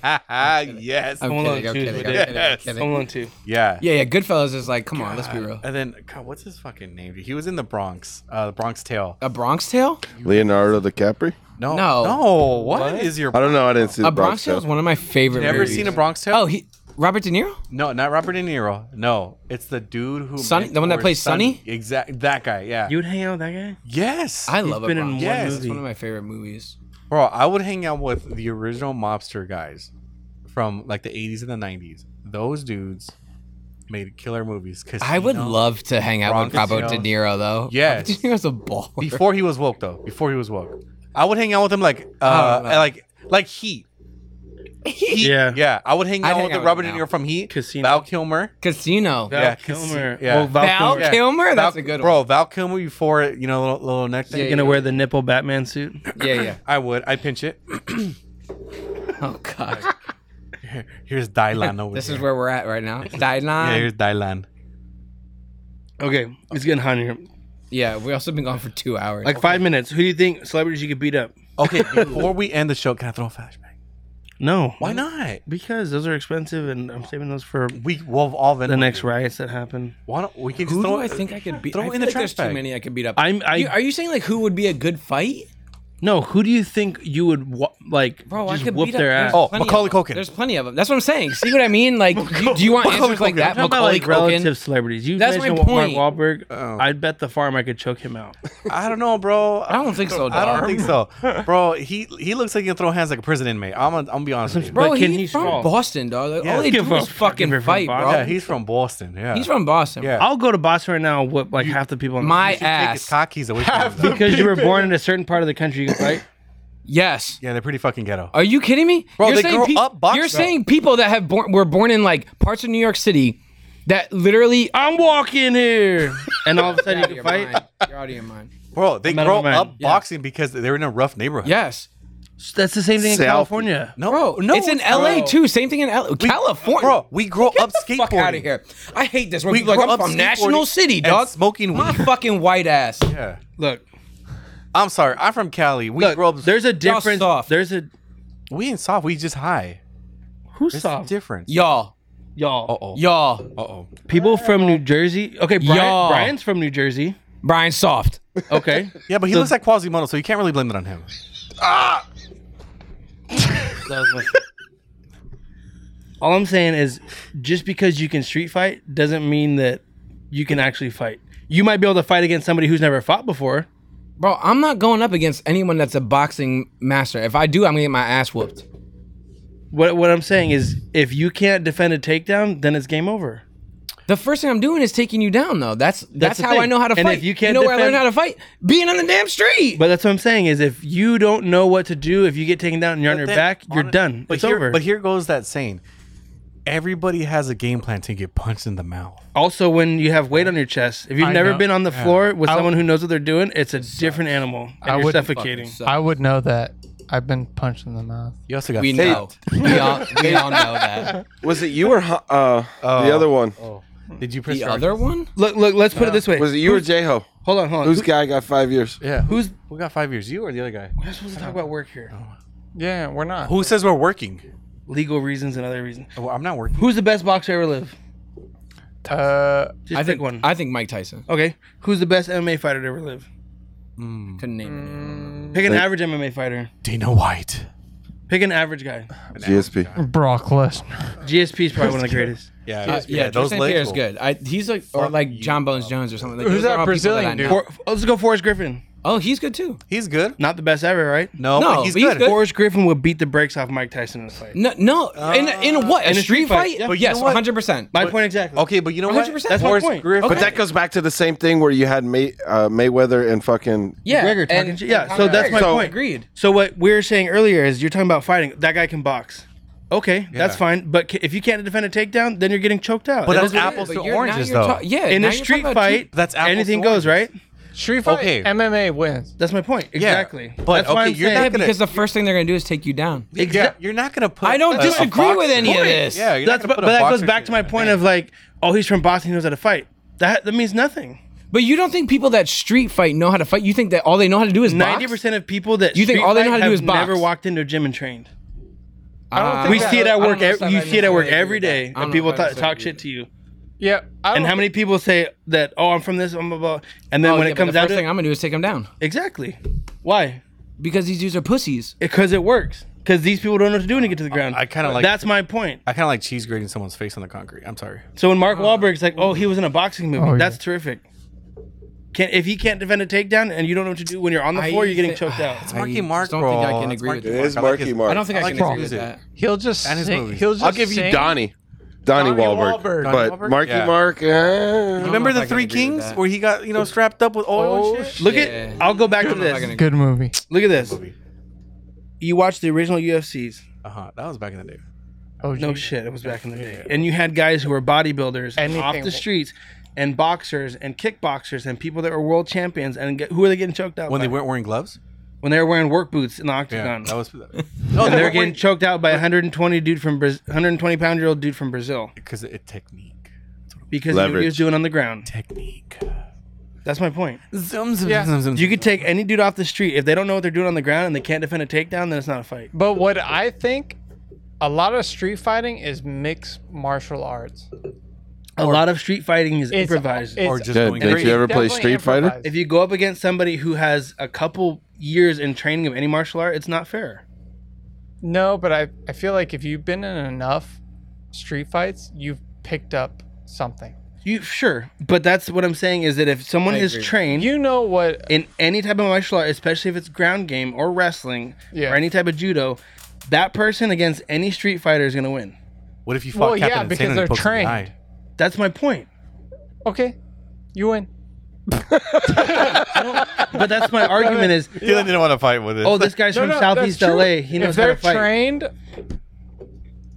[SPEAKER 9] yes.
[SPEAKER 8] I'm
[SPEAKER 1] Home Alone
[SPEAKER 8] kidding. I'm
[SPEAKER 1] 2 is ridiculous.
[SPEAKER 8] kidding. I'm kidding, I'm kidding.
[SPEAKER 1] Home Alone 2.
[SPEAKER 9] Yeah.
[SPEAKER 8] Yeah, yeah. Goodfellas is like, come on, let's be real.
[SPEAKER 9] And then God, what's his fucking name? He was in the Bronx. Uh, the Bronx Tale.
[SPEAKER 8] A Bronx Tale?
[SPEAKER 10] Leonardo DiCaprio.
[SPEAKER 9] No.
[SPEAKER 8] No.
[SPEAKER 9] No. what is your?
[SPEAKER 10] I don't know. I didn't see the
[SPEAKER 8] A Bronx Tale is
[SPEAKER 10] Tale.
[SPEAKER 8] one of my favorite.
[SPEAKER 9] Never
[SPEAKER 8] movies.
[SPEAKER 9] seen a Bronx Tale?
[SPEAKER 8] Oh, he Robert De Niro.
[SPEAKER 9] No, not Robert De Niro. No, it's the dude who.
[SPEAKER 8] Sonny- the one that
[SPEAKER 9] mentored
[SPEAKER 8] plays Sonny?
[SPEAKER 9] Exact. That guy. Yeah.
[SPEAKER 1] You would hang out with that guy?
[SPEAKER 9] yes.
[SPEAKER 8] I love
[SPEAKER 1] been
[SPEAKER 8] a
[SPEAKER 1] in
[SPEAKER 8] Bronx.
[SPEAKER 1] one
[SPEAKER 8] Yes,
[SPEAKER 1] movie.
[SPEAKER 8] it's one of my favorite movies.
[SPEAKER 9] Bro, I would hang out with the original mobster guys from like the 80s and the 90s. Those dudes made killer movies. Cause
[SPEAKER 8] I would love to hang out with
[SPEAKER 9] Bronx
[SPEAKER 8] Robert De
[SPEAKER 9] Tale.
[SPEAKER 8] Niro though.
[SPEAKER 9] Yes.
[SPEAKER 8] Robert De Niro's a ball.
[SPEAKER 9] before he was woke though. Before he was woke, I would hang out with him like uh
[SPEAKER 8] don't know.
[SPEAKER 9] like like Heat. Heat.
[SPEAKER 1] Yeah.
[SPEAKER 9] yeah. I would hang
[SPEAKER 8] I'd
[SPEAKER 9] out
[SPEAKER 8] hang
[SPEAKER 9] with
[SPEAKER 8] out
[SPEAKER 9] the
[SPEAKER 8] with
[SPEAKER 9] Robert De
[SPEAKER 8] him
[SPEAKER 9] Niro
[SPEAKER 8] now.
[SPEAKER 9] from Heat,
[SPEAKER 1] Casino.
[SPEAKER 9] Val Kilmer.
[SPEAKER 8] Casino.
[SPEAKER 1] Val
[SPEAKER 9] Yeah, 'cause-
[SPEAKER 1] Kilmer.
[SPEAKER 9] yeah.
[SPEAKER 1] Well, Val,
[SPEAKER 8] Val
[SPEAKER 1] Kilmer.
[SPEAKER 8] Kilmer. That's
[SPEAKER 9] Val-
[SPEAKER 8] a good one.
[SPEAKER 9] Bro, Val Kilmer before you know little, little neck thing.
[SPEAKER 8] Yeah,
[SPEAKER 1] Gonna wear the nipple Batman suit.
[SPEAKER 8] Yeah, yeah.
[SPEAKER 9] I would. I'd pinch it.
[SPEAKER 8] Oh god.
[SPEAKER 9] Here's Dylan over
[SPEAKER 8] This
[SPEAKER 9] here.
[SPEAKER 8] is where we're at right now. Dylan.
[SPEAKER 9] Oh, Yeah,
[SPEAKER 8] Yeah,
[SPEAKER 9] here's Dylan.
[SPEAKER 1] Okay, it's getting hot in here.
[SPEAKER 8] we also been gone for two hours.
[SPEAKER 1] Like five minutes. Who do you think celebrities you could beat up?
[SPEAKER 9] Okay, before we end the show, can I throw a flashback?
[SPEAKER 1] No.
[SPEAKER 9] Why
[SPEAKER 8] Mm-hmm.
[SPEAKER 9] not?
[SPEAKER 1] Because those are expensive, and I'm saving those for
[SPEAKER 9] We we'll all
[SPEAKER 1] the next riots that happen.
[SPEAKER 9] Why don't we can just
[SPEAKER 8] who
[SPEAKER 9] throw
[SPEAKER 8] do I
[SPEAKER 9] it-
[SPEAKER 8] think I could beat?
[SPEAKER 9] throw
[SPEAKER 8] I
[SPEAKER 9] it
[SPEAKER 8] feel
[SPEAKER 9] in the
[SPEAKER 8] like
[SPEAKER 9] trash
[SPEAKER 8] there's
[SPEAKER 9] bag.
[SPEAKER 8] Too many I could beat up.
[SPEAKER 1] I'm. I
[SPEAKER 8] You- are you saying like who would be a good fight?
[SPEAKER 1] no. Who do you think you would wa- like?
[SPEAKER 8] Bro,
[SPEAKER 1] just
[SPEAKER 8] I could
[SPEAKER 1] whoop
[SPEAKER 8] beat up.
[SPEAKER 1] their
[SPEAKER 8] there's
[SPEAKER 1] ass.
[SPEAKER 9] Oh,
[SPEAKER 8] plenty of
[SPEAKER 9] Macaulay
[SPEAKER 8] them.
[SPEAKER 9] Culkin.
[SPEAKER 8] There's plenty of them. That's what I'm saying. See what I mean? Like, do, do you want
[SPEAKER 9] Macaulay
[SPEAKER 8] answers like
[SPEAKER 9] Culkin.
[SPEAKER 8] that?
[SPEAKER 1] I'm talking about
[SPEAKER 8] Oh, Macaulay
[SPEAKER 1] like relative
[SPEAKER 8] Culkin.
[SPEAKER 1] celebrities. You
[SPEAKER 8] That's my
[SPEAKER 1] mentioned Mark
[SPEAKER 8] point.
[SPEAKER 1] Wahlberg. I'd bet the farm I could choke him out.
[SPEAKER 9] I don't know, bro. I
[SPEAKER 8] don't think so,
[SPEAKER 9] I don't
[SPEAKER 8] dog.
[SPEAKER 9] think so, bro. He he looks like he can throw hands like a prison inmate. I'm gonna, I'm gonna be honest with you.
[SPEAKER 8] Bro,
[SPEAKER 1] But
[SPEAKER 8] he's
[SPEAKER 1] can he
[SPEAKER 8] from
[SPEAKER 1] sprawl?
[SPEAKER 8] Boston, dog. Like,
[SPEAKER 9] Yeah.
[SPEAKER 8] all they
[SPEAKER 1] Give
[SPEAKER 8] do
[SPEAKER 1] a
[SPEAKER 8] is
[SPEAKER 1] fuck if
[SPEAKER 8] fucking
[SPEAKER 1] you're from
[SPEAKER 8] fight, bro.
[SPEAKER 1] Boston.
[SPEAKER 9] Oh, Yeah, he's from Boston. Yeah,
[SPEAKER 8] He's from Boston.
[SPEAKER 9] Yeah.
[SPEAKER 1] I'll go to Boston right now and whip like half the people. In
[SPEAKER 8] My
[SPEAKER 9] Take his
[SPEAKER 8] ass.
[SPEAKER 9] cockies away from him. though.
[SPEAKER 1] because you were born in a certain part of the country, you can fight.
[SPEAKER 8] Yes.
[SPEAKER 9] Yeah, they're pretty fucking ghetto.
[SPEAKER 8] Are you kidding me?
[SPEAKER 9] Bro,
[SPEAKER 8] you're
[SPEAKER 9] they
[SPEAKER 8] saying
[SPEAKER 9] grow up boxing.
[SPEAKER 8] You're saying people that have born were born in like parts of New York City that literally
[SPEAKER 1] I'm walking here, and all of a sudden you can
[SPEAKER 8] You're
[SPEAKER 1] fight.
[SPEAKER 8] out of your mind.
[SPEAKER 9] Bro, they
[SPEAKER 1] I'm out of
[SPEAKER 9] grow
[SPEAKER 1] my mind.
[SPEAKER 9] up boxing because they're in a rough neighborhood.
[SPEAKER 8] Yes.
[SPEAKER 1] That's the same thing in
[SPEAKER 10] Selfie.
[SPEAKER 1] California.
[SPEAKER 9] no, bro, no,
[SPEAKER 8] it's in LA
[SPEAKER 1] bro.
[SPEAKER 8] too. Same thing in LA. California.
[SPEAKER 9] Bro, we grow up skateboarding.
[SPEAKER 8] fuck out of here. I hate this. When
[SPEAKER 9] We
[SPEAKER 8] people are
[SPEAKER 9] grew
[SPEAKER 8] like, I'm
[SPEAKER 9] up
[SPEAKER 8] from National
[SPEAKER 9] skateboarding
[SPEAKER 8] City,
[SPEAKER 9] and
[SPEAKER 8] dog.
[SPEAKER 9] smoking
[SPEAKER 8] My
[SPEAKER 9] weed.
[SPEAKER 8] fucking white ass.
[SPEAKER 9] Yeah,
[SPEAKER 1] Look,
[SPEAKER 9] I'm sorry. I'm from Cali. We
[SPEAKER 1] look.
[SPEAKER 9] grew up.
[SPEAKER 1] There's a difference.
[SPEAKER 8] soft.
[SPEAKER 1] There's a
[SPEAKER 9] we ain't soft. We just high.
[SPEAKER 1] who's
[SPEAKER 9] There's a
[SPEAKER 1] soft
[SPEAKER 9] difference.
[SPEAKER 8] Y'all.
[SPEAKER 1] y'all.
[SPEAKER 9] oh.
[SPEAKER 8] Y'all.
[SPEAKER 9] Uh-oh.
[SPEAKER 1] People from New Jersey. Okay, Brian,
[SPEAKER 8] Y'all.
[SPEAKER 1] Brian's from New Jersey.
[SPEAKER 8] Brian Soft.
[SPEAKER 1] Okay,
[SPEAKER 9] Yeah, but he
[SPEAKER 1] So-
[SPEAKER 9] looks like Quasimodo, so you can't really blame it on him.
[SPEAKER 1] all I'm saying is, just because you can street fight doesn't mean that you can actually fight. You might be able to fight against somebody who's never fought before.
[SPEAKER 8] Bro, I'm not going up against anyone that's a boxing master. If I do, I'm gonna get my ass whooped.
[SPEAKER 1] What what I'm saying is, if you can't defend a takedown, then it's game over.
[SPEAKER 8] The first thing I'm doing is taking you down, though. That's that's,
[SPEAKER 1] That's the
[SPEAKER 8] how I
[SPEAKER 1] thing.
[SPEAKER 8] know how to
[SPEAKER 1] And
[SPEAKER 8] fight.
[SPEAKER 1] if you can't
[SPEAKER 8] know where I
[SPEAKER 1] defend-
[SPEAKER 8] learned how to fight? Being on the damn street.
[SPEAKER 1] But that's what I'm saying is if you don't know what to do, if you get taken down and you're on your
[SPEAKER 9] that-
[SPEAKER 1] back, you're
[SPEAKER 9] on-
[SPEAKER 1] done.
[SPEAKER 9] But
[SPEAKER 1] it's
[SPEAKER 9] here,
[SPEAKER 1] over.
[SPEAKER 9] But here goes that saying: everybody has a game plan to get punched in the mouth.
[SPEAKER 1] also, when you have weight on your chest, if you've
[SPEAKER 9] I
[SPEAKER 1] never
[SPEAKER 9] know.
[SPEAKER 1] been on the
[SPEAKER 9] Yeah.
[SPEAKER 1] floor with
[SPEAKER 9] I
[SPEAKER 1] someone who knows what they're doing, it's a different animal. And
[SPEAKER 2] I
[SPEAKER 1] you're
[SPEAKER 2] would
[SPEAKER 1] suffocating.
[SPEAKER 2] I would know that. I've been punched in the mouth.
[SPEAKER 9] You also got
[SPEAKER 8] We know. we all we all know that.
[SPEAKER 10] Was it you or Ho- uh, the
[SPEAKER 1] Oh.
[SPEAKER 10] other one?
[SPEAKER 9] Did you press
[SPEAKER 8] The other one?
[SPEAKER 1] Look, look. Let's put it this way.
[SPEAKER 10] Was it you or
[SPEAKER 1] Who's-
[SPEAKER 10] J Ho?
[SPEAKER 1] Hold on, hold on.
[SPEAKER 10] Whose guy got five years?
[SPEAKER 9] Yeah.
[SPEAKER 1] Who's
[SPEAKER 9] we got five years? You or the other guy?
[SPEAKER 1] We're not supposed to talk about work here.
[SPEAKER 2] Yeah, we're not.
[SPEAKER 9] Who says we're working?
[SPEAKER 1] Legal reasons and other reasons.
[SPEAKER 9] Well, I'm not working.
[SPEAKER 1] Who's the best boxer ever lived?
[SPEAKER 2] Uh,
[SPEAKER 1] Just
[SPEAKER 8] I
[SPEAKER 1] pick
[SPEAKER 8] think
[SPEAKER 1] one.
[SPEAKER 8] I think Mike Tyson.
[SPEAKER 1] Okay. Who's the best MMA fighter to ever live?
[SPEAKER 8] Couldn't name any.
[SPEAKER 1] Pick an
[SPEAKER 10] Like-
[SPEAKER 1] average MMA fighter.
[SPEAKER 9] Dana White.
[SPEAKER 1] Pick an average guy.
[SPEAKER 10] GSP.
[SPEAKER 2] Brock Lesnar.
[SPEAKER 1] GSP is probably one of the greatest.
[SPEAKER 9] Yeah,
[SPEAKER 8] Uh, yeah, Tristan Pierre is good. I, he's like or like John Bones Jones or something. Like,
[SPEAKER 2] Who's
[SPEAKER 8] those are
[SPEAKER 2] that
[SPEAKER 8] all people
[SPEAKER 2] Brazilian
[SPEAKER 8] I
[SPEAKER 2] dude?
[SPEAKER 8] know.
[SPEAKER 1] For, let's go Forrest Griffin.
[SPEAKER 8] Oh, he's good too.
[SPEAKER 9] He's good.
[SPEAKER 1] Not the best ever, right?
[SPEAKER 9] No,
[SPEAKER 8] No,
[SPEAKER 9] but he's,
[SPEAKER 8] but he's
[SPEAKER 9] good.
[SPEAKER 8] good.
[SPEAKER 1] Forrest Griffin would beat the brakes off Mike Tyson in a fight.
[SPEAKER 8] No, no. in, a, in a what? A
[SPEAKER 1] Uh, in a
[SPEAKER 8] street
[SPEAKER 1] street
[SPEAKER 8] fight?
[SPEAKER 1] fight, yeah.
[SPEAKER 8] But yes,
[SPEAKER 9] You know what?
[SPEAKER 8] one hundred percent.
[SPEAKER 1] My point exactly.
[SPEAKER 9] Okay, but you know what?
[SPEAKER 8] 100%.
[SPEAKER 1] That's my
[SPEAKER 9] Forrest
[SPEAKER 1] point.
[SPEAKER 9] Griffin.
[SPEAKER 10] But that goes back to the same thing where you had May, uh, Mayweather and fucking.
[SPEAKER 8] Yeah,
[SPEAKER 1] McGregor talking
[SPEAKER 8] and-
[SPEAKER 1] shit. Yeah,
[SPEAKER 8] and
[SPEAKER 1] so
[SPEAKER 8] Conor
[SPEAKER 1] that's my
[SPEAKER 8] McGregor.
[SPEAKER 1] point.
[SPEAKER 8] Agreed.
[SPEAKER 1] So what we were saying earlier is you're talking about fighting. That guy can box. Okay, that's
[SPEAKER 9] Yeah.
[SPEAKER 1] fine. But ca- if you can't defend a takedown, then you're getting choked out.
[SPEAKER 9] But
[SPEAKER 1] That
[SPEAKER 9] that's
[SPEAKER 1] doesn't-
[SPEAKER 9] apples
[SPEAKER 8] But
[SPEAKER 9] to
[SPEAKER 8] you're- now
[SPEAKER 9] oranges,
[SPEAKER 8] you're
[SPEAKER 9] though.
[SPEAKER 8] ta- yeah,
[SPEAKER 1] in
[SPEAKER 8] now
[SPEAKER 1] a
[SPEAKER 8] you're talking
[SPEAKER 1] street
[SPEAKER 8] about
[SPEAKER 1] fight,
[SPEAKER 8] two-
[SPEAKER 9] That's apples
[SPEAKER 1] anything
[SPEAKER 9] to
[SPEAKER 1] goes, right?
[SPEAKER 9] oranges.
[SPEAKER 2] Street fight.
[SPEAKER 9] Okay.
[SPEAKER 2] MMA wins.
[SPEAKER 1] That's my point. Exactly.
[SPEAKER 9] but
[SPEAKER 1] that's why
[SPEAKER 9] okay,
[SPEAKER 1] I'm
[SPEAKER 9] you're
[SPEAKER 1] saying.
[SPEAKER 9] not
[SPEAKER 8] Yeah,
[SPEAKER 9] gonna-
[SPEAKER 8] because the first thing they're gonna do is take you down.
[SPEAKER 9] Yeah, you're not gonna put.
[SPEAKER 8] I don't
[SPEAKER 9] a- a
[SPEAKER 8] disagree
[SPEAKER 9] box-
[SPEAKER 8] with any of
[SPEAKER 9] Point.
[SPEAKER 8] this.
[SPEAKER 9] Yeah, you're not
[SPEAKER 1] that's
[SPEAKER 9] gonna
[SPEAKER 1] but,
[SPEAKER 9] put
[SPEAKER 1] but
[SPEAKER 9] a
[SPEAKER 1] that
[SPEAKER 9] boxer
[SPEAKER 1] goes back
[SPEAKER 9] to
[SPEAKER 1] to my
[SPEAKER 9] it.
[SPEAKER 1] point of like, oh, he's from Boston, he knows how to fight. That that means nothing.
[SPEAKER 8] But you don't think people that street fight know how to fight? You think that all they know how to do is
[SPEAKER 1] Ninety
[SPEAKER 8] box?
[SPEAKER 1] percent of people that
[SPEAKER 8] You think
[SPEAKER 1] street
[SPEAKER 8] all they know
[SPEAKER 1] fight
[SPEAKER 8] how to do
[SPEAKER 1] have
[SPEAKER 8] is box?
[SPEAKER 1] never walked into a gym and trained.
[SPEAKER 8] I don't
[SPEAKER 1] we see it at work.
[SPEAKER 8] I don't know
[SPEAKER 1] ev-
[SPEAKER 8] if
[SPEAKER 1] you
[SPEAKER 8] I
[SPEAKER 1] see it at work
[SPEAKER 8] necessarily
[SPEAKER 1] every
[SPEAKER 8] agree with
[SPEAKER 1] day,
[SPEAKER 8] that. I don't
[SPEAKER 1] and
[SPEAKER 8] know
[SPEAKER 1] people
[SPEAKER 8] if I
[SPEAKER 1] ta- talk
[SPEAKER 8] necessarily
[SPEAKER 1] shit to you.
[SPEAKER 2] Yeah. I
[SPEAKER 1] And
[SPEAKER 2] don't
[SPEAKER 1] how many people say that? Oh, I'm from this. I'm blah, blah. blah," And then
[SPEAKER 8] Oh,
[SPEAKER 1] when
[SPEAKER 8] yeah,
[SPEAKER 1] it
[SPEAKER 8] but
[SPEAKER 1] comes
[SPEAKER 8] the
[SPEAKER 1] out,
[SPEAKER 8] first
[SPEAKER 1] to
[SPEAKER 8] thing I'm gonna do is take them down
[SPEAKER 1] exactly. Why?
[SPEAKER 8] because these dudes are pussies.
[SPEAKER 1] Because it works. Because these people don't know what to do when you get to the ground.
[SPEAKER 9] I kinda like-
[SPEAKER 1] That's my point.
[SPEAKER 9] I kind of like cheese grating someone's face on the concrete. I'm sorry.
[SPEAKER 1] So when Mark Wahlberg's like, "Oh, he was in a boxing movie,"
[SPEAKER 2] Oh, yeah.
[SPEAKER 1] that's terrific. Can if he can't defend a takedown and you don't know what to do when you're on the
[SPEAKER 8] I
[SPEAKER 1] floor, you're getting
[SPEAKER 8] thi-
[SPEAKER 1] choked out.
[SPEAKER 9] It's
[SPEAKER 8] I
[SPEAKER 9] Marky
[SPEAKER 8] just
[SPEAKER 9] Mark,
[SPEAKER 8] don't
[SPEAKER 9] bro.
[SPEAKER 8] think I can
[SPEAKER 9] That's
[SPEAKER 8] agree with
[SPEAKER 10] It
[SPEAKER 8] that.
[SPEAKER 10] is
[SPEAKER 9] I like
[SPEAKER 10] Marky
[SPEAKER 9] his-
[SPEAKER 10] Mark.
[SPEAKER 8] I don't think I,
[SPEAKER 9] I like
[SPEAKER 8] can
[SPEAKER 9] his
[SPEAKER 8] agree with
[SPEAKER 9] music.
[SPEAKER 8] that.
[SPEAKER 2] He'll just.
[SPEAKER 9] And his
[SPEAKER 2] sing-
[SPEAKER 9] movies.
[SPEAKER 2] He'll just
[SPEAKER 10] I'll give you
[SPEAKER 2] sing-
[SPEAKER 10] Donnie. Donnie,
[SPEAKER 2] Donnie
[SPEAKER 10] Wahlberg.
[SPEAKER 2] Wahlberg.
[SPEAKER 10] But
[SPEAKER 9] Donnie Wahlberg?
[SPEAKER 10] Marky
[SPEAKER 9] Yeah.
[SPEAKER 10] Mark. eh.
[SPEAKER 9] Remember
[SPEAKER 8] if
[SPEAKER 9] the
[SPEAKER 8] I can
[SPEAKER 9] Three
[SPEAKER 8] agree with
[SPEAKER 9] Kings
[SPEAKER 8] that.
[SPEAKER 9] where he got you know strapped up with oil and shit?
[SPEAKER 1] Look
[SPEAKER 8] Yeah.
[SPEAKER 1] at. I'll go back to
[SPEAKER 8] I'm not
[SPEAKER 1] this.
[SPEAKER 8] gonna-
[SPEAKER 2] Good movie.
[SPEAKER 1] Look at this. You watch the original UFCs.
[SPEAKER 9] Uh huh. That was back in the day.
[SPEAKER 2] Oh,
[SPEAKER 1] No shit, it was back in the day. And you had guys who were bodybuilders and off
[SPEAKER 2] Anything.
[SPEAKER 1] the streets, and boxers and kickboxers and people that were world champions. And get, who are they getting choked out
[SPEAKER 9] When
[SPEAKER 1] by?
[SPEAKER 9] they weren't wearing gloves.
[SPEAKER 1] when they were wearing work boots in the
[SPEAKER 9] Yeah,
[SPEAKER 1] octagon.
[SPEAKER 9] that was. No,
[SPEAKER 1] and they were getting choked out by a 120 dude from Braz- 120 pound year old dude from Brazil
[SPEAKER 9] because it technique,
[SPEAKER 1] because of what he was
[SPEAKER 10] Leverage.
[SPEAKER 1] doing on the ground.
[SPEAKER 9] technique.
[SPEAKER 1] That's my point.
[SPEAKER 9] Zoom, zoom,
[SPEAKER 2] Yeah.
[SPEAKER 9] zoom, zoom.
[SPEAKER 1] You could take any dude off the street if they don't know what they're doing on the ground and they can't defend a takedown, then it's not a fight.
[SPEAKER 2] But what I think, a lot of street fighting is mixed martial arts.
[SPEAKER 1] A lot of street fighting is
[SPEAKER 2] It's-
[SPEAKER 1] improvised.
[SPEAKER 2] it's-
[SPEAKER 9] or just
[SPEAKER 10] Yeah,
[SPEAKER 9] going
[SPEAKER 10] did
[SPEAKER 9] crazy.
[SPEAKER 10] you ever play
[SPEAKER 2] definitely
[SPEAKER 10] Street Fighter?
[SPEAKER 2] improvised.
[SPEAKER 1] if you go up against somebody who has a couple years in training of any martial art, it's not fair.
[SPEAKER 2] No, but I, I feel like if you've been in enough street fights, you've picked up something.
[SPEAKER 1] You sure, but that's what I'm saying is that if someone
[SPEAKER 8] I
[SPEAKER 1] is
[SPEAKER 8] agree.
[SPEAKER 1] trained
[SPEAKER 2] You know what?
[SPEAKER 1] in any type of martial art, especially if it's ground game or wrestling
[SPEAKER 2] Yeah.
[SPEAKER 1] or any type of judo, that person against any street fighter is gonna win.
[SPEAKER 9] What if you fought
[SPEAKER 2] Well, yeah,
[SPEAKER 9] Captain Insano
[SPEAKER 2] because
[SPEAKER 9] and
[SPEAKER 2] they're
[SPEAKER 9] poked him in the
[SPEAKER 2] trained.
[SPEAKER 9] eye?
[SPEAKER 1] That's my point.
[SPEAKER 2] Okay, you win.
[SPEAKER 1] But that's my argument is,
[SPEAKER 9] Dylan didn't want to fight with it.
[SPEAKER 1] oh, this guy's
[SPEAKER 2] No,
[SPEAKER 1] from
[SPEAKER 2] no, that's
[SPEAKER 1] Southeast
[SPEAKER 2] true.
[SPEAKER 1] LA. He
[SPEAKER 2] if
[SPEAKER 1] knows how
[SPEAKER 2] they're
[SPEAKER 1] to fight.
[SPEAKER 2] trained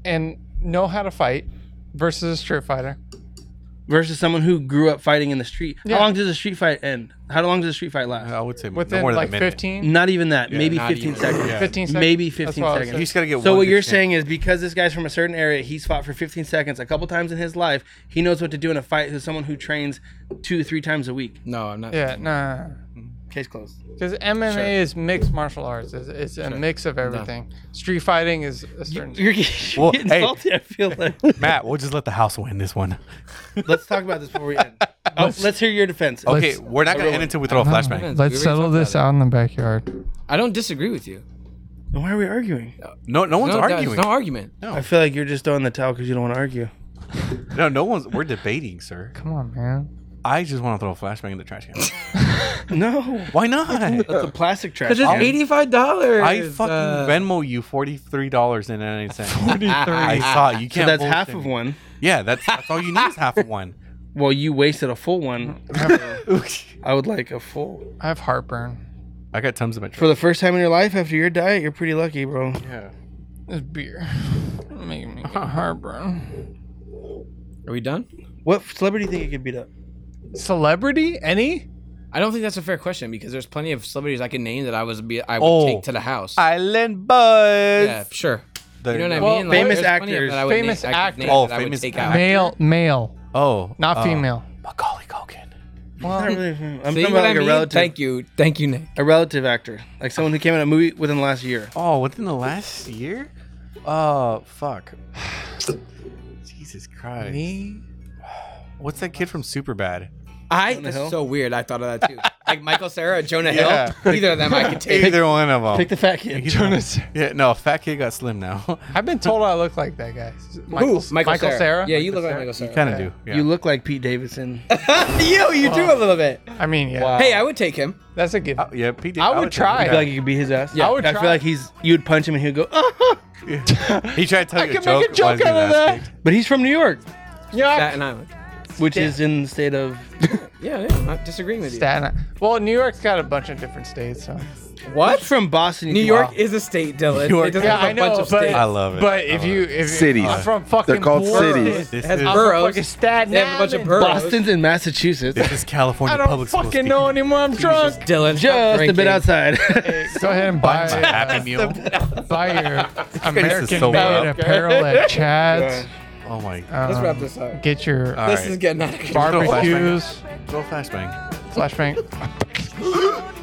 [SPEAKER 2] and know how to fight versus a street fighter,
[SPEAKER 1] versus someone who grew up fighting in the street.
[SPEAKER 2] Yeah.
[SPEAKER 1] How long does a street fight end? How long does a street fight last?
[SPEAKER 9] I would say
[SPEAKER 2] within
[SPEAKER 9] no more than
[SPEAKER 2] like
[SPEAKER 9] a minute.
[SPEAKER 2] 15,
[SPEAKER 1] Not even that. maybe
[SPEAKER 8] not
[SPEAKER 1] 15
[SPEAKER 8] even.
[SPEAKER 1] seconds.
[SPEAKER 9] Yeah.
[SPEAKER 2] 15 seconds.
[SPEAKER 1] Maybe
[SPEAKER 2] That's
[SPEAKER 1] 15
[SPEAKER 2] what I was
[SPEAKER 1] seconds.
[SPEAKER 9] You
[SPEAKER 2] saying.
[SPEAKER 9] just gotta get.
[SPEAKER 1] So
[SPEAKER 9] one
[SPEAKER 1] what you're
[SPEAKER 9] good
[SPEAKER 1] saying is because this guy's from a certain area, he's fought for 15 seconds a couple times in his life. He knows what to do in a fight. Who's someone who trains two, three times a week.
[SPEAKER 8] No, I'm not.
[SPEAKER 2] Yeah, nah.
[SPEAKER 1] Case closed.
[SPEAKER 2] Because MMA is mixed martial arts. It's, it's a mix of everything. Street fighting is a certain.
[SPEAKER 1] You're getting,
[SPEAKER 9] Well,
[SPEAKER 1] you're getting
[SPEAKER 9] hey.
[SPEAKER 1] salty. I feel like.
[SPEAKER 9] chance. Matt, we'll just let the house win this one.
[SPEAKER 1] let's talk about this before we end. Oh, let's hear your defense.
[SPEAKER 9] Okay, we're not gonna end until we throw a flashbang.
[SPEAKER 8] We already talked about it.
[SPEAKER 2] out in the backyard.
[SPEAKER 8] I don't disagree with you.
[SPEAKER 1] Then Why are we arguing?
[SPEAKER 9] No, no one's
[SPEAKER 8] no, there's
[SPEAKER 9] arguing.
[SPEAKER 8] No argument.
[SPEAKER 1] I feel like you're just throwing the towel because you don't want to argue.
[SPEAKER 9] No, no one's. We're debating, sir.
[SPEAKER 2] Come on, man.
[SPEAKER 9] I just want to throw a flashbang in the trash can.
[SPEAKER 1] No,
[SPEAKER 9] Why not?
[SPEAKER 1] that's a plastic trash.
[SPEAKER 8] Because it's
[SPEAKER 1] can.
[SPEAKER 8] eighty-five dollars. uh,
[SPEAKER 9] I
[SPEAKER 2] uh,
[SPEAKER 9] fucking Venmo you forty three dollars and ninety nine cents. Forty three. I saw it. you
[SPEAKER 1] So
[SPEAKER 9] can't.
[SPEAKER 1] that's
[SPEAKER 9] bullshit
[SPEAKER 1] half of
[SPEAKER 9] me.
[SPEAKER 1] one.
[SPEAKER 9] Yeah, that's, that's all you need is half of one.
[SPEAKER 1] Well, you wasted a full one. I would like a full.
[SPEAKER 2] I have heartburn.
[SPEAKER 9] I got tons of it.
[SPEAKER 1] For the first time in your life, after your diet, you're pretty lucky, bro.
[SPEAKER 9] Yeah.
[SPEAKER 2] This beer making me get heartburn.
[SPEAKER 8] Are we done?
[SPEAKER 1] What celebrity think you could beat up?
[SPEAKER 2] Celebrity? Any?
[SPEAKER 8] I don't think that's a fair question because there's plenty of celebrities I can name that I was be I would
[SPEAKER 2] Oh.
[SPEAKER 8] take to the house.
[SPEAKER 9] Island Buzz.
[SPEAKER 8] yeah, sure.
[SPEAKER 9] There
[SPEAKER 8] you know
[SPEAKER 9] you
[SPEAKER 8] what
[SPEAKER 9] go.
[SPEAKER 8] I mean?
[SPEAKER 1] famous
[SPEAKER 8] there's plenty of
[SPEAKER 1] actors.
[SPEAKER 8] that I would
[SPEAKER 2] Famous
[SPEAKER 8] name- I could name
[SPEAKER 9] actors. Oh,
[SPEAKER 8] that I would
[SPEAKER 9] famous
[SPEAKER 8] take
[SPEAKER 9] actors.
[SPEAKER 8] out.
[SPEAKER 2] Male, male,
[SPEAKER 9] Oh,
[SPEAKER 2] not
[SPEAKER 9] uh,
[SPEAKER 2] female.
[SPEAKER 9] Macaulay Culkin.
[SPEAKER 2] Well,
[SPEAKER 1] Not really. hmm. I'm talking
[SPEAKER 8] See what
[SPEAKER 1] about
[SPEAKER 8] I
[SPEAKER 1] like
[SPEAKER 8] mean?
[SPEAKER 1] a relative,
[SPEAKER 8] Thank you, thank you, Nick.
[SPEAKER 1] a relative actor, like someone who came in a movie within the last year.
[SPEAKER 9] Oh, within the last year? Oh, fuck. Jesus Christ.
[SPEAKER 2] me.
[SPEAKER 9] What's that kid from Superbad?
[SPEAKER 8] I
[SPEAKER 1] Jonah
[SPEAKER 8] that's
[SPEAKER 1] Hill?
[SPEAKER 8] so weird. I thought of that too. like Michael Sarah, Jonah
[SPEAKER 9] Yeah.
[SPEAKER 8] Hill. Either of them I could take.
[SPEAKER 9] Either one of them.
[SPEAKER 1] Pick the fat kid.
[SPEAKER 2] Jonas.
[SPEAKER 9] yeah, no, fat kid got slim now.
[SPEAKER 2] I've been told I look like that guy.
[SPEAKER 8] Who? Michael,
[SPEAKER 2] Sarah.
[SPEAKER 8] Cera. Yeah, you look like Michael Sarah.
[SPEAKER 9] kind of do. Yeah.
[SPEAKER 1] You look like Pete Davidson.
[SPEAKER 8] you, you do a little bit.
[SPEAKER 2] I mean, yeah.
[SPEAKER 8] Hey, I would take him.
[SPEAKER 2] That's a good.
[SPEAKER 9] Uh, yeah, Pete did-
[SPEAKER 2] I would try.
[SPEAKER 1] I feel like you could beat his ass.
[SPEAKER 2] Yeah. I would
[SPEAKER 1] I
[SPEAKER 2] try.
[SPEAKER 1] feel like he's. You'd punch him and he'd go. "Ah."
[SPEAKER 9] He tried to tell
[SPEAKER 2] I
[SPEAKER 9] you
[SPEAKER 2] can make a joke
[SPEAKER 9] wasn't
[SPEAKER 2] out of that.
[SPEAKER 9] kicked.
[SPEAKER 1] But he's from New York,
[SPEAKER 2] Yeah.
[SPEAKER 8] Staten Island.
[SPEAKER 1] which is in the state of.
[SPEAKER 8] Yeah, yeah. I'm not disagreeing with you.
[SPEAKER 2] Staten. Island. Well, New York's got a bunch of different states. So.
[SPEAKER 1] What? from Boston. you
[SPEAKER 8] New
[SPEAKER 1] think-
[SPEAKER 8] York
[SPEAKER 1] Wow.
[SPEAKER 8] is a state, Dylan.
[SPEAKER 9] York-
[SPEAKER 8] It doesn't
[SPEAKER 2] Yeah,
[SPEAKER 8] have a
[SPEAKER 2] I know,
[SPEAKER 8] bunch of
[SPEAKER 2] but,
[SPEAKER 8] states.
[SPEAKER 9] I love it.
[SPEAKER 2] But
[SPEAKER 9] I
[SPEAKER 2] if
[SPEAKER 9] love
[SPEAKER 2] you,
[SPEAKER 9] it.
[SPEAKER 2] if
[SPEAKER 10] Cities.
[SPEAKER 2] I'm from fucking,
[SPEAKER 10] They're called
[SPEAKER 2] Bourne.
[SPEAKER 10] cities.
[SPEAKER 9] This
[SPEAKER 8] it has
[SPEAKER 9] is,
[SPEAKER 2] I'm
[SPEAKER 8] boroughs.
[SPEAKER 2] from fucking Staten
[SPEAKER 8] They have a bunch
[SPEAKER 2] Island.
[SPEAKER 8] of boroughs.
[SPEAKER 1] Boston's in Massachusetts.
[SPEAKER 9] this is California
[SPEAKER 2] I don't
[SPEAKER 9] public school
[SPEAKER 2] fucking
[SPEAKER 9] speaking.
[SPEAKER 2] know anymore. I'm drunk.
[SPEAKER 8] Dylan,
[SPEAKER 1] Just a bit outside.
[SPEAKER 2] Go ahead and
[SPEAKER 9] Buy
[SPEAKER 2] buy
[SPEAKER 9] my Happy Meal.
[SPEAKER 2] buy your American
[SPEAKER 9] so
[SPEAKER 2] made
[SPEAKER 9] wild.
[SPEAKER 2] apparel at Chad's.
[SPEAKER 9] Oh my. god.
[SPEAKER 2] Um,
[SPEAKER 8] Let's wrap this up.
[SPEAKER 2] Get your
[SPEAKER 9] All
[SPEAKER 8] This
[SPEAKER 9] right.
[SPEAKER 8] is getting out of control.
[SPEAKER 9] Barbecue.
[SPEAKER 2] barbecues.
[SPEAKER 9] Go flashbang.
[SPEAKER 2] Flashbang.